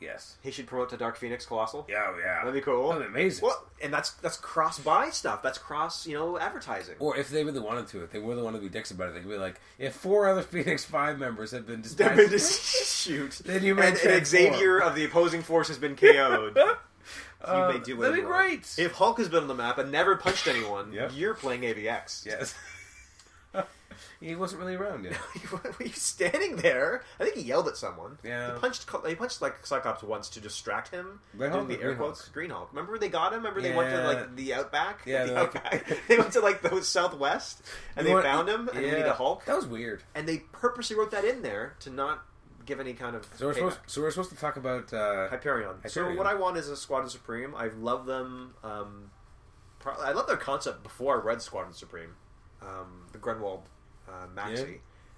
[SPEAKER 1] yes.
[SPEAKER 2] He should promote to Dark Phoenix Colossal.
[SPEAKER 1] Yeah. oh, Yeah.
[SPEAKER 2] That'd be cool.
[SPEAKER 1] That'd be amazing.
[SPEAKER 2] Well, and that's that's cross buy stuff. That's cross you know advertising.
[SPEAKER 1] Or if they really wanted to, if they really wanted to be dicks about it, they could be like, if four other Phoenix Five members have been
[SPEAKER 2] They've
[SPEAKER 1] dispatched,
[SPEAKER 2] been just shoot.
[SPEAKER 1] Then you may
[SPEAKER 2] and,
[SPEAKER 1] transform.
[SPEAKER 2] and Xavier of the opposing force has been KO'd. you
[SPEAKER 1] Uh,
[SPEAKER 2] may do
[SPEAKER 1] that'd
[SPEAKER 2] whatever
[SPEAKER 1] be
[SPEAKER 2] you want.
[SPEAKER 1] great.
[SPEAKER 2] If Hulk has been on the map and never punched anyone,
[SPEAKER 1] Yep.
[SPEAKER 2] you're playing AVX.
[SPEAKER 1] yes, he wasn't really around yet.
[SPEAKER 2] Were you standing there? I think he yelled at someone.
[SPEAKER 1] Yeah.
[SPEAKER 2] He punched. He punched like Cyclops once to distract him.
[SPEAKER 1] Red Hulk
[SPEAKER 2] doing the
[SPEAKER 1] or
[SPEAKER 2] air
[SPEAKER 1] Green
[SPEAKER 2] quotes.
[SPEAKER 1] Hulk?
[SPEAKER 2] Green Hulk. Remember when they got him? Remember they went to
[SPEAKER 1] Yeah.
[SPEAKER 2] like the outback.
[SPEAKER 1] Yeah,
[SPEAKER 2] The
[SPEAKER 1] they're like-
[SPEAKER 2] outback? they went to like the southwest, and
[SPEAKER 1] You
[SPEAKER 2] they
[SPEAKER 1] want-
[SPEAKER 2] found him. And we need a Hulk.
[SPEAKER 1] That was weird.
[SPEAKER 2] And they purposely wrote that in there to not give any kind of.
[SPEAKER 1] So we're
[SPEAKER 2] payback.
[SPEAKER 1] supposed, so we're supposed to talk about. Uh,
[SPEAKER 2] Hyperion.
[SPEAKER 1] Hyperion.
[SPEAKER 2] So what I want is a Squadron Supreme. I love them. Um, pro- I love their concept before I read Squadron Supreme, um, the Grenwald uh, Maxi.
[SPEAKER 1] Yeah.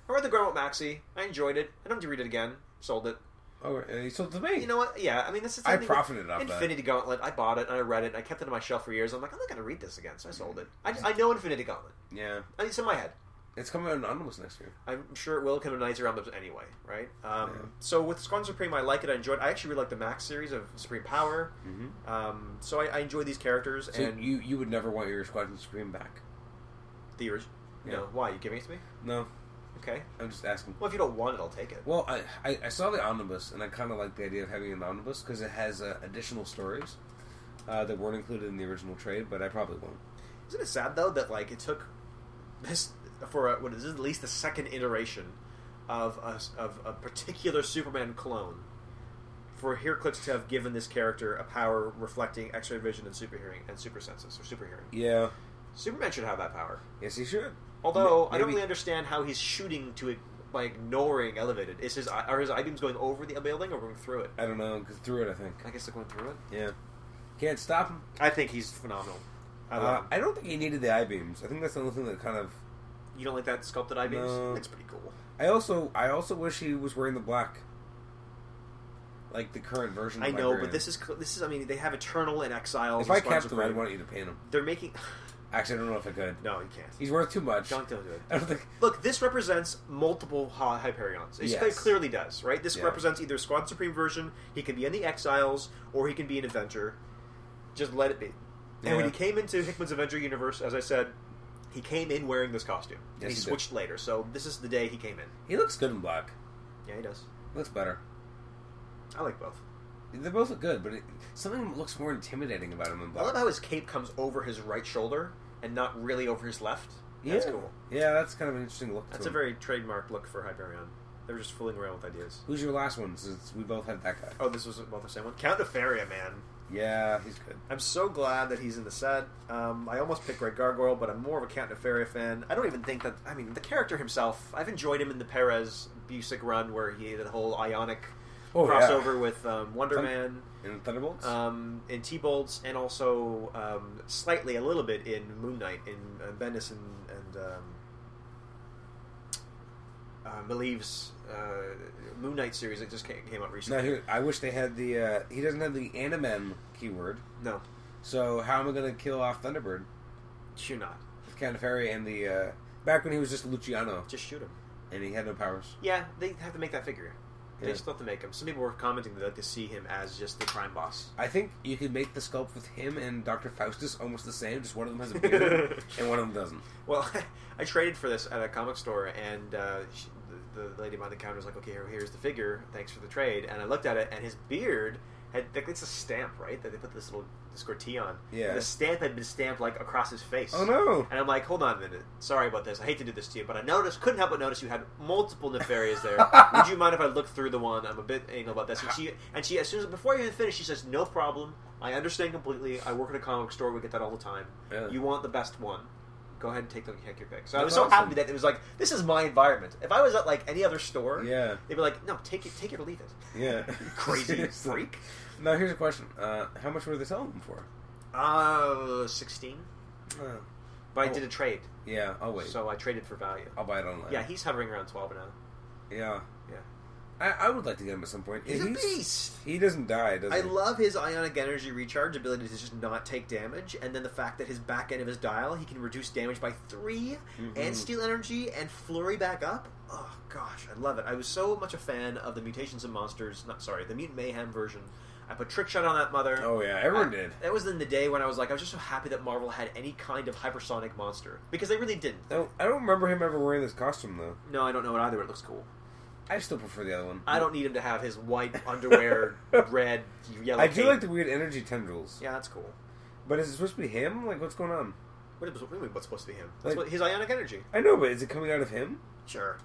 [SPEAKER 2] I read the Grenwald Maxi. I enjoyed it. I don't need to read it again. Sold it.
[SPEAKER 1] oh, uh, you sold it to me.
[SPEAKER 2] You know what? Yeah, I mean this is.
[SPEAKER 1] I
[SPEAKER 2] something with
[SPEAKER 1] profited off that.
[SPEAKER 2] Infinity Gauntlet. I bought it and I read it. and I kept it on my shelf for years. I'm like, I'm not going to read this again, so I sold it. I, I know Infinity Gauntlet.
[SPEAKER 1] yeah,
[SPEAKER 2] I- It's in my head.
[SPEAKER 1] it's coming out in Omnibus next year.
[SPEAKER 2] I'm sure it will come to Knights Around the anyway, right? Um,
[SPEAKER 1] Yeah.
[SPEAKER 2] So with Squadron Supreme, I like it. I enjoyed. I actually really like the Max series of Supreme Power. Um, so I, I enjoy these characters
[SPEAKER 1] So
[SPEAKER 2] and
[SPEAKER 1] you you would never want your Squadron Supreme back.
[SPEAKER 2] the orig-
[SPEAKER 1] Yeah.
[SPEAKER 2] No, why you giving it to me?
[SPEAKER 1] No,
[SPEAKER 2] Okay.
[SPEAKER 1] I'm just asking.
[SPEAKER 2] Well, if you don't want it, I'll take it.
[SPEAKER 1] Well, I, I, I saw the omnibus, and I kind of like the idea of having an omnibus because it has uh, additional stories uh, that weren't included in the original trade, but I probably won't.
[SPEAKER 2] Isn't it sad though that like it took this for a, what is this, at least the second iteration of a, s- of a particular Superman clone for Heraclitus to have given this character a power reflecting X-ray vision and super hearing and super senses or super hearing.
[SPEAKER 1] Yeah.
[SPEAKER 2] Superman should have that power.
[SPEAKER 1] Yes, he should. Ma-
[SPEAKER 2] Although I don't
[SPEAKER 1] maybe-
[SPEAKER 2] really understand how he's shooting to it by ignoring elevated. Is his are his eye beams going over the building or going through it?
[SPEAKER 1] I don't know, 'cause through it, I think.
[SPEAKER 2] I guess they're going through it.
[SPEAKER 1] Yeah. Can't stop him.
[SPEAKER 2] I think he's phenomenal. I love
[SPEAKER 1] Uh,
[SPEAKER 2] him.
[SPEAKER 1] I don't think he needed the I beams. I think that's the only thing that kind of.
[SPEAKER 2] You don't like that sculpted eye beams?
[SPEAKER 1] No.
[SPEAKER 2] It's pretty cool.
[SPEAKER 1] I also I also wish he was wearing the black, like the current version.
[SPEAKER 2] I know, but this is cl- this is. I mean, they have Eternal and Exiles.
[SPEAKER 1] If
[SPEAKER 2] and
[SPEAKER 1] I
[SPEAKER 2] Spartans
[SPEAKER 1] kept
[SPEAKER 2] of
[SPEAKER 1] him, I'd
[SPEAKER 2] Rome.
[SPEAKER 1] want you to paint him.
[SPEAKER 2] they're making.
[SPEAKER 1] Actually, I don't know if I could.
[SPEAKER 2] No, you can't.
[SPEAKER 1] He's worth too much.
[SPEAKER 2] Don't don't do it.
[SPEAKER 1] I don't think.
[SPEAKER 2] Look, this represents multiple Hy- Hyperions. It
[SPEAKER 1] Yes.
[SPEAKER 2] clearly does, right? This
[SPEAKER 1] Yeah.
[SPEAKER 2] represents either Squad Supreme version. He could be in the Exiles, or he can be an Avenger. Just let it be. And
[SPEAKER 1] Yeah.
[SPEAKER 2] when he came into Hickman's Avenger universe, as I said, he came in wearing this costume. And
[SPEAKER 1] Yes,
[SPEAKER 2] he
[SPEAKER 1] he did.
[SPEAKER 2] switched later, so this is the day he came in.
[SPEAKER 1] He looks good in black.
[SPEAKER 2] Yeah, he does.
[SPEAKER 1] Looks better.
[SPEAKER 2] I like both.
[SPEAKER 1] They both look good, but it, something looks more intimidating about him in
[SPEAKER 2] I love
[SPEAKER 1] black.
[SPEAKER 2] how his cape comes over his right shoulder and not really over his left. That's
[SPEAKER 1] yeah.
[SPEAKER 2] cool.
[SPEAKER 1] Yeah, that's kind of an interesting look.
[SPEAKER 2] That's
[SPEAKER 1] to
[SPEAKER 2] a
[SPEAKER 1] him.
[SPEAKER 2] very trademark look for Hyperion. They were just fooling around with ideas.
[SPEAKER 1] Who's your last one? Since we both had that guy.
[SPEAKER 2] Oh, this was about the same one. Count Nefaria, man.
[SPEAKER 1] Yeah, he's good.
[SPEAKER 2] I'm so glad that he's in the set. Um, I almost picked Red Gargoyle, but I'm more of a Count Nefaria fan. I don't even think that. I mean, the character himself. I've enjoyed him in the Perez Busick run where he did the whole Ionic
[SPEAKER 1] Oh, yeah.
[SPEAKER 2] crossover with um, Wonder
[SPEAKER 1] Thun-
[SPEAKER 2] Man
[SPEAKER 1] And Thunderbolts.
[SPEAKER 2] um, in T-Bolts, and also um, slightly a little bit in Moon Knight in uh, Bendis and, and um, uh, Malieve's uh, Moon Knight series that just came, came out
[SPEAKER 1] now,
[SPEAKER 2] recently.
[SPEAKER 1] here, I wish they had the. Uh, he doesn't have the anime keyword.
[SPEAKER 2] no,
[SPEAKER 1] So how am I going to kill off Thunderbird
[SPEAKER 2] shoot not.
[SPEAKER 1] with Canterbury and the uh, back when he was just Luciano
[SPEAKER 2] Just shoot him.
[SPEAKER 1] and he had no powers?
[SPEAKER 2] Yeah, they have to make that figure. They
[SPEAKER 1] Yeah.
[SPEAKER 2] still have to make him. Some people were commenting that they like to see him as just the crime boss.
[SPEAKER 1] I think you could make the sculpt with him and Doctor Faustus almost the same. Just one of them has a beard and one of them doesn't.
[SPEAKER 2] Well, I traded for this at a comic store, and uh, she, the, the lady behind the counter was like, "Okay, here, here's the figure. Thanks for the trade." And I looked at it, and his beard had like it's a stamp, right? That they put this little this goatee on.
[SPEAKER 1] Yeah.
[SPEAKER 2] And the stamp had been stamped like across his face.
[SPEAKER 1] Oh no!
[SPEAKER 2] And I'm like, hold on a minute. Sorry about this. I hate to do this to you, but I noticed, couldn't help but notice you had multiple nefarious there. Would you mind if I look through the one? I'm a bit anal about this. And she, and she, as soon as before I even finish, she says, "No problem. I understand completely. I work at a comic store. We get that all the time.
[SPEAKER 1] Really?
[SPEAKER 2] You want the best one." Go ahead and take the take your pick. So I was
[SPEAKER 1] That's
[SPEAKER 2] so happy
[SPEAKER 1] awesome.
[SPEAKER 2] that it was like this is my environment. If I was at like any other store,
[SPEAKER 1] Yeah,
[SPEAKER 2] they'd be like, "No, take it, take it or leave it."
[SPEAKER 1] yeah.
[SPEAKER 2] Crazy
[SPEAKER 1] Seriously.
[SPEAKER 2] freak.
[SPEAKER 1] Now here's a question: uh, How much were they selling them for?
[SPEAKER 2] Uh, sixteen.
[SPEAKER 1] Uh,
[SPEAKER 2] But I
[SPEAKER 1] Oh.
[SPEAKER 2] did a trade,
[SPEAKER 1] yeah, I'll wait. Oh,
[SPEAKER 2] so I traded for value.
[SPEAKER 1] I'll buy it online.
[SPEAKER 2] Yeah, he's hovering around twelve now.
[SPEAKER 1] yeah,
[SPEAKER 2] Yeah.
[SPEAKER 1] I, I would like to get him at some point.
[SPEAKER 2] He's a
[SPEAKER 1] He's-
[SPEAKER 2] beast.
[SPEAKER 1] He doesn't die, does
[SPEAKER 2] I
[SPEAKER 1] he?
[SPEAKER 2] love his ionic energy recharge ability to just not take damage, and then the fact that his back end of his dial he can reduce damage by 3
[SPEAKER 1] Mm-hmm.
[SPEAKER 2] and steal energy and flurry back up. Oh gosh, I love it! I was so much a fan of the mutations and monsters. Not sorry, the mutant mayhem version. I put trick shot on that mother.
[SPEAKER 1] oh yeah, everyone
[SPEAKER 2] I-
[SPEAKER 1] did.
[SPEAKER 2] That was in the day when I was like, I was just so happy that Marvel had any kind of hypersonic monster because they really didn't.
[SPEAKER 1] No, I don't remember him ever wearing this costume though.
[SPEAKER 2] No, I don't know it either. but It looks cool.
[SPEAKER 1] I still prefer the other one.
[SPEAKER 2] I don't need him to have his white underwear, red, yellow.
[SPEAKER 1] I do
[SPEAKER 2] cape.
[SPEAKER 1] like the weird energy tendrils.
[SPEAKER 2] Yeah, that's cool.
[SPEAKER 1] But is it supposed to be him? Like, what's going on?
[SPEAKER 2] What is, what do you mean what's supposed to be him? That's
[SPEAKER 1] Like-
[SPEAKER 2] what, his ionic energy.
[SPEAKER 1] I know, but is it coming out of him?
[SPEAKER 2] Sure.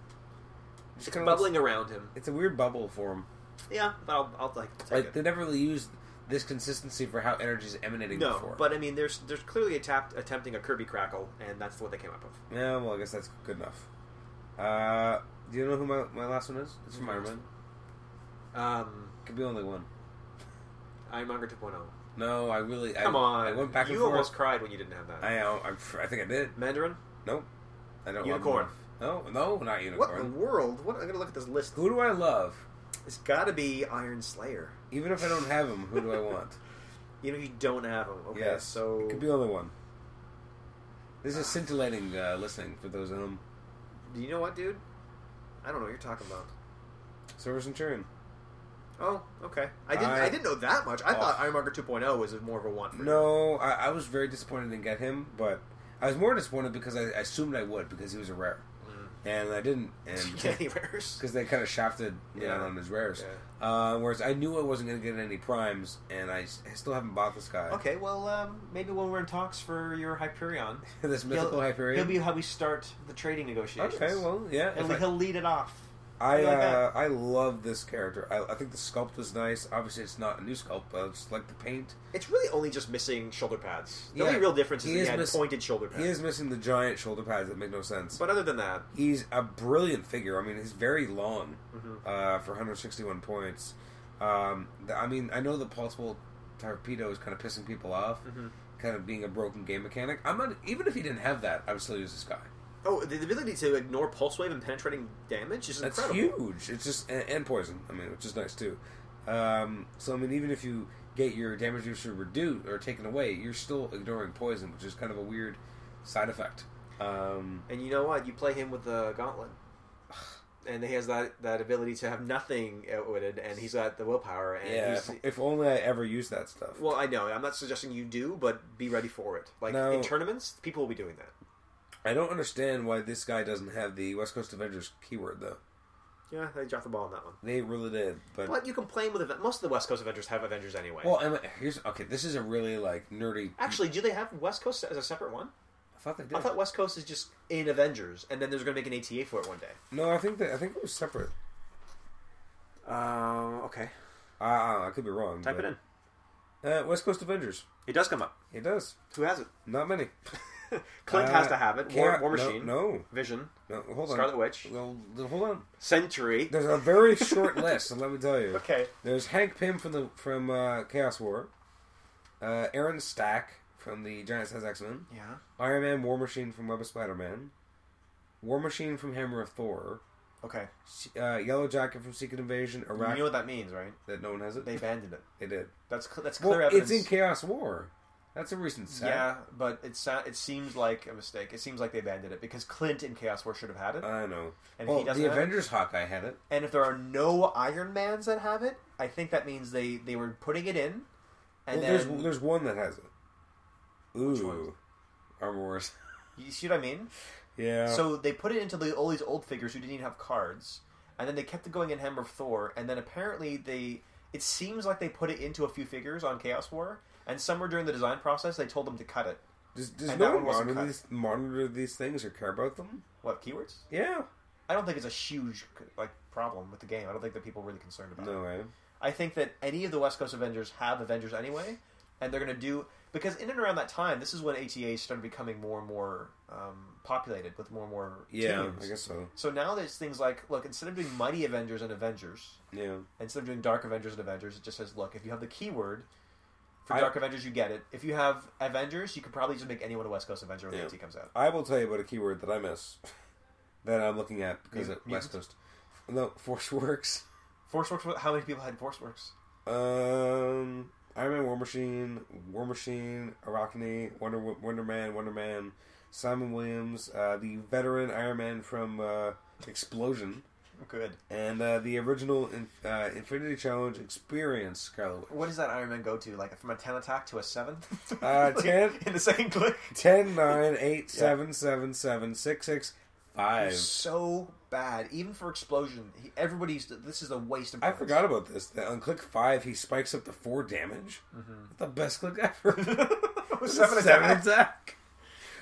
[SPEAKER 1] Just
[SPEAKER 2] It's
[SPEAKER 1] kinda
[SPEAKER 2] bubbling
[SPEAKER 1] looks-
[SPEAKER 2] around him.
[SPEAKER 1] it's a weird bubble for him.
[SPEAKER 2] Yeah, but I'll, I'll like take
[SPEAKER 1] Like
[SPEAKER 2] it.
[SPEAKER 1] they never really used this consistency for how energy is emanating
[SPEAKER 2] no,
[SPEAKER 1] before.
[SPEAKER 2] but I mean, there's there's clearly a tap, attempting a Kirby crackle, and that's what they came up with.
[SPEAKER 1] yeah, well, I guess that's good enough. Uh, do you know who my, my last one is? It's from Iron Man.
[SPEAKER 2] Um,
[SPEAKER 1] Could be only one.
[SPEAKER 2] Ironmonger 2.0.
[SPEAKER 1] No, I really.
[SPEAKER 2] Come
[SPEAKER 1] I,
[SPEAKER 2] on,
[SPEAKER 1] I went back
[SPEAKER 2] you
[SPEAKER 1] and forth.
[SPEAKER 2] almost cried when you didn't have that.
[SPEAKER 1] I know. I'm, fr- I think I did.
[SPEAKER 2] Mandarin.
[SPEAKER 1] Nope. I don't. love
[SPEAKER 2] Unicorn.
[SPEAKER 1] them. No, no, not
[SPEAKER 2] What in
[SPEAKER 1] unicorn.
[SPEAKER 2] the world? What I'm gonna look at this list.
[SPEAKER 1] Who do I love?
[SPEAKER 2] It's got to be Iron Slayer.
[SPEAKER 1] Even if I don't have him, who do I want?
[SPEAKER 2] You know you don't have him. Okay,
[SPEAKER 1] yes.
[SPEAKER 2] so
[SPEAKER 1] it could be only one. This is scintillating uh, listening for those at home.
[SPEAKER 2] you know what, dude? I don't know what you're talking about.
[SPEAKER 1] Silver Centurion.
[SPEAKER 2] Oh, okay. I didn't. I,
[SPEAKER 1] I-
[SPEAKER 2] didn't know that much. I
[SPEAKER 1] Oh.
[SPEAKER 2] thought Ironmonger 2.0 was more of a want. for you.
[SPEAKER 1] No, I, I was very disappointed didn't get him, but I was more disappointed because I, I assumed I would because he was a rare,
[SPEAKER 2] Mm.
[SPEAKER 1] and I didn't, and
[SPEAKER 2] Kenny Rares.
[SPEAKER 1] because they kind of shafted
[SPEAKER 2] Yeah.
[SPEAKER 1] down on his rares. Uh, whereas I knew I wasn't going to get any primes, and I, s- I still haven't bought this guy.
[SPEAKER 2] Okay, well, um, maybe when we're in talks for your Hyperion,
[SPEAKER 1] this mythical Hyperion.
[SPEAKER 2] he'll be how we start the trading negotiations.
[SPEAKER 1] okay, well, yeah.
[SPEAKER 2] and
[SPEAKER 1] if
[SPEAKER 2] we-
[SPEAKER 1] I-
[SPEAKER 2] he'll lead it off.
[SPEAKER 1] I
[SPEAKER 2] You like
[SPEAKER 1] uh,
[SPEAKER 2] that?
[SPEAKER 1] I love this character. I, I think the sculpt was nice. Obviously, it's not a new sculpt, but I just like the paint.
[SPEAKER 2] It's really only just missing shoulder pads. The
[SPEAKER 1] Yeah.
[SPEAKER 2] only real difference is
[SPEAKER 1] He
[SPEAKER 2] that he
[SPEAKER 1] is
[SPEAKER 2] had
[SPEAKER 1] miss-
[SPEAKER 2] pointed shoulder pads.
[SPEAKER 1] He is missing the giant shoulder pads that make no sense.
[SPEAKER 2] But other than that,
[SPEAKER 1] He's a brilliant figure. I mean, he's very long
[SPEAKER 2] Mhm.
[SPEAKER 1] uh, for 161 points. Um, th- I mean, I know the pulse will Torpedo is kind of pissing people off,
[SPEAKER 2] Mhm.
[SPEAKER 1] kind of being a broken game mechanic. I'm not even if he didn't have that, I would still use this guy.
[SPEAKER 2] Oh, the the ability to ignore pulse wave and penetrating damage is
[SPEAKER 1] That's
[SPEAKER 2] incredible.
[SPEAKER 1] huge. It's just and, and poison. I mean, which is nice too. Um, so I mean, even if you get your damage reducer reduced or taken away, you're still ignoring poison, which is kind of a weird side effect. Um,
[SPEAKER 2] And you know what? You play him with the gauntlet, and he has that, that ability to have nothing outwitted, and he's got the willpower. And
[SPEAKER 1] yeah,
[SPEAKER 2] he's,
[SPEAKER 1] if, if only I ever used that stuff.
[SPEAKER 2] well, I know. I'm not suggesting you do, but be ready for it. Like
[SPEAKER 1] No.
[SPEAKER 2] in tournaments, people will be doing that.
[SPEAKER 1] I don't understand why this guy doesn't have the West Coast Avengers keyword though.
[SPEAKER 2] Yeah, they dropped the ball on that one.
[SPEAKER 1] They really did, but
[SPEAKER 2] But you can play him with Aven- most of the West Coast Avengers have Avengers anyway.
[SPEAKER 1] well, and here's okay. This is a really like nerdy.
[SPEAKER 2] Actually, do they have West Coast as a separate one?
[SPEAKER 1] I thought they did.
[SPEAKER 2] I thought West Coast is just in Avengers, and then there's going to make an ATA for it one day.
[SPEAKER 1] no, I think that I think it was separate.
[SPEAKER 4] Um, okay.
[SPEAKER 1] Uh, I could be wrong.
[SPEAKER 4] Type
[SPEAKER 1] but-
[SPEAKER 4] it in.
[SPEAKER 1] Uh, West Coast Avengers.
[SPEAKER 4] It does come up.
[SPEAKER 1] It does.
[SPEAKER 2] Who has it?
[SPEAKER 1] Not many.
[SPEAKER 2] Clint
[SPEAKER 1] Uh,
[SPEAKER 2] has to have it. War,
[SPEAKER 1] can't-
[SPEAKER 2] War
[SPEAKER 1] no,
[SPEAKER 2] Machine,
[SPEAKER 1] No,
[SPEAKER 2] Vision,
[SPEAKER 1] no, hold on.
[SPEAKER 2] Scarlet Witch,
[SPEAKER 1] Well, then hold on.
[SPEAKER 2] Century.
[SPEAKER 1] There's a very short list. So let me tell you.
[SPEAKER 2] Okay.
[SPEAKER 1] There's Hank Pym from the from uh, Chaos War. Uh, Aaron Stack from the Giant Size X Men.
[SPEAKER 2] Yeah.
[SPEAKER 1] Iron Man, War Machine from Web of Spider Man. War Machine from Hammer of Thor.
[SPEAKER 2] Okay.
[SPEAKER 1] Uh, Yellow Jacket from Secret Invasion. Iraq.
[SPEAKER 2] You know what that means, right?
[SPEAKER 1] that no one has it.
[SPEAKER 2] They abandoned it.
[SPEAKER 1] They did.
[SPEAKER 2] That's cl- that's clear
[SPEAKER 1] Well,
[SPEAKER 2] evidence.
[SPEAKER 1] it's in Chaos War. That's a recent set.
[SPEAKER 2] yeah, but it sa- it seems like a mistake. It seems like they abandoned it because Clint in Chaos War should have had it.
[SPEAKER 1] I know.
[SPEAKER 2] And
[SPEAKER 1] well,
[SPEAKER 2] he doesn't
[SPEAKER 1] the
[SPEAKER 2] have it?
[SPEAKER 1] Avengers Hawkeye had it.
[SPEAKER 2] And if there are no Iron Mans that have it, I think that means they they were putting it in, and
[SPEAKER 1] Well,
[SPEAKER 2] then
[SPEAKER 1] there's there's one that has it.
[SPEAKER 2] one?
[SPEAKER 1] Ooh, Armor Wars.
[SPEAKER 2] you see what I mean.
[SPEAKER 1] Yeah.
[SPEAKER 2] So they put it into the, all these old figures who didn't even have cards, and then they kept it going in Hammer of Thor, and then apparently they. It seems like they put it into a few figures on Chaos War, and somewhere during the design process they told them to cut it.
[SPEAKER 1] does, does
[SPEAKER 2] and
[SPEAKER 1] no
[SPEAKER 2] that
[SPEAKER 1] one
[SPEAKER 2] one wasn't
[SPEAKER 1] monitor
[SPEAKER 2] cut.
[SPEAKER 1] these, monitor these things or care about them?
[SPEAKER 2] What keywords?
[SPEAKER 1] Yeah.
[SPEAKER 2] I don't think it's a huge like problem with the game. I don't think that people are really concerned about. it.
[SPEAKER 1] No way.
[SPEAKER 2] I think that any of the West Coast Avengers have Avengers anyway, and they're going to do because in and around that time, this is when ATA started becoming more and more um, populated with more and more
[SPEAKER 1] Yeah,
[SPEAKER 2] teams.
[SPEAKER 1] I guess so.
[SPEAKER 2] So now there's things like look, instead of doing Mighty Avengers and Avengers,
[SPEAKER 1] Yeah.
[SPEAKER 2] instead of doing Dark Avengers and Avengers, it just says look, if you have the keyword for
[SPEAKER 1] I-
[SPEAKER 2] Dark Avengers, you get it. If you have Avengers, you could probably just make anyone a West Coast Avenger when
[SPEAKER 1] Yeah.
[SPEAKER 2] ATA comes out.
[SPEAKER 1] I will tell you about a keyword that I miss that I'm looking at because
[SPEAKER 2] Mut-
[SPEAKER 1] at West Coast. No, Force Works.
[SPEAKER 2] Forceworks, how many people had Forceworks?
[SPEAKER 1] Um, Iron Man, War Machine, War Machine, Arachne, Wonder Wo- Wonder Man, Wonder Man, Simon Williams, uh, the veteran Iron Man from uh, Explosion.
[SPEAKER 2] Good.
[SPEAKER 1] And uh, the original in, uh, Infinity Challenge experience, Scarlet Witch.
[SPEAKER 2] What does that Iron Man go to? Like from a ten attack to a seven?
[SPEAKER 1] Uh, 10.
[SPEAKER 2] in the second click.
[SPEAKER 1] 10, 9, 8, 7, 7, 7, 6, 6, 5.
[SPEAKER 2] so bad. Even for explosion, he, everybody's. This is a waste of.
[SPEAKER 1] I
[SPEAKER 2] points.
[SPEAKER 1] forgot about this. That on click 5, he spikes up to 4 damage. The best click ever.
[SPEAKER 2] Seven
[SPEAKER 1] Mm-hmm. Seven
[SPEAKER 2] attack.
[SPEAKER 1] attack.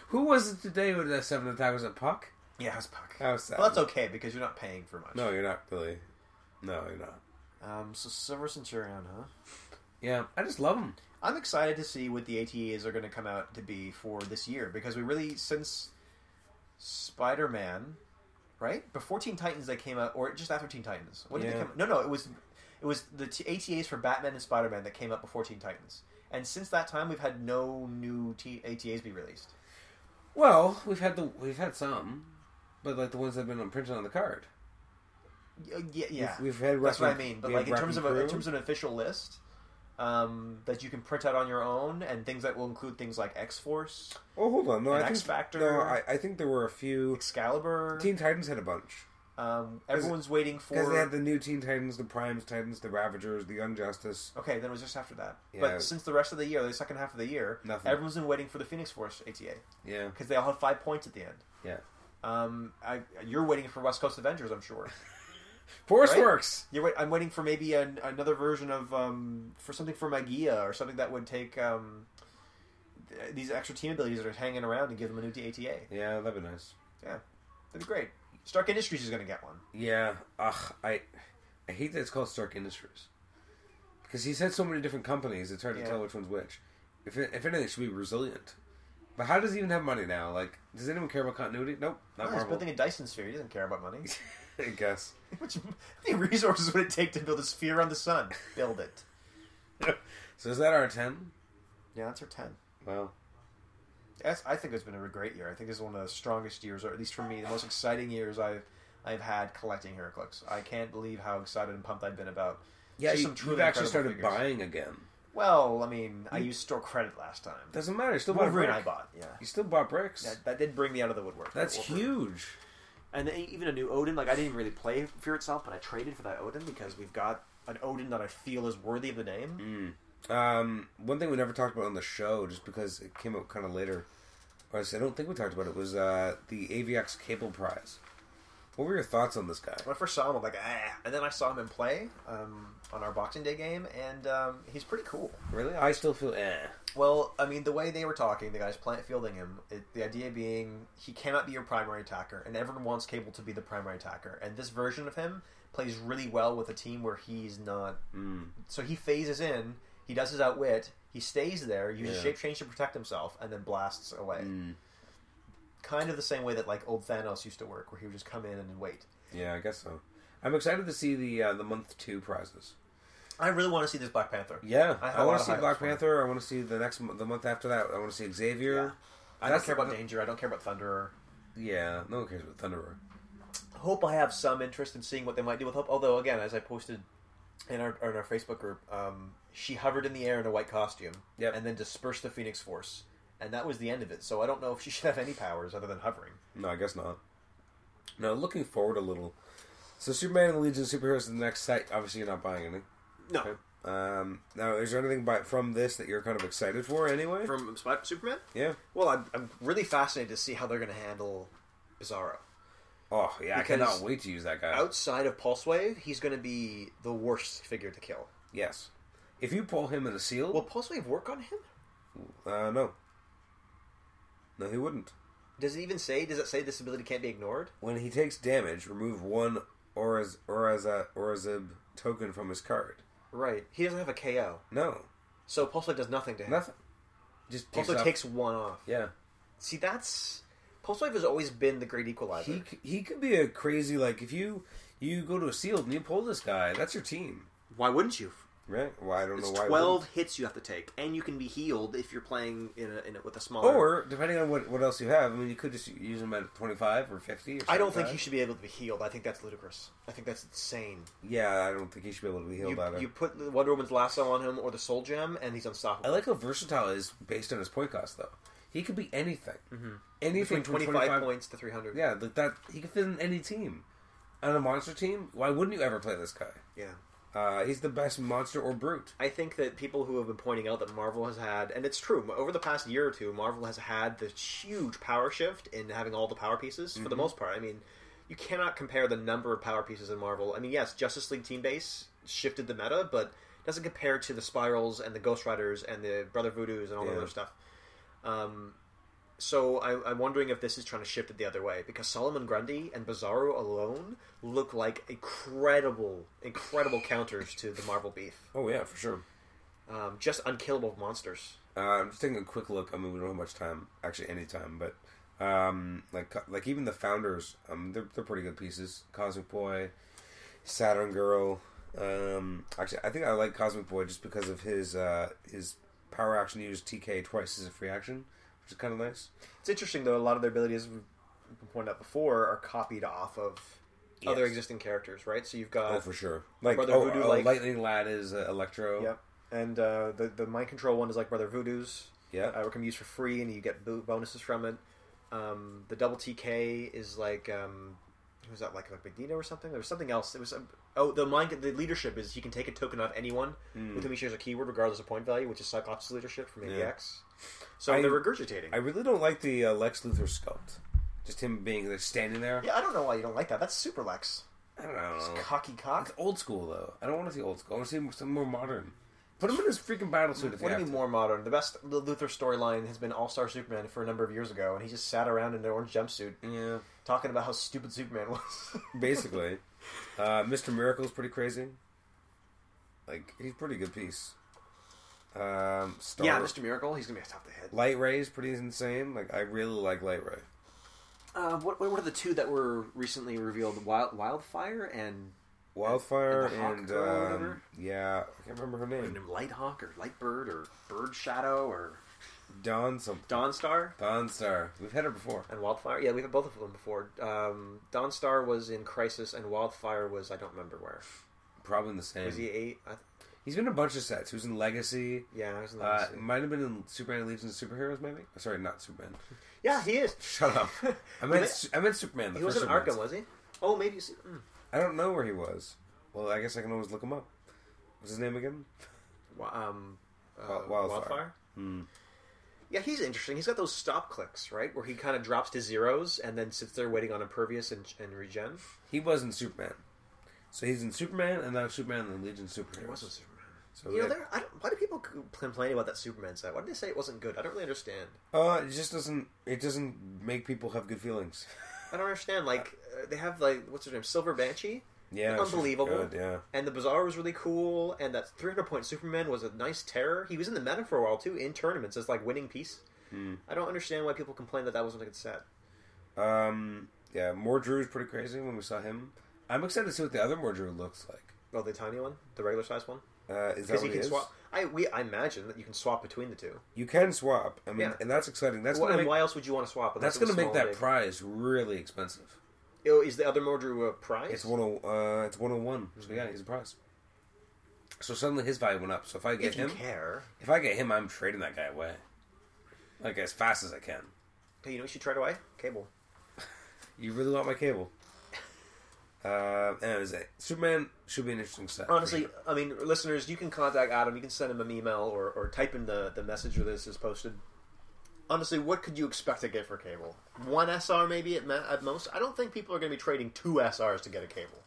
[SPEAKER 1] Who was it today with that 7 attack? Was it Puck?
[SPEAKER 2] Yeah, it was puck.
[SPEAKER 1] That was
[SPEAKER 2] well, that's
[SPEAKER 1] seven.
[SPEAKER 2] okay because you're not paying for much.
[SPEAKER 1] No, you're not really. No, you're not.
[SPEAKER 2] Um. So Silver Centurion, huh?
[SPEAKER 1] Yeah, I just love him.
[SPEAKER 2] I'm excited to see what the ATAs are going to come out to be for this year because we really since Spider-Man, right? Before Teen Titans they came out or just after Teen Titans. When did they
[SPEAKER 1] Yeah.
[SPEAKER 2] come No, no, it was it was the t- ATAs for Batman and Spider-Man that came out before Teen Titans. And since that time we've had no new T- ATAs be released.
[SPEAKER 1] Well, we've had the we've had some, but like the ones that have been printed on the card.
[SPEAKER 2] Y- Uh, Yeah, yeah.
[SPEAKER 1] We've, we've had
[SPEAKER 2] That's what I
[SPEAKER 1] Wrecking-
[SPEAKER 2] mean. But
[SPEAKER 1] we had
[SPEAKER 2] like in terms of
[SPEAKER 1] Wrecking
[SPEAKER 2] a, in
[SPEAKER 1] Crew.
[SPEAKER 2] terms of an official list um, that you can print out on your own and things that will include things like X-Force,
[SPEAKER 1] Oh, hold on. No,
[SPEAKER 2] An
[SPEAKER 1] I think,
[SPEAKER 2] X-Factor.
[SPEAKER 1] No, I, I think there were a few.
[SPEAKER 2] Excalibur.
[SPEAKER 1] Teen Titans had a bunch
[SPEAKER 2] Um, everyone's waiting
[SPEAKER 1] because they
[SPEAKER 2] for.
[SPEAKER 1] had the new Teen Titans, the Primes Titans, the Ravagers, the Young Justice.
[SPEAKER 2] Okay, then it was just after that.
[SPEAKER 1] Yeah.
[SPEAKER 2] But since the rest of the year, the second half of the year,
[SPEAKER 1] Nothing.
[SPEAKER 2] everyone's been waiting for the Phoenix Force ATA
[SPEAKER 1] Yeah,
[SPEAKER 2] because they all have five points at the end.
[SPEAKER 1] yeah.
[SPEAKER 2] Um, I, you're waiting for West Coast Avengers, I'm sure.
[SPEAKER 1] Force
[SPEAKER 2] Right?
[SPEAKER 1] Works.
[SPEAKER 2] You're wait, I'm waiting for maybe an, another version of um, for something for Magia or something that would take um, th- these extra team abilities that are hanging around and give them a new ATA.
[SPEAKER 1] Yeah, that'd be nice.
[SPEAKER 2] That'd be great. Stark Industries is going to get one.
[SPEAKER 1] Yeah, ugh, I, I hate that it's called Stark Industries because he's had so many different companies. It's hard
[SPEAKER 2] Yeah.
[SPEAKER 1] to tell which one's which. If it, if anything, it should be resilient. But how does he even have money now? Like, does anyone care about continuity? Nope,
[SPEAKER 2] Oh,
[SPEAKER 1] not
[SPEAKER 2] he's
[SPEAKER 1] Marvel.
[SPEAKER 2] building a Dyson sphere. He doesn't care about money.
[SPEAKER 1] I guess.
[SPEAKER 2] Which, how many resources would it take to build a sphere on the sun? Build it.
[SPEAKER 1] So is that our ten?
[SPEAKER 2] Yeah, that's our ten.
[SPEAKER 5] Wow.
[SPEAKER 2] That's, I think it's been a great year. I think this is one of the strongest years, or at least for me, the most exciting years I've I've had collecting HeroClix. I can't believe how excited and pumped I've been about.
[SPEAKER 1] Yeah,
[SPEAKER 2] just
[SPEAKER 1] you,
[SPEAKER 2] some truly
[SPEAKER 1] you've actually
[SPEAKER 2] incredible
[SPEAKER 1] started
[SPEAKER 2] figures.
[SPEAKER 1] buying again.
[SPEAKER 2] Well, I mean, I used store credit last time.
[SPEAKER 1] Doesn't matter. You still bought
[SPEAKER 2] Wolverine,
[SPEAKER 1] bricks.
[SPEAKER 2] I bought. Yeah,
[SPEAKER 1] You still bought bricks.
[SPEAKER 2] that, that did bring me out of the woodwork.
[SPEAKER 1] That's
[SPEAKER 2] Wolverine.
[SPEAKER 1] huge.
[SPEAKER 6] And then even a new Odin, like I didn't really play Fear itself, but I traded for that Odin because
[SPEAKER 2] because we've got an Odin that I feel is worthy of the name.
[SPEAKER 1] Um, one thing we never talked about on the show, just because it came out kind of later, or I don't think we talked about it, was uh, the AVX Cable Prize. What were your thoughts on this guy?
[SPEAKER 2] When I first saw him, I'm like, ah. And then I saw him in play um, on our Boxing Day game, and um, he's pretty cool.
[SPEAKER 1] Really, I still feel eh.
[SPEAKER 2] Well, I mean, the way they were talking, the guys plant fielding him, it, the idea being he cannot be your primary attacker, and everyone wants Cable to be the primary attacker. And this version of him plays really well with a team where he's not.
[SPEAKER 1] Hmm.
[SPEAKER 2] So he phases in, he does his outwit, he stays there, uses
[SPEAKER 1] Yeah. Hmm.
[SPEAKER 2] shape change to protect himself, and then blasts away. Kind of the same way that like old Thanos used to work, where he would just come in and wait.
[SPEAKER 1] Yeah, I guess so. I'm excited to see the uh, the month two prizes.
[SPEAKER 2] I really want to see this Black Panther.
[SPEAKER 1] Yeah,
[SPEAKER 2] I have
[SPEAKER 1] I,
[SPEAKER 2] a lot
[SPEAKER 1] want to
[SPEAKER 2] of
[SPEAKER 1] see
[SPEAKER 2] high hopes
[SPEAKER 1] Black
[SPEAKER 2] for it.
[SPEAKER 1] Panther. I want to see the next mo- the month after that. I want to see Xavier.
[SPEAKER 2] Yeah. I
[SPEAKER 1] That's
[SPEAKER 2] don't care
[SPEAKER 1] the-
[SPEAKER 2] about Danger. I don't care about Thunderer.
[SPEAKER 1] Yeah, no one cares about Thunderer.
[SPEAKER 2] hope I have some interest in seeing what they might do with Hope. Although, again, as I posted in our in our Facebook group, um, she hovered in the air in a white costume,
[SPEAKER 1] Yep.
[SPEAKER 2] and then dispersed the Phoenix Force, and that was the end of it. So I don't know if she should have any powers other than hovering.
[SPEAKER 1] No, I guess not. No, looking forward a little. So Superman and the Legion of Superheroes is the next site. Obviously, you're not buying anything.
[SPEAKER 6] no
[SPEAKER 1] Okay. Um, now, is there anything by, from this that you're kind of excited for anyway?
[SPEAKER 2] From Spider- Superman,
[SPEAKER 1] yeah.
[SPEAKER 2] well, I'm, I'm really fascinated to see how they're going to handle Bizarro.
[SPEAKER 1] Oh, yeah. I
[SPEAKER 2] Because-
[SPEAKER 1] cannot wait to use that guy.
[SPEAKER 2] Outside of Pulse Wave, he's going to be the worst figure to kill.
[SPEAKER 1] Yes. If you pull him in a seal,
[SPEAKER 2] Will Pulse Wave work on him?
[SPEAKER 1] uh, no. No, he wouldn't.
[SPEAKER 2] Does it even say? Does it say this ability can't be ignored?
[SPEAKER 1] When he takes damage, remove one Oraz Oraza Orazib token from his card.
[SPEAKER 2] Right. He doesn't have a KO,
[SPEAKER 1] No,
[SPEAKER 2] so Pulse Wave does nothing to him.
[SPEAKER 1] nothing. Just
[SPEAKER 2] Pulse
[SPEAKER 1] takes
[SPEAKER 2] Wave
[SPEAKER 1] off-
[SPEAKER 2] takes one off.
[SPEAKER 1] Yeah,
[SPEAKER 2] See, that's Pulse Wave has always been the great equalizer.
[SPEAKER 1] he c- he could be a crazy like if you you go to a sealed and you pull this guy, that's your team,
[SPEAKER 6] why wouldn't you?
[SPEAKER 1] right? Well, I don't
[SPEAKER 6] It's
[SPEAKER 1] know why. it
[SPEAKER 6] twelve hits you have to take, and you can be healed if you're playing in, a, in a, with a smaller.
[SPEAKER 1] Or depending on what, what else you have, I mean, you could just use them at twenty five or fifty. Or
[SPEAKER 2] I don't
[SPEAKER 1] something
[SPEAKER 2] think
[SPEAKER 1] like
[SPEAKER 2] he should be able to be healed. I think that's ludicrous. I think that's insane.
[SPEAKER 1] that. Yeah, I don't think he should be able to be healed
[SPEAKER 2] You,
[SPEAKER 1] either.
[SPEAKER 2] you put the Wonder Woman's lasso on him or the Soul Gem, and he's
[SPEAKER 1] I
[SPEAKER 2] unstoppable.
[SPEAKER 1] like how versatile he is based on his point cost, though. He could be anything, mm-hmm. anything
[SPEAKER 2] Between
[SPEAKER 1] from
[SPEAKER 2] 25,
[SPEAKER 1] 25,
[SPEAKER 2] points to 300.
[SPEAKER 1] Yeah, like that. He could fit in any team. On a monster team, why wouldn't you ever play this guy?
[SPEAKER 2] Yeah.
[SPEAKER 1] Uh, he's the best monster or brute.
[SPEAKER 2] I think that people who have been pointing out that Marvel has had, and it's true, over the past year or two, Marvel has had this huge power shift in having all the power pieces for the most part. I mean, you cannot compare the number of power pieces in Marvel. I mean, yes, Justice League Team Base shifted the meta, but it doesn't compare to the Spirals and the Ghost Riders and the Brother Voodoos and all that
[SPEAKER 1] Yeah.
[SPEAKER 2] other stuff. Um, so I, I'm wondering if this is trying to shift it the other way because Solomon Grundy and Bizarro alone look like incredible, incredible counters to the Marvel beef
[SPEAKER 1] Oh yeah, for sure.
[SPEAKER 2] um, just unkillable monsters.
[SPEAKER 1] Uh, I'm just taking a quick look. I mean, we don't have much time, actually, any time, but um, like like even the founders, um, they're they're pretty good pieces. Cosmic Boy, Saturn Girl. Um, actually, I think I like Cosmic Boy just because of his uh, his power action used TK twice as a free action, which is kind of nice.
[SPEAKER 2] It's interesting though; a lot of their abilities, we've been pointed out before, are copied off of other
[SPEAKER 1] Yes.
[SPEAKER 2] existing characters, right? So you've got
[SPEAKER 1] Oh, for sure. Like
[SPEAKER 2] Brother
[SPEAKER 1] oh,
[SPEAKER 2] Voodoo,
[SPEAKER 1] oh,
[SPEAKER 2] like-
[SPEAKER 1] Lightning Lad is uh, Electro.
[SPEAKER 2] yep, and uh, the the mind control one is like Brother Voodoo's,
[SPEAKER 1] Yeah.
[SPEAKER 2] uh, it can be used for free, and you get bo- bonuses from it. Um, the double TK is like um, who was that like like Magneto or something? There was something else. It was um, oh the mind the leadership is you can take a token off anyone
[SPEAKER 1] Hmm.
[SPEAKER 2] with whom he shares a keyword, regardless of point value, which is Cyclops' leadership from AVX. So
[SPEAKER 1] I-
[SPEAKER 2] they're regurgitating.
[SPEAKER 1] I really don't like the uh, Lex Luthor sculpt. Just him being like standing there.
[SPEAKER 2] yeah, I don't know why you don't like that. That's Super Lex.
[SPEAKER 1] I don't know.
[SPEAKER 2] cocky cock.
[SPEAKER 1] It's old school though. I don't want to see old school. I want to see more- something more modern. Put him in his freaking battle suit. If you
[SPEAKER 2] What do you
[SPEAKER 1] have
[SPEAKER 2] mean
[SPEAKER 1] to.
[SPEAKER 2] more modern? The best Luther storyline has been All Star Superman for a number of years ago, and he just sat around in an orange jumpsuit
[SPEAKER 1] Yeah,
[SPEAKER 2] talking about how stupid Superman was.
[SPEAKER 1] basically. uh, Mr. Miracle's pretty crazy. Like he's a pretty good piece. Um, Star
[SPEAKER 2] yeah, Mr. Miracle, he's gonna be a top the head.
[SPEAKER 1] Light Ray's pretty insane. Like I really like Light Ray.
[SPEAKER 6] Uh, what, what are the two that were recently revealed? Wild, Wildfire and
[SPEAKER 1] Wildfire
[SPEAKER 7] And the Hawk
[SPEAKER 1] and,
[SPEAKER 7] girl or
[SPEAKER 1] um,
[SPEAKER 7] whatever?
[SPEAKER 1] yeah, I can't remember her name.
[SPEAKER 7] Lighthawk or Lightbird or Bird Shadow or
[SPEAKER 1] Dawn something.
[SPEAKER 2] Dawnstar
[SPEAKER 1] Dawnstar. We've had her before.
[SPEAKER 2] and Wildfire. Yeah, we've had both of them before. Um, Dawnstar was in Crisis, and Wildfire was I don't remember where.
[SPEAKER 1] Probably in the same.
[SPEAKER 2] Was he eight? I th-
[SPEAKER 1] He's been in a bunch of sets. He was in Legacy.
[SPEAKER 2] yeah, I was in the
[SPEAKER 1] Uh, might have been in Superman Legion of Superheroes, maybe. Sorry, not Superman.
[SPEAKER 2] Yeah, he is.
[SPEAKER 1] Shut up. I meant Su- I meant Superman. The
[SPEAKER 2] He was
[SPEAKER 1] first
[SPEAKER 2] in
[SPEAKER 1] Superman.
[SPEAKER 2] Arkham, was he? Oh, maybe. it's- mm.
[SPEAKER 1] I don't know where he was. Well, I guess I can always look him up. What's his name again?
[SPEAKER 2] Wa- Um, uh,
[SPEAKER 1] Wild-
[SPEAKER 2] Wildfire.
[SPEAKER 1] Wildfire.
[SPEAKER 2] Yeah, he's interesting. He's got those stop clicks, right, where he kind of drops to zeros and then sits there waiting on impervious and, and regen.
[SPEAKER 1] He was in Superman. So he's in Superman and now Superman and the Legion of Superheroes.
[SPEAKER 2] It wasn't Superman.
[SPEAKER 1] So
[SPEAKER 2] You know,
[SPEAKER 1] they-
[SPEAKER 2] there. I don't, why do people c- complain about that Superman set? Why did they say it wasn't good? I don't really understand.
[SPEAKER 1] Uh, it just doesn't. It doesn't make people have good feelings.
[SPEAKER 2] I don't understand. Like uh, they have like what's her name, Silver Banshee,
[SPEAKER 1] Yeah, she's
[SPEAKER 2] Unbelievable.
[SPEAKER 1] Good, yeah,
[SPEAKER 2] and the Bazaar was really cool, and that 300 point Superman was a nice terror. He was in the meta for a while too, in tournaments as like winning piece.
[SPEAKER 1] Hmm.
[SPEAKER 2] I don't understand why people complain that that wasn't a good set.
[SPEAKER 1] um, yeah. More Drew's pretty crazy when we saw him. I'm excited to see what the other More Drew looks like.
[SPEAKER 2] Oh, the tiny one, the regular size one,
[SPEAKER 1] Uh, is that
[SPEAKER 2] because
[SPEAKER 1] what
[SPEAKER 2] you
[SPEAKER 1] he
[SPEAKER 2] can
[SPEAKER 1] is?
[SPEAKER 2] swap. I we I imagine that you can swap between the two.
[SPEAKER 1] You can swap. I mean,
[SPEAKER 2] Yeah.
[SPEAKER 1] and that's exciting. That's
[SPEAKER 2] Well,
[SPEAKER 1] gonna
[SPEAKER 2] and
[SPEAKER 1] make,
[SPEAKER 2] why else would you want to swap?
[SPEAKER 1] that's
[SPEAKER 2] unless it
[SPEAKER 1] gonna
[SPEAKER 2] was
[SPEAKER 1] make
[SPEAKER 2] small and
[SPEAKER 1] that
[SPEAKER 2] big?
[SPEAKER 1] prize really expensive.
[SPEAKER 2] Oh, is the other Mordru a prize?
[SPEAKER 1] It's one. Uh, it's one on one.
[SPEAKER 2] Mm-hmm.
[SPEAKER 1] So yeah, he's a prize. So suddenly his value went up. So if I get
[SPEAKER 2] if you
[SPEAKER 1] him,
[SPEAKER 2] care.
[SPEAKER 1] if I get him, I'm trading that guy away, like as fast as I can.
[SPEAKER 2] Hey, you know what you should try to buy? Cable.
[SPEAKER 1] You really want my cable? Uh, anyways, eh, Superman should be an interesting set. for
[SPEAKER 2] Honestly,
[SPEAKER 1] sure.
[SPEAKER 2] I mean, listeners, you can contact Adam. You can send him an email or, or type in the, the message where this is posted. Honestly, what could you expect to get for cable? One SR maybe at, ma- at most? I don't think people are going to be trading two SRs to get a cable.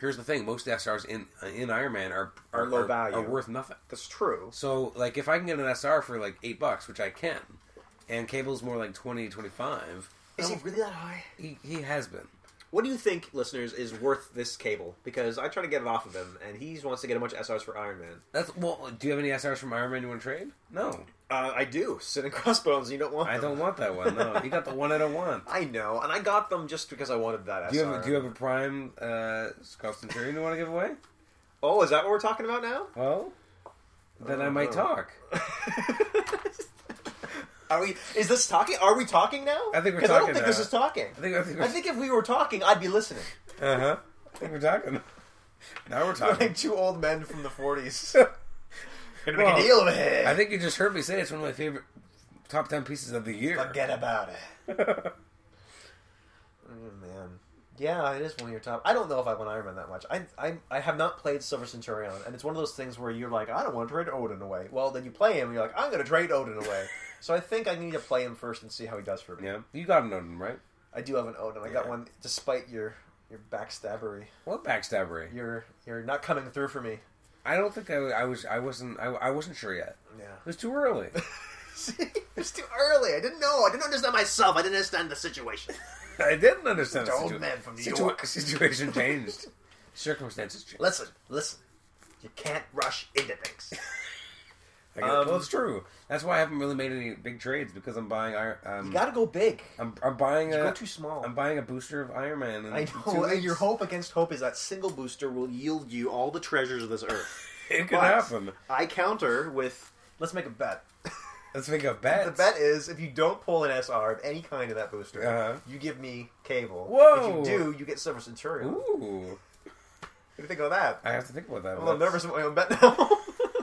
[SPEAKER 1] here's the thing: most SRs in in Iron Man are are,
[SPEAKER 2] Are low
[SPEAKER 1] are-
[SPEAKER 2] value.
[SPEAKER 1] are worth nothing.
[SPEAKER 2] That's true.
[SPEAKER 1] So, like, if I can get an SR for like eight bucks, which I can, and cable's more like 20, 25,
[SPEAKER 2] Is he
[SPEAKER 1] I'm-
[SPEAKER 2] really that high?
[SPEAKER 1] he, he has been.
[SPEAKER 2] Um, What do you think, listeners, is worth this cable? Because I try to get it off of him, and he wants to get a bunch of SRs for Iron Man.
[SPEAKER 1] That's well. Do you have any SRs from Iron Man you want to trade? No,
[SPEAKER 2] Uh, I do. Sit in crossbones, and you don't want
[SPEAKER 1] I
[SPEAKER 2] them.
[SPEAKER 1] don't want that one. No, you got the one I don't want.
[SPEAKER 2] I know, and I got them just because I wanted that
[SPEAKER 1] Do you
[SPEAKER 2] SR.
[SPEAKER 1] have Do you have a prime uh, Scott Centurion you want to give away?
[SPEAKER 2] Oh, is that what we're talking about now?
[SPEAKER 1] Well, then Oh. I might
[SPEAKER 2] Uh-huh.
[SPEAKER 1] talk.
[SPEAKER 2] Are we? Is this talking? Are we talking now?
[SPEAKER 1] I think we're
[SPEAKER 2] 'Cause I
[SPEAKER 1] talking
[SPEAKER 2] don't think
[SPEAKER 1] now.
[SPEAKER 2] this is talking.
[SPEAKER 1] I think I think,
[SPEAKER 2] I think if we were talking, I'd be listening.
[SPEAKER 1] uh huh. I think we're talking. Now we're
[SPEAKER 2] Like
[SPEAKER 1] talking.
[SPEAKER 2] two old men from the forties. Gonna
[SPEAKER 1] Well,
[SPEAKER 2] make a deal with it.
[SPEAKER 1] I think you just heard me say it's one of my favorite top ten pieces of the year.
[SPEAKER 2] Forget about it. Oh, man. Yeah, it is one of your top. I don't know if I want Iron Man that much. I, I I have not played Silver Centurion, and it's one of those things where you're like, I don't want to trade Odin away. Well, then you play him, and you're like, I'm going to trade Odin away. so I think I need to play him first and see how he does for me.
[SPEAKER 1] Yeah, you got an Odin, right?
[SPEAKER 2] I do have an Odin. I got
[SPEAKER 1] Yeah.
[SPEAKER 2] one, despite your your backstabbery.
[SPEAKER 1] What backstabbery?
[SPEAKER 2] You're you're not coming through for me.
[SPEAKER 1] I don't think I, I was. I wasn't. I, I wasn't sure yet.
[SPEAKER 2] Yeah.
[SPEAKER 1] It was too early.
[SPEAKER 2] See, it's too early. I didn't know. I didn't understand myself. I didn't understand the situation.
[SPEAKER 1] I didn't understand.
[SPEAKER 2] It's
[SPEAKER 1] the
[SPEAKER 2] old man from New
[SPEAKER 1] situa-
[SPEAKER 2] York.
[SPEAKER 1] Situation changed. Circumstances changed.
[SPEAKER 2] Listen, listen. You can't rush into things.
[SPEAKER 1] I guess,
[SPEAKER 2] Um,
[SPEAKER 1] well, it's true. That's why I haven't really made any big trades because I'm buying. Iron- Um,
[SPEAKER 2] You gotta go big.
[SPEAKER 1] I'm, I'm buying a.
[SPEAKER 2] go too small.
[SPEAKER 1] I'm buying a booster of Iron Man. in
[SPEAKER 2] I
[SPEAKER 1] two
[SPEAKER 2] know. And
[SPEAKER 1] weeks.
[SPEAKER 2] your hope against hope is that single booster will yield you all the treasures of this earth.
[SPEAKER 1] It could
[SPEAKER 2] But
[SPEAKER 1] happen.
[SPEAKER 2] I counter with let's make a bet.
[SPEAKER 1] Let's make a bet.
[SPEAKER 2] The bet is if you don't pull an SR of any kind of that booster,
[SPEAKER 1] Uh-huh.
[SPEAKER 2] you give me cable.
[SPEAKER 1] Whoa.
[SPEAKER 2] If you do, you get Silver Centurion. What
[SPEAKER 1] Ooh,
[SPEAKER 2] do you think of that?
[SPEAKER 1] I have to think about that.
[SPEAKER 2] I'm a little
[SPEAKER 1] That's-
[SPEAKER 2] nervous about my own bet now.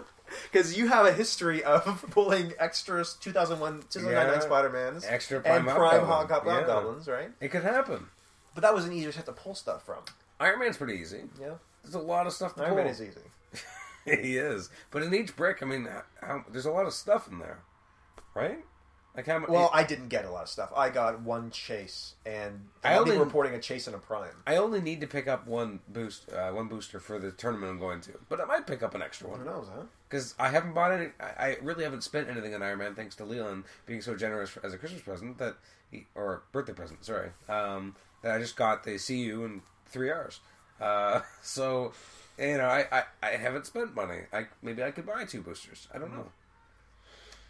[SPEAKER 2] Because you have a history of pulling extras 2001, 2009
[SPEAKER 1] Yeah.
[SPEAKER 2] Spider-Mans.
[SPEAKER 1] Extra
[SPEAKER 2] and
[SPEAKER 1] Prime
[SPEAKER 2] Prime Hog
[SPEAKER 1] Hobgoblin.
[SPEAKER 2] Hop
[SPEAKER 1] Yeah.
[SPEAKER 2] Hobgoblins, right?
[SPEAKER 1] It could happen.
[SPEAKER 2] But that was an easier set to pull stuff from.
[SPEAKER 1] Iron Man's pretty easy.
[SPEAKER 2] Yeah.
[SPEAKER 1] There's a lot of stuff to
[SPEAKER 2] Iron
[SPEAKER 1] pull.
[SPEAKER 2] Man is easy.
[SPEAKER 1] he is. But in each brick, I mean, how, there's a lot of stuff in there, right? Like how mu-
[SPEAKER 2] Well, I didn't get a lot of stuff. I got one chase, and
[SPEAKER 1] I
[SPEAKER 2] I'll be
[SPEAKER 1] only-
[SPEAKER 2] reporting a chase and a prime.
[SPEAKER 1] I only need to pick up one boost, uh, one booster for the tournament I'm going to. But I might pick up an extra
[SPEAKER 2] Who
[SPEAKER 1] one
[SPEAKER 2] knows, huh?
[SPEAKER 1] because I haven't bought any. I, I really haven't spent anything on Iron Man thanks to Leon being so generous for, as a Christmas present that, he, or birthday present, sorry, um, that I just got the CU in three hours. Uh, so, you know, I, I, I haven't spent money. I maybe I could buy two boosters. I don't
[SPEAKER 2] Hmm.
[SPEAKER 1] know.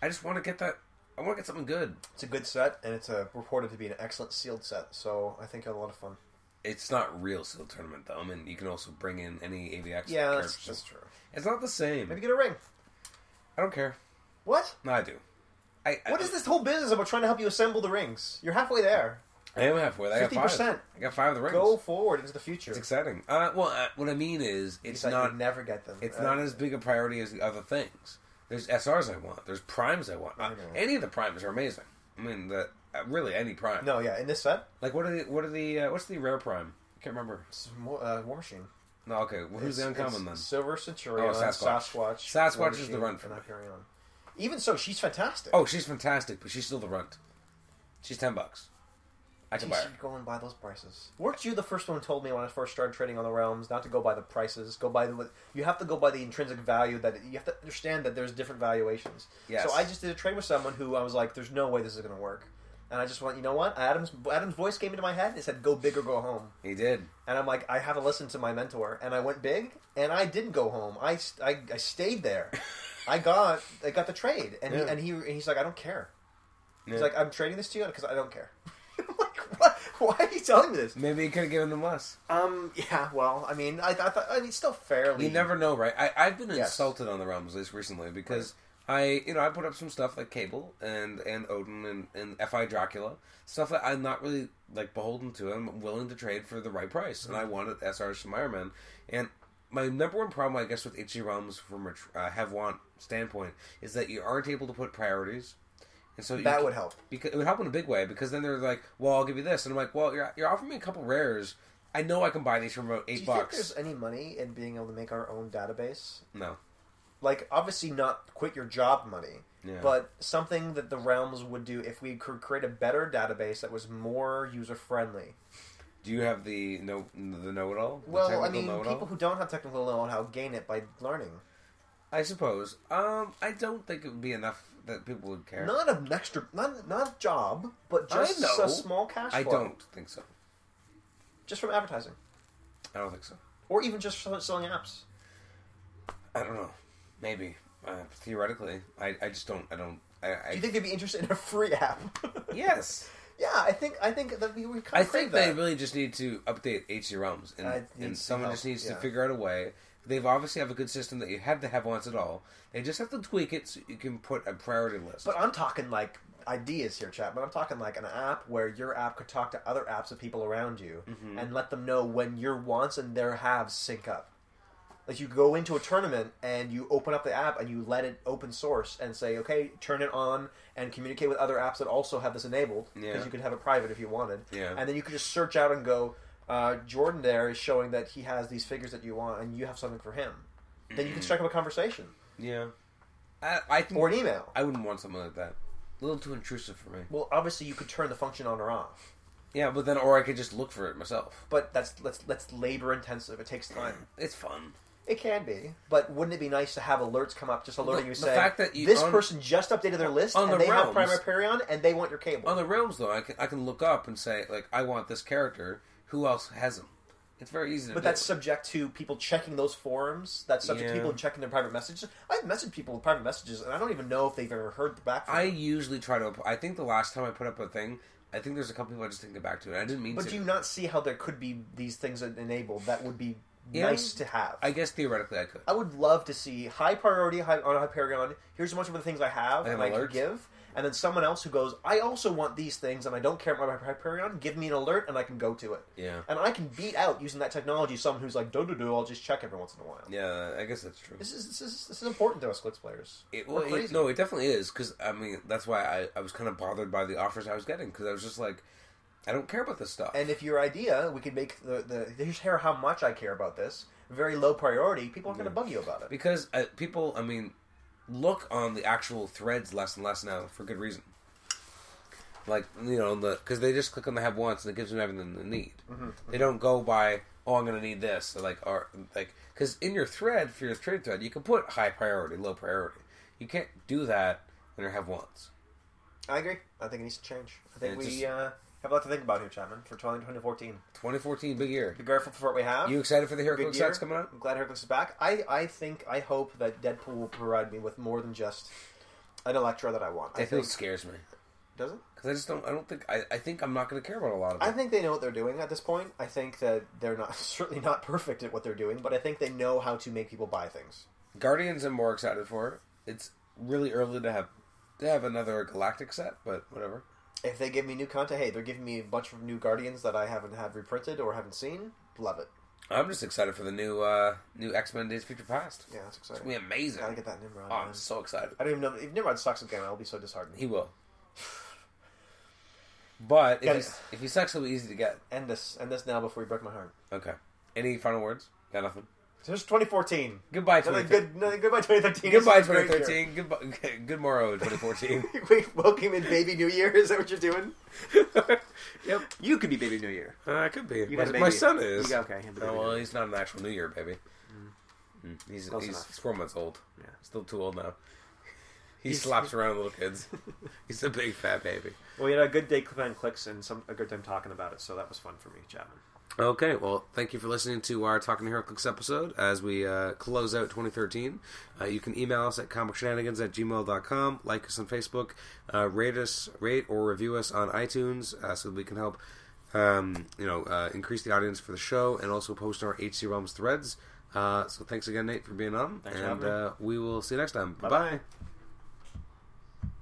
[SPEAKER 1] I just want to get that. I want to get something good.
[SPEAKER 2] uh, It's a good set, and it's a, reported to be an excellent sealed set, so I think I had a lot of fun.
[SPEAKER 1] It's not real seal tournament though. I mean, you can also bring in any AVX.
[SPEAKER 2] Yeah, that's-
[SPEAKER 1] characters.
[SPEAKER 2] that's true.
[SPEAKER 1] It's not the same.
[SPEAKER 2] Maybe get a ring.
[SPEAKER 1] I don't care.
[SPEAKER 2] What?
[SPEAKER 1] No, I do. I,
[SPEAKER 2] What
[SPEAKER 1] I,
[SPEAKER 2] is this whole business about trying to help you assemble the rings? You're halfway there.
[SPEAKER 1] I am halfway. I got five.
[SPEAKER 2] 50%.
[SPEAKER 1] I got five of the rings.
[SPEAKER 2] Go forward into the future.
[SPEAKER 1] It's exciting. Uh, well, uh, what I mean is,
[SPEAKER 2] It's
[SPEAKER 1] it's
[SPEAKER 2] like
[SPEAKER 1] not
[SPEAKER 2] you'd never get them.
[SPEAKER 1] It's
[SPEAKER 2] Uh,
[SPEAKER 1] not as big a priority as the other things. There's SRs I want. There's primes I want. Uh,
[SPEAKER 2] know.
[SPEAKER 1] any of the primes are amazing. I mean, the uh, really any prime.
[SPEAKER 2] No, yeah. In this set,
[SPEAKER 1] Like what are the what are the uh, what's the rare prime? I can't remember.
[SPEAKER 2] it's Mo- uh, War Machine.
[SPEAKER 1] No, okay. Well, who's the
[SPEAKER 2] It's-
[SPEAKER 1] uncommon then?
[SPEAKER 2] it's Silver Centurion,
[SPEAKER 1] Oh, Sasquatch.
[SPEAKER 2] Sasquatch.
[SPEAKER 1] Sasquatch
[SPEAKER 2] War
[SPEAKER 1] is the
[SPEAKER 2] Machine,
[SPEAKER 1] run for
[SPEAKER 2] and
[SPEAKER 1] me.
[SPEAKER 2] Hyperion. Even so, she's fantastic.
[SPEAKER 1] Oh, she's fantastic, but she's still the runt. She's ten bucks. I can
[SPEAKER 2] Jeez,
[SPEAKER 1] buy
[SPEAKER 2] you
[SPEAKER 1] her.
[SPEAKER 2] go and buy those prices. Weren't you the first one who told me when I first started trading on the realms not to go by the prices? Go by the you have to go by the intrinsic value that you have to understand that there's different valuations.
[SPEAKER 1] Yes.
[SPEAKER 2] So I just did a trade with someone who I was like, "There's no way this is going to work," and I just went, "You know what?" Adam's Adam's voice came into my head. It said, "Go big or go home,"
[SPEAKER 1] He did.
[SPEAKER 2] and I'm like, "I have to listen to my mentor," and I went big, and I didn't go home. I st- I, I stayed there. I got I got the trade, and
[SPEAKER 1] Yeah.
[SPEAKER 2] he, and he and he's like, "I don't care."
[SPEAKER 1] Yeah.
[SPEAKER 2] He's like, I'm trading this to you because I don't care. I'm like, what? Why are you telling me this?
[SPEAKER 1] Maybe he could have given them less.
[SPEAKER 2] Um, yeah, well, I mean, I, I thought I mean, it's still fairly.
[SPEAKER 1] You never know, right? I, I've been
[SPEAKER 2] Yes.
[SPEAKER 1] insulted on the realms list recently because I, you know, I put up some stuff like Cable and and Odin and and Fi Dracula stuff that I'm not really like beholden to. I'm willing to trade for the right price, and I
[SPEAKER 2] Mm-hmm.
[SPEAKER 1] wanted SRs from Iron Man. And my number one problem, I guess, with HG realms from a tr- uh, have want standpoint is that you aren't able to put priorities. And so you
[SPEAKER 2] That
[SPEAKER 1] ca-
[SPEAKER 2] would help.
[SPEAKER 1] because it would help in a big way because then they're like, "Well, I'll give you this," and I'm like, "Well, you're, you're offering me a couple rares. I know I can buy these for about
[SPEAKER 2] Do
[SPEAKER 1] eight
[SPEAKER 2] you think
[SPEAKER 1] bucks."
[SPEAKER 2] there's any money in being able to make our own database?
[SPEAKER 1] No,
[SPEAKER 2] Like, obviously, not quit your job money,
[SPEAKER 1] Yeah.
[SPEAKER 2] but something that the realms would do if we could create a better database that was more user friendly.
[SPEAKER 1] Do you have the know the know it all?
[SPEAKER 2] Well, I mean, people who don't have technical know-how gain it by learning.
[SPEAKER 1] I suppose. Um, I don't think it would be enough that people would care.
[SPEAKER 2] Not an extra, not not job, but
[SPEAKER 1] I
[SPEAKER 2] just
[SPEAKER 1] know.
[SPEAKER 2] a small cash.
[SPEAKER 1] I
[SPEAKER 2] flow.
[SPEAKER 1] don't think so.
[SPEAKER 2] just from advertising.
[SPEAKER 1] I don't think so.
[SPEAKER 2] or even just sell- selling apps.
[SPEAKER 1] I don't know. Maybe uh, theoretically, I, I just don't. I don't. I, I
[SPEAKER 2] Do you think they'd be interested in a free app?
[SPEAKER 1] yes.
[SPEAKER 2] yeah, I think I think that we would
[SPEAKER 1] I
[SPEAKER 2] kind of crave
[SPEAKER 1] think they
[SPEAKER 2] that.
[SPEAKER 1] really just need to update HC realms, and,
[SPEAKER 2] I need
[SPEAKER 1] and
[SPEAKER 2] some
[SPEAKER 1] someone
[SPEAKER 2] help,
[SPEAKER 1] just needs
[SPEAKER 2] yeah.
[SPEAKER 1] to figure out a way. They've obviously have a good system that you have to have once at all. They just have to tweak it so you can put a priority list.
[SPEAKER 2] But I'm talking like ideas here, chat. But I'm talking like an app where your app could talk to other apps of people around you
[SPEAKER 1] Mm-hmm.
[SPEAKER 2] and let them know when your wants and their haves sync up. Like you go into a tournament and you open up the app and you let it open source and say, okay, turn it on and communicate with other apps that also have this enabled because
[SPEAKER 1] Yeah.
[SPEAKER 2] you could have it private if you wanted.
[SPEAKER 1] Yeah.
[SPEAKER 2] And then you could just search out and go, uh, Jordan there is showing that he has these figures that you want and you have something for him. Then you
[SPEAKER 1] Mm-hmm.
[SPEAKER 2] can strike up a conversation
[SPEAKER 1] yeah, I, I think
[SPEAKER 2] or an email.
[SPEAKER 1] I wouldn't want something like that. A little too intrusive for me.
[SPEAKER 2] Well, obviously you could turn the function on or off,
[SPEAKER 1] Yeah, but then or I could just look for it myself.
[SPEAKER 2] but that's that's that's labor intensive. It takes time.
[SPEAKER 1] It's fun.
[SPEAKER 2] It can be, but wouldn't it be nice to have alerts come up just alerting
[SPEAKER 1] The-
[SPEAKER 2] you
[SPEAKER 1] the
[SPEAKER 2] saying
[SPEAKER 1] fact that you-
[SPEAKER 2] this
[SPEAKER 1] on-
[SPEAKER 2] person just updated their list
[SPEAKER 1] on
[SPEAKER 2] and
[SPEAKER 1] the
[SPEAKER 2] they
[SPEAKER 1] realms-
[SPEAKER 2] have Prime Hyperion and they want your cable.
[SPEAKER 1] On the realms though, I can I can look up and say like I want this character. Who else has him? It's very easy to.
[SPEAKER 2] but
[SPEAKER 1] do.
[SPEAKER 2] that's subject to people checking those forums. That's subject
[SPEAKER 1] Yeah.
[SPEAKER 2] to people checking their private messages. I've messaged people with private messages, and I don't even know if they've ever heard back. From
[SPEAKER 1] I
[SPEAKER 2] them.
[SPEAKER 1] usually try to. I think the last time I put up a thing, I think there's a couple people I just didn't get back to, and I didn't mean
[SPEAKER 2] But
[SPEAKER 1] to.
[SPEAKER 2] do you not see how there could be these things en- enabled that would be
[SPEAKER 1] Yeah.
[SPEAKER 2] nice to have?
[SPEAKER 1] I guess theoretically I could.
[SPEAKER 2] I would love to see high priority high, on Hyperion. Here's a bunch of the things I have
[SPEAKER 1] Like
[SPEAKER 2] and
[SPEAKER 1] an
[SPEAKER 2] I can
[SPEAKER 1] alert?
[SPEAKER 2] give, and then someone else who goes, I also want these things, and I don't care about my Hyperion. Give me an alert, and I can go to it.
[SPEAKER 1] Yeah.
[SPEAKER 2] and I can beat out using that technology someone who's like, do do do. I'll just check every once in a while.
[SPEAKER 1] Yeah, I guess that's true.
[SPEAKER 2] This is this is this is important to us, Glitz players.
[SPEAKER 1] It,
[SPEAKER 2] We're
[SPEAKER 1] well, it,
[SPEAKER 2] crazy.
[SPEAKER 1] no, it definitely is because I mean that's why I, I was kind of bothered by the offers I was getting because I was just like, I don't care about this stuff.
[SPEAKER 2] And if your idea, we could make the the here's here how much I care about this very low priority. People aren't going to bug you about it.
[SPEAKER 1] because uh, people, I mean, look on the actual threads less and less now for good reason. Like you know, the because they just click on the have once and it gives them everything they need.
[SPEAKER 2] Mm-hmm,
[SPEAKER 1] They don't go by oh I'm going to need this or like or like because in your thread for your trade thread you can put high priority, low priority. You can't do that when you have once.
[SPEAKER 2] I agree. I think it needs to change. I think
[SPEAKER 1] It
[SPEAKER 2] we
[SPEAKER 1] just-
[SPEAKER 2] uh, have a lot to think about here, Chapman, for 20, 2014.
[SPEAKER 1] 2014 big year.
[SPEAKER 2] Be grateful for what we have.
[SPEAKER 1] You excited for the
[SPEAKER 2] good
[SPEAKER 1] Heracles
[SPEAKER 2] year.
[SPEAKER 1] sets coming out?
[SPEAKER 2] I'm glad Hercules is back. I, I think I hope that Deadpool will provide me with more than just an Electro that I want. I
[SPEAKER 1] Deadpool
[SPEAKER 2] think
[SPEAKER 1] scares me.
[SPEAKER 2] Does it?
[SPEAKER 8] Because I just don't. I don't think. I, I think I'm not going to care about a lot of it.
[SPEAKER 2] I think they know what they're doing at this point. I think that they're not certainly not perfect at what they're doing, but I think they know how to make people buy things.
[SPEAKER 8] Guardians, I'm more excited for. It's really early to have to have another Galactic set, but whatever.
[SPEAKER 2] If they give me new content, hey, they're giving me a bunch of new Guardians that I haven't had reprinted or haven't seen. Love it.
[SPEAKER 8] I'm just excited for the new uh, new X Men Days of Future Past.
[SPEAKER 2] Yeah, that's exciting.
[SPEAKER 8] It's gonna be amazing.
[SPEAKER 2] Gotta get that Nimrod.
[SPEAKER 8] Oh,
[SPEAKER 2] man.
[SPEAKER 8] I'm so excited.
[SPEAKER 2] I don't even know if Nimrod sucks again. I'll be so disheartened.
[SPEAKER 8] He will. But if,
[SPEAKER 2] Yeah.
[SPEAKER 8] he's, if he sucks, he'll be easy to get.
[SPEAKER 2] End this. End this now before you break my heart.
[SPEAKER 8] Okay. Any final words? Got nothing.
[SPEAKER 2] There's 2014.
[SPEAKER 8] Goodbye,
[SPEAKER 2] Another
[SPEAKER 8] 2013.
[SPEAKER 2] good. Another goodbye 2013.
[SPEAKER 8] Goodbye,
[SPEAKER 2] It's a great
[SPEAKER 8] 2013. Goodbye. Good morrow, 2014.
[SPEAKER 2] year. we welcome in baby New Year. Is that what you're doing?
[SPEAKER 8] yep.
[SPEAKER 3] You could be Baby New Year.
[SPEAKER 8] Uh, it could be.
[SPEAKER 3] You
[SPEAKER 8] My,
[SPEAKER 3] got a
[SPEAKER 8] my
[SPEAKER 3] baby.
[SPEAKER 8] son is.
[SPEAKER 3] You got, okay. you got the
[SPEAKER 8] Oh,
[SPEAKER 3] baby.
[SPEAKER 8] well, he's not an actual New Year baby. Mm. He's,
[SPEAKER 3] Close
[SPEAKER 8] he's
[SPEAKER 3] enough.
[SPEAKER 8] four months old.
[SPEAKER 3] Yeah.
[SPEAKER 8] Still too old now. He slaps around little kids. he's a big fat baby.
[SPEAKER 3] Well, you had a good day clip and clicks and some a good time talking about it, so that was fun for me, Chapman.
[SPEAKER 1] Okay, well, thank you for listening to our Talking to Heroclix episode as we uh, close out 2013. Uh, you can email us at comicshenanigans at gmail.com, like us on Facebook, uh, rate us, rate or review us on iTunes uh, so that we can help um, you know, uh, increase the audience for the show and also post our HC Realms threads. Uh, so thanks again, Nate, for being on.
[SPEAKER 3] Thanks for having
[SPEAKER 1] and
[SPEAKER 3] me.
[SPEAKER 1] uh, we will see you next time. Bye-bye.